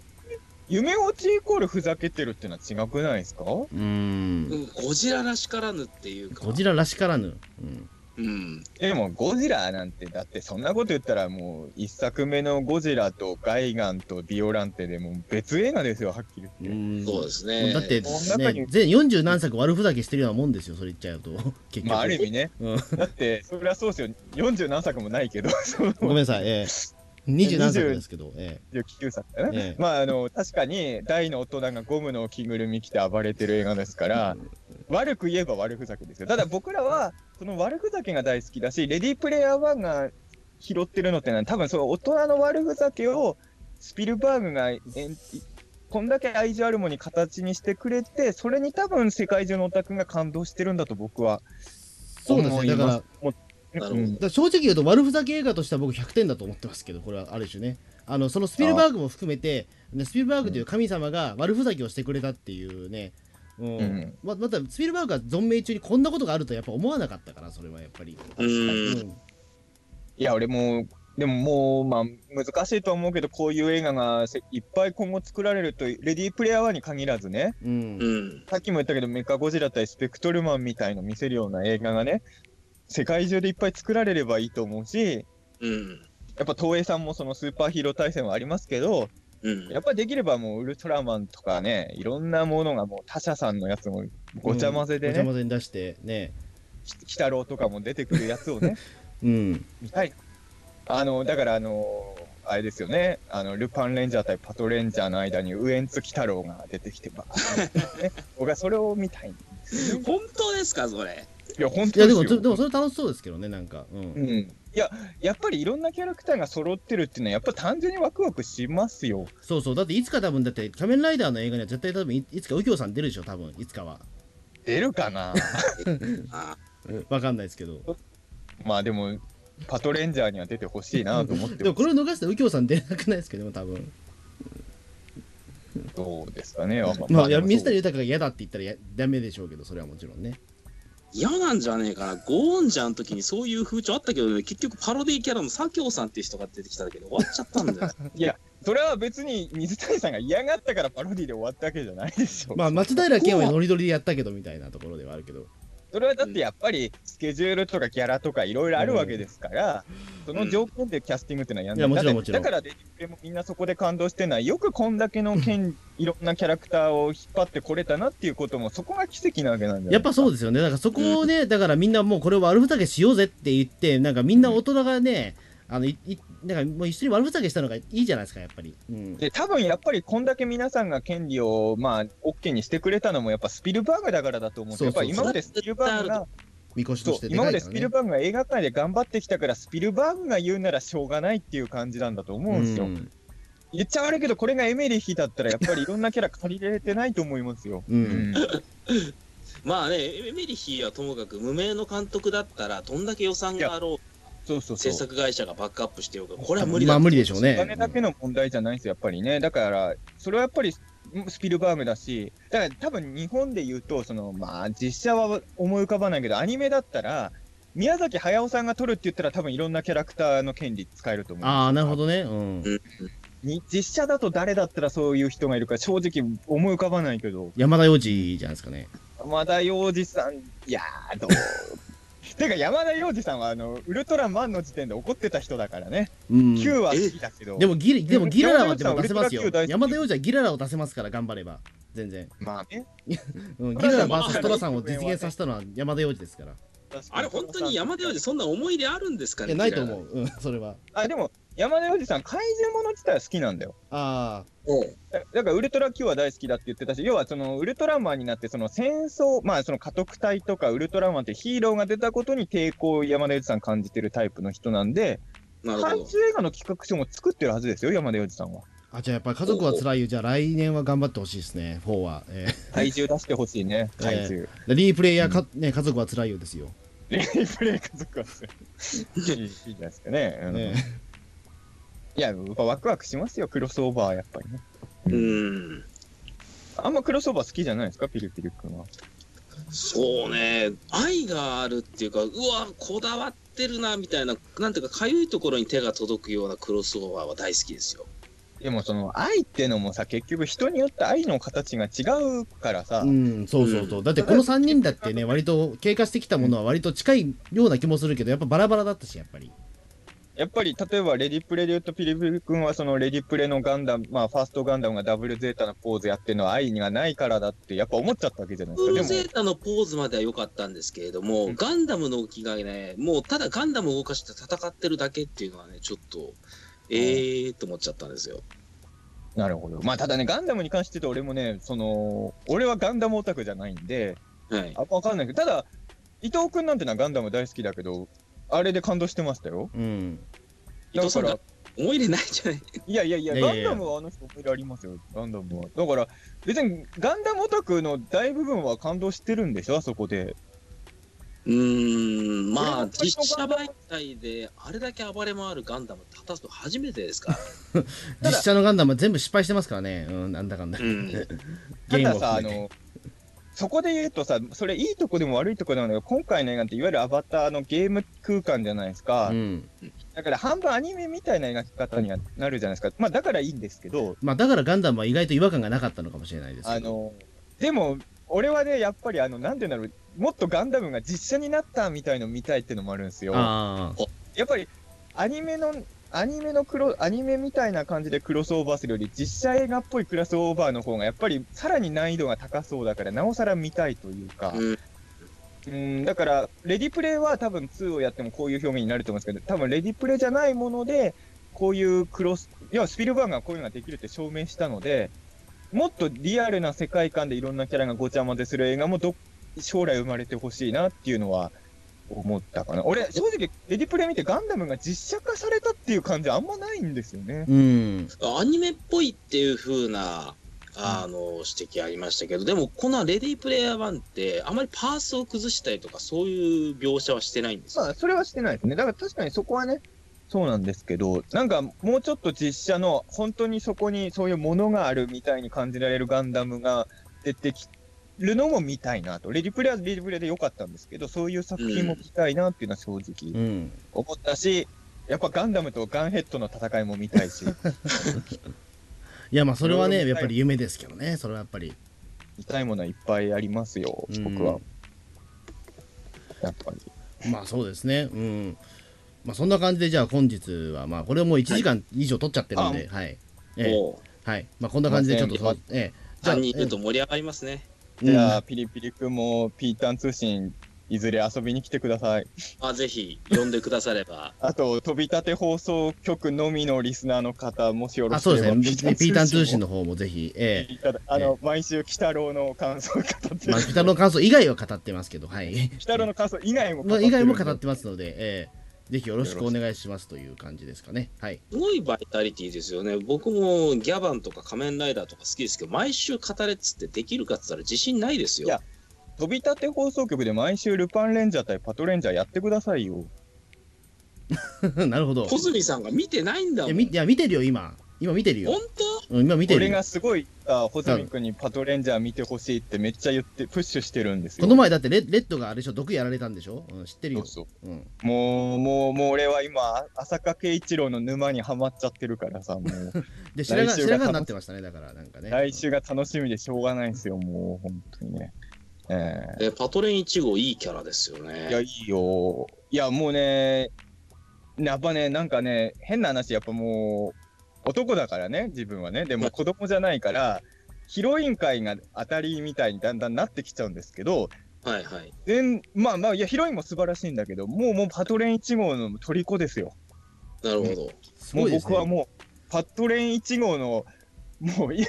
Speaker 4: 夢落ちイコールふざけてるってのは違くないですか
Speaker 2: うーん
Speaker 3: ゴジラらしからぬっていうか、
Speaker 2: ゴジラらしからぬ、うん、
Speaker 3: うん、
Speaker 4: でもゴジラなんてだってそんなこと言ったらもう一作目のゴジラとガイガンとビオランテでもう別映画ですよはっきり
Speaker 2: う
Speaker 4: 言って。
Speaker 2: ん
Speaker 3: そうです
Speaker 2: も
Speaker 3: ね。
Speaker 2: うだって、
Speaker 4: この中に
Speaker 2: ね、全40何作悪ふざけしてるようなもんですよ、それ言っちゃうと、結局。
Speaker 4: まあある意味ね、
Speaker 2: うん
Speaker 4: だってそれはそうですよ40何作もな いけどその
Speaker 2: ごめんなさい、ええ20何作ですけど、え
Speaker 4: 49作かな、
Speaker 2: ええ
Speaker 4: まああの確かに大の大人がゴムの着ぐるみ着て暴れてる映画ですから悪く言えば悪ふざけですよただ僕らはその悪ふざけが大好きだしレディープレイヤー1が拾ってるのってのは多分その大人の悪ふざけをスピルバーグがえんこんだけ愛情あるものに形にしてくれてそれに多分世界中のオタクが感動してるんだと僕は
Speaker 2: そうです
Speaker 4: 思
Speaker 2: ね、
Speaker 4: い
Speaker 2: だ
Speaker 4: ます
Speaker 2: から、
Speaker 3: なるほど
Speaker 4: うん
Speaker 2: だから正直言うと悪ふざけ映画としては僕100点だと思ってますけどこれはある種ねあのそのスピルバーグも含めてねスピルバーグという神様が悪ふざけをしてくれたっていうね、うん
Speaker 4: うん
Speaker 2: ままたスピルバーグが存命中にこんなことがあるとはやっぱ思わなかったからそれはやっぱり、
Speaker 3: うーん、
Speaker 4: いや、俺もう、でももう、まあ、難しいとは思うけど、こういう映画がせいっぱい今後作られると、レディープレイヤー1に限らずね、
Speaker 2: うん
Speaker 3: う、ん、
Speaker 4: さっきも言ったけど、メカゴジラ対スペクトルマンみたいの見せるような映画がね、世界中でいっぱい作られればいいと思うし、
Speaker 3: うん、
Speaker 4: やっぱ東映さんもそのスーパーヒーロー対戦はありますけど、
Speaker 3: うん、
Speaker 4: やっぱできればもうウルトラマンとかね、いろんなものがもう他社さんのやつもごちゃ混ぜで
Speaker 2: ごちゃ
Speaker 4: ね、
Speaker 2: 混ぜに出してね
Speaker 4: き鬼太郎とかも出てくるやつをね、
Speaker 2: うん
Speaker 4: はい。あの、だから、あの、あれですよね。あの、ルパンレンジャー対パトレンジャーの間にウエンツ鬼太郎が出てきてば、 ね。僕はそれを見たい。
Speaker 3: 本当ですか、それ。
Speaker 4: いや、本
Speaker 2: いや
Speaker 4: 当
Speaker 2: で
Speaker 4: で
Speaker 2: も
Speaker 4: す
Speaker 2: そ
Speaker 4: よ。
Speaker 2: でもそれ楽しそうですけどねなんかうん、
Speaker 4: うん。いや、やっぱりいろんなキャラクターが揃ってるっていうのは、やっぱ単純にワクワクしますよ。
Speaker 2: そうそうだっていつか多分だって仮面ライダーの映画には絶対多分いいつか右京さん出るでしょ多分いつかは
Speaker 4: 出る かな
Speaker 3: あ
Speaker 2: わかんないですけど
Speaker 4: まあでも、パトレンジャーには出てほしいなと思って
Speaker 2: でも
Speaker 4: ま
Speaker 2: これを逃したら右京さん出なくないですけども多分
Speaker 4: すどうですかね。
Speaker 2: まあ、いや
Speaker 4: でもそう
Speaker 2: 水谷豊が嫌だって言ったらやダメでしょうけど、それはもちろんね。
Speaker 3: 嫌なんじゃねえかな、ゴーンジャーの時にそういう風潮あったけどね、結局パロディキャラの佐京さんっていう人が出てきただけで終わっちゃったん だよ。
Speaker 4: それは別に水谷さんが嫌がったからパロディで終わったわけじゃないでしょ。
Speaker 2: まあ、松平健はノリノリでやったけどみたいなところではあるけど、
Speaker 4: それはだってやっぱりスケジュールとかギャラとかいろいろあるわけですから、その条件でキャスティングってのはやんな
Speaker 2: い
Speaker 4: い
Speaker 2: やもちろん
Speaker 4: だ
Speaker 2: も
Speaker 4: って
Speaker 2: ちろん
Speaker 4: だからデジプレもみんなそこで感動してないよくこんだけの件いろんなキャラクターを引っ張ってこれたなっていうこともそこが奇跡なわけなんじゃない
Speaker 2: やっぱそう
Speaker 4: で
Speaker 2: ですよね、だからそこをね、だからみんなもうこれを悪ふざけしようぜって言って、なんかみんな大人がね、あのいいなんかもう一緒に悪ふざけしたのがいいじゃないですか、やっぱり。うん
Speaker 4: で多分やっぱりこんだけ皆さんが権利をまあ OK にしてくれたのもやっぱスピルバーグだからだと思うんですよやっ
Speaker 2: そう
Speaker 4: ぱ
Speaker 2: そうそ
Speaker 4: 今
Speaker 2: う
Speaker 4: までスピルバーグが
Speaker 2: みこしと
Speaker 4: そ
Speaker 2: して
Speaker 4: う
Speaker 2: で
Speaker 4: 今
Speaker 2: か
Speaker 4: ま
Speaker 2: い
Speaker 4: で
Speaker 2: か
Speaker 4: ス
Speaker 2: ら
Speaker 4: ピ
Speaker 2: ね
Speaker 4: ル。バーグが映画界で頑張ってきたからスピルバーグが言うならしょうがないっていう感じなんだと思うんですよ、
Speaker 2: うん
Speaker 4: 言っちゃ悪いけど、これがエメリヒだったら、やっぱりいろんなキャラ借りれてないと思いますよ。
Speaker 2: う、
Speaker 4: うん
Speaker 3: まあね、エメリヒはともかく無名の監督だったら、どんだけ予算があろう
Speaker 4: そうそう
Speaker 3: 制
Speaker 4: そう。
Speaker 3: 作会社がバックアップしてようが、これは無理だ
Speaker 2: まあ
Speaker 3: と
Speaker 2: 無理でしょう
Speaker 4: お
Speaker 2: ね。
Speaker 4: 金だけの問題じゃないんですよ、やっぱりね。だから、それはやっぱりスピルバーグだし、だから多分日本で言うと、そのまあ、実写は思い浮かばないけど、アニメだったら、宮崎駿さんが撮るって言ったら、多分いろんなキャラクターの権利使えると思う。
Speaker 2: ああ、なるほどね。うん。
Speaker 4: に実写だと誰だったらそういう人がいるか、正直思い浮かばないけど、
Speaker 2: 山田洋次じゃないですかね。
Speaker 4: まだ洋次さん、いやー、どう てか山田洋次さんはあのウルトラマンの時点で怒ってた人だからね、
Speaker 2: うん、
Speaker 4: Q は好きだけど
Speaker 2: でもギリでもギララはでも出せますよ
Speaker 4: 山田洋次は
Speaker 2: 山田洋次はギララを出せますから頑張れば全然、
Speaker 4: まあね
Speaker 2: うん、ギララ VS トラさんを実現させたのは山田洋次ですから
Speaker 3: あれ本当に山田洋次そんな思い出あるんですか
Speaker 2: い
Speaker 3: ね
Speaker 2: やないと思う、うん、それは
Speaker 4: あでも山田洋次さん怪獣もの自体は好きなんだよ
Speaker 2: あ
Speaker 3: おう
Speaker 4: だだからウルトラ Q は大好きだって言ってたし要はそのウルトラマンになってその戦争まあその家督隊とかウルトラマンってヒーローが出たことに抵抗を山田洋次さん感じてるタイプの人なんで
Speaker 3: なる
Speaker 4: 怪
Speaker 3: ほど
Speaker 4: 獣映画の企画書も作ってるはずですよ山田洋次さんは
Speaker 2: ああじゃあやっぱり家族は辛いよじゃあ来年は頑張ってほしいですね4は、え
Speaker 4: 怪獣出してほしいね
Speaker 2: えー
Speaker 4: 怪獣、
Speaker 2: ー、リープレイヤーか、ね、家族は辛いよですよ、
Speaker 4: レイプレイ家族はするいいいいじゃないですかね、うん
Speaker 2: ね
Speaker 4: いややっぱワクワクしますよクロスオーバーはやっぱりね
Speaker 3: うん
Speaker 4: あんまクロスオーバー好きじゃないですかピルピル君は
Speaker 3: そうね愛があるっていうかうわこだわってるなみたいななんていうかかゆいところに手が届くようなクロスオーバーは大好きですよ
Speaker 4: でもその愛ってのもさ結局人によって愛の形が違うからさ、
Speaker 2: うん、そうそうそう、だってこの3人だってね割と経過してきたものは割と近いような気もするけどやっぱバラバラだったしやっぱり
Speaker 4: やっぱり例えばレディプレで言うとピリピリ君はそのレディプレのガンダムまあファーストガンダムがダブルゼータのポーズやってるのは愛がないからだってやっぱ思っちゃったわけじゃない
Speaker 3: ブル
Speaker 4: で
Speaker 3: ー
Speaker 4: すか
Speaker 3: ゼ
Speaker 4: でも
Speaker 3: ータのポーズまでは良かったんですけれども、
Speaker 4: うん
Speaker 3: ガンダムの動きがね、もうただガンダムを動かして戦ってるだけっていうのはね、ちょっと、えーと思っちゃったんですよ。
Speaker 4: なるほどまあただねガンダムに関して言うと俺もねその俺はガンダムオタクじゃないんで
Speaker 3: はい。
Speaker 4: あわかんないけどただ伊藤君なんてのはガンダム大好きだけどあれで感動してましたよ
Speaker 2: うん
Speaker 3: 伊藤さん
Speaker 4: だ
Speaker 3: が
Speaker 4: か
Speaker 3: 思い入れないじゃない。
Speaker 4: いやいやいや、
Speaker 2: いやいやいや
Speaker 4: ガンダムはあの人思い出ありますよ、ガンダムは。だから、別にガンダムオタクの大部分は感動してるんでしょ、あそこで。
Speaker 3: うーん、まあ、
Speaker 4: 俺
Speaker 3: 実写媒体であれだけ暴れ回るガンダム立たすの初めてですから。
Speaker 2: 実写のガンダムは全部失敗してますからね、うん、なんだかんだ、
Speaker 3: うん。
Speaker 4: た
Speaker 2: ゲー
Speaker 4: だ
Speaker 2: ムを
Speaker 4: さ、あ
Speaker 2: 含めて
Speaker 4: の、そこで言うとさ、それいいとこでも悪いとこでもないけど、今回の映画っていわゆるアバターのゲーム空間じゃないですか。
Speaker 2: うん
Speaker 4: だから半分アニメみたいな描き方にはなるじゃないですか。まあだからいいんですけど、
Speaker 2: まあだからガンダムは意外と違和感がなかったのかもしれないです
Speaker 4: あ
Speaker 2: けど
Speaker 4: の、でも、俺はね、やっぱりあの、なんて言うんだろう、もっとガンダムが実写になったみたいの見たいってのもあるんですよ。
Speaker 2: ああ
Speaker 4: やっぱりアニメのアニメのクロアニメみたいな感じでクロスオーバーするより実写映画っぽいクロスオーバーの方がやっぱりさらに難易度が高そうだからなおさら見たいというか、
Speaker 3: うん
Speaker 4: うんだからレディプレイは多分2をやってもこういう表現になると思うんですけど多分レディプレイじゃないものでこういうクロス要はスピルバーグがこういうのができるって証明したのでもっとリアルな世界観でいろんなキャラがごちゃ混ぜする映画もど将来生まれてほしいなっていうのは思ったかな俺正直レディプレイ見てガンダムが実写化されたっていう感じあんまないんですよね
Speaker 2: うん
Speaker 3: アニメっぽいっていう風な、あの、指摘ありましたけど、でも、このレディープレイヤー1って、あまりパースを崩したりとか、そういう描写はしてないんですよ。
Speaker 4: まあそれはしてないですねだから確かにそこはねそうなんですけどなんかもうちょっと実写の本当にそこにそういうものがあるみたいに感じられるガンダムが出てきるのも見たいなとレディプレイはレディプレイで良かったんですけどそういう作品も見たいなっていうのは正直
Speaker 2: うん
Speaker 4: 思ったし、やっぱガンダムとガンヘッドの戦いも見たい し
Speaker 2: いやまあそれは
Speaker 4: う
Speaker 2: ね
Speaker 4: ん
Speaker 2: やっぱり夢ですけどねそれはやっぱり
Speaker 4: 見たいものはいっぱいありますよ僕は、
Speaker 2: うん
Speaker 4: やっぱり
Speaker 2: まあそうですねうんまあそんな感じでじゃあ本日はまあこれはもう1時間以上取っちゃってるんではい、ええ
Speaker 3: も
Speaker 2: はいまあこんな感じでちょっとそうええ
Speaker 3: う、3人いると盛り上がりますね。
Speaker 4: じゃあ、
Speaker 2: うん
Speaker 4: ピリピリ君もピーターン通信いずれ遊びに来てください
Speaker 3: まあ、ぜひ、呼んでくだされば。
Speaker 4: あと飛び立て放送局のみのリスナーの方もしよろ
Speaker 2: あ
Speaker 4: しけ
Speaker 2: そう
Speaker 4: れば
Speaker 2: ですねピーターン通信
Speaker 4: の
Speaker 2: の方もぜひええ
Speaker 4: あの、
Speaker 2: え
Speaker 4: 毎週鬼太郎の感想を語ってる、
Speaker 2: まあ、北の感想以外は語ってますけど、はい。
Speaker 4: 鬼太郎の感想以外も
Speaker 2: まあ以外も語
Speaker 4: るん
Speaker 2: っ
Speaker 4: で
Speaker 2: てますので、えー、ぜひよろしくお願いしますという感じですかね。はい。
Speaker 3: すごいバイタリティですよね。僕もギャバンとか仮面ライダーとか好きですけど、毎週語れっつってできるかっつったら自信ないですよ。
Speaker 4: いや飛び立て放送局で毎週ルパンレンジャー対パトレンジャーやってくださいよ
Speaker 2: なるほど。
Speaker 3: 小泉さんが見てないんだ
Speaker 2: い
Speaker 3: も
Speaker 2: や、
Speaker 3: ん。
Speaker 2: みいや見てるよ、今。今見てるよ
Speaker 3: 本。当
Speaker 2: うん、今見てる
Speaker 4: 俺
Speaker 2: よ
Speaker 4: が。すごいあホズミ君にパトレンジャー見てほしいってめっちゃ言ってプッシュしてるんですよ
Speaker 2: この前だってレ、レッドがあれでしょ、毒やられたんでしょ、うん、知ってる
Speaker 4: そ
Speaker 2: よ
Speaker 4: う。そう
Speaker 2: うん。
Speaker 4: もう、もう、もう俺は今、浅香圭一郎の沼にはまっちゃってるからさ、もう、
Speaker 2: で、白髪、
Speaker 4: 来週
Speaker 2: 白
Speaker 4: が
Speaker 2: 髪になってましたね、だから、なんかね。
Speaker 4: 来週が楽しみでしょうがないんですよ、もう、本当にね。え
Speaker 3: えーパトレイン1号いいキャラですよね。
Speaker 4: えいや、いいよ。いや、もうね、やっぱね、なんかね、変な話、やっぱもう、男だからね、自分はね。で
Speaker 3: は
Speaker 4: も
Speaker 3: い
Speaker 4: 子供じゃないから、ヒロイン界が当たりみたいにだんだんなってきちゃうんですけど、
Speaker 3: はいはい。
Speaker 4: 全まあまあ、いや、ヒロインも素晴らしいんだけど、もうもうパトレイン1号の虜ですよ。
Speaker 3: なるほど。
Speaker 2: す
Speaker 4: も
Speaker 2: ご
Speaker 4: う
Speaker 2: いです
Speaker 4: 僕
Speaker 2: ね
Speaker 4: はもう、パトレイン1号の、もうい、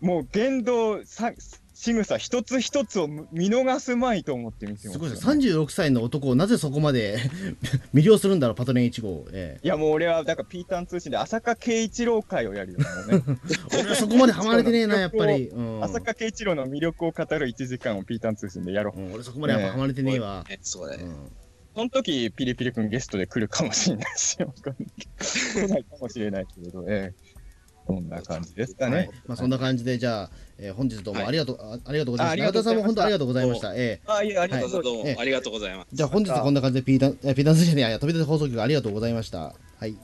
Speaker 4: もう言動、さ仕草一つ一つをむ見逃すまいと思って見てますす、
Speaker 2: ごい
Speaker 4: ね。
Speaker 2: ですね36歳の男をなぜそこまで 魅了するんだろうパトレイン1号、え
Speaker 4: いや、もう俺は、だから、ピーターン通信で浅香圭一郎会をやるよ、もうね。
Speaker 2: え、 俺はそこまでハマれてね えなやっぱり、うん
Speaker 4: 浅香圭一郎の魅力を語る1時間をピーターン通信でやろう。
Speaker 2: うん俺そこまでやっぱハマれてねえわ、
Speaker 3: えそれ、
Speaker 2: うん
Speaker 4: その時、ピリピリ君ゲストで来るかもしれないし、わかんない来ないかもしれないけれど、ええ。そんな感じですかね。
Speaker 2: はいまあ、そんな感じで、じゃあ、えー本日どうもありがとう、あありがとうございま
Speaker 4: あ
Speaker 2: し
Speaker 4: り
Speaker 2: た。
Speaker 4: がと
Speaker 2: 中
Speaker 4: う
Speaker 2: 田さんも本
Speaker 4: ございました
Speaker 2: 当ありがとうございました。え
Speaker 4: あ、いや、ありがとうございます。
Speaker 3: どう
Speaker 2: ええ
Speaker 3: もありがとうございます。
Speaker 2: ーじゃあ、本日はここんな感じでピーター、えー、ピーターンズ社で、えー飛び出せ社でありがとうございました。はい。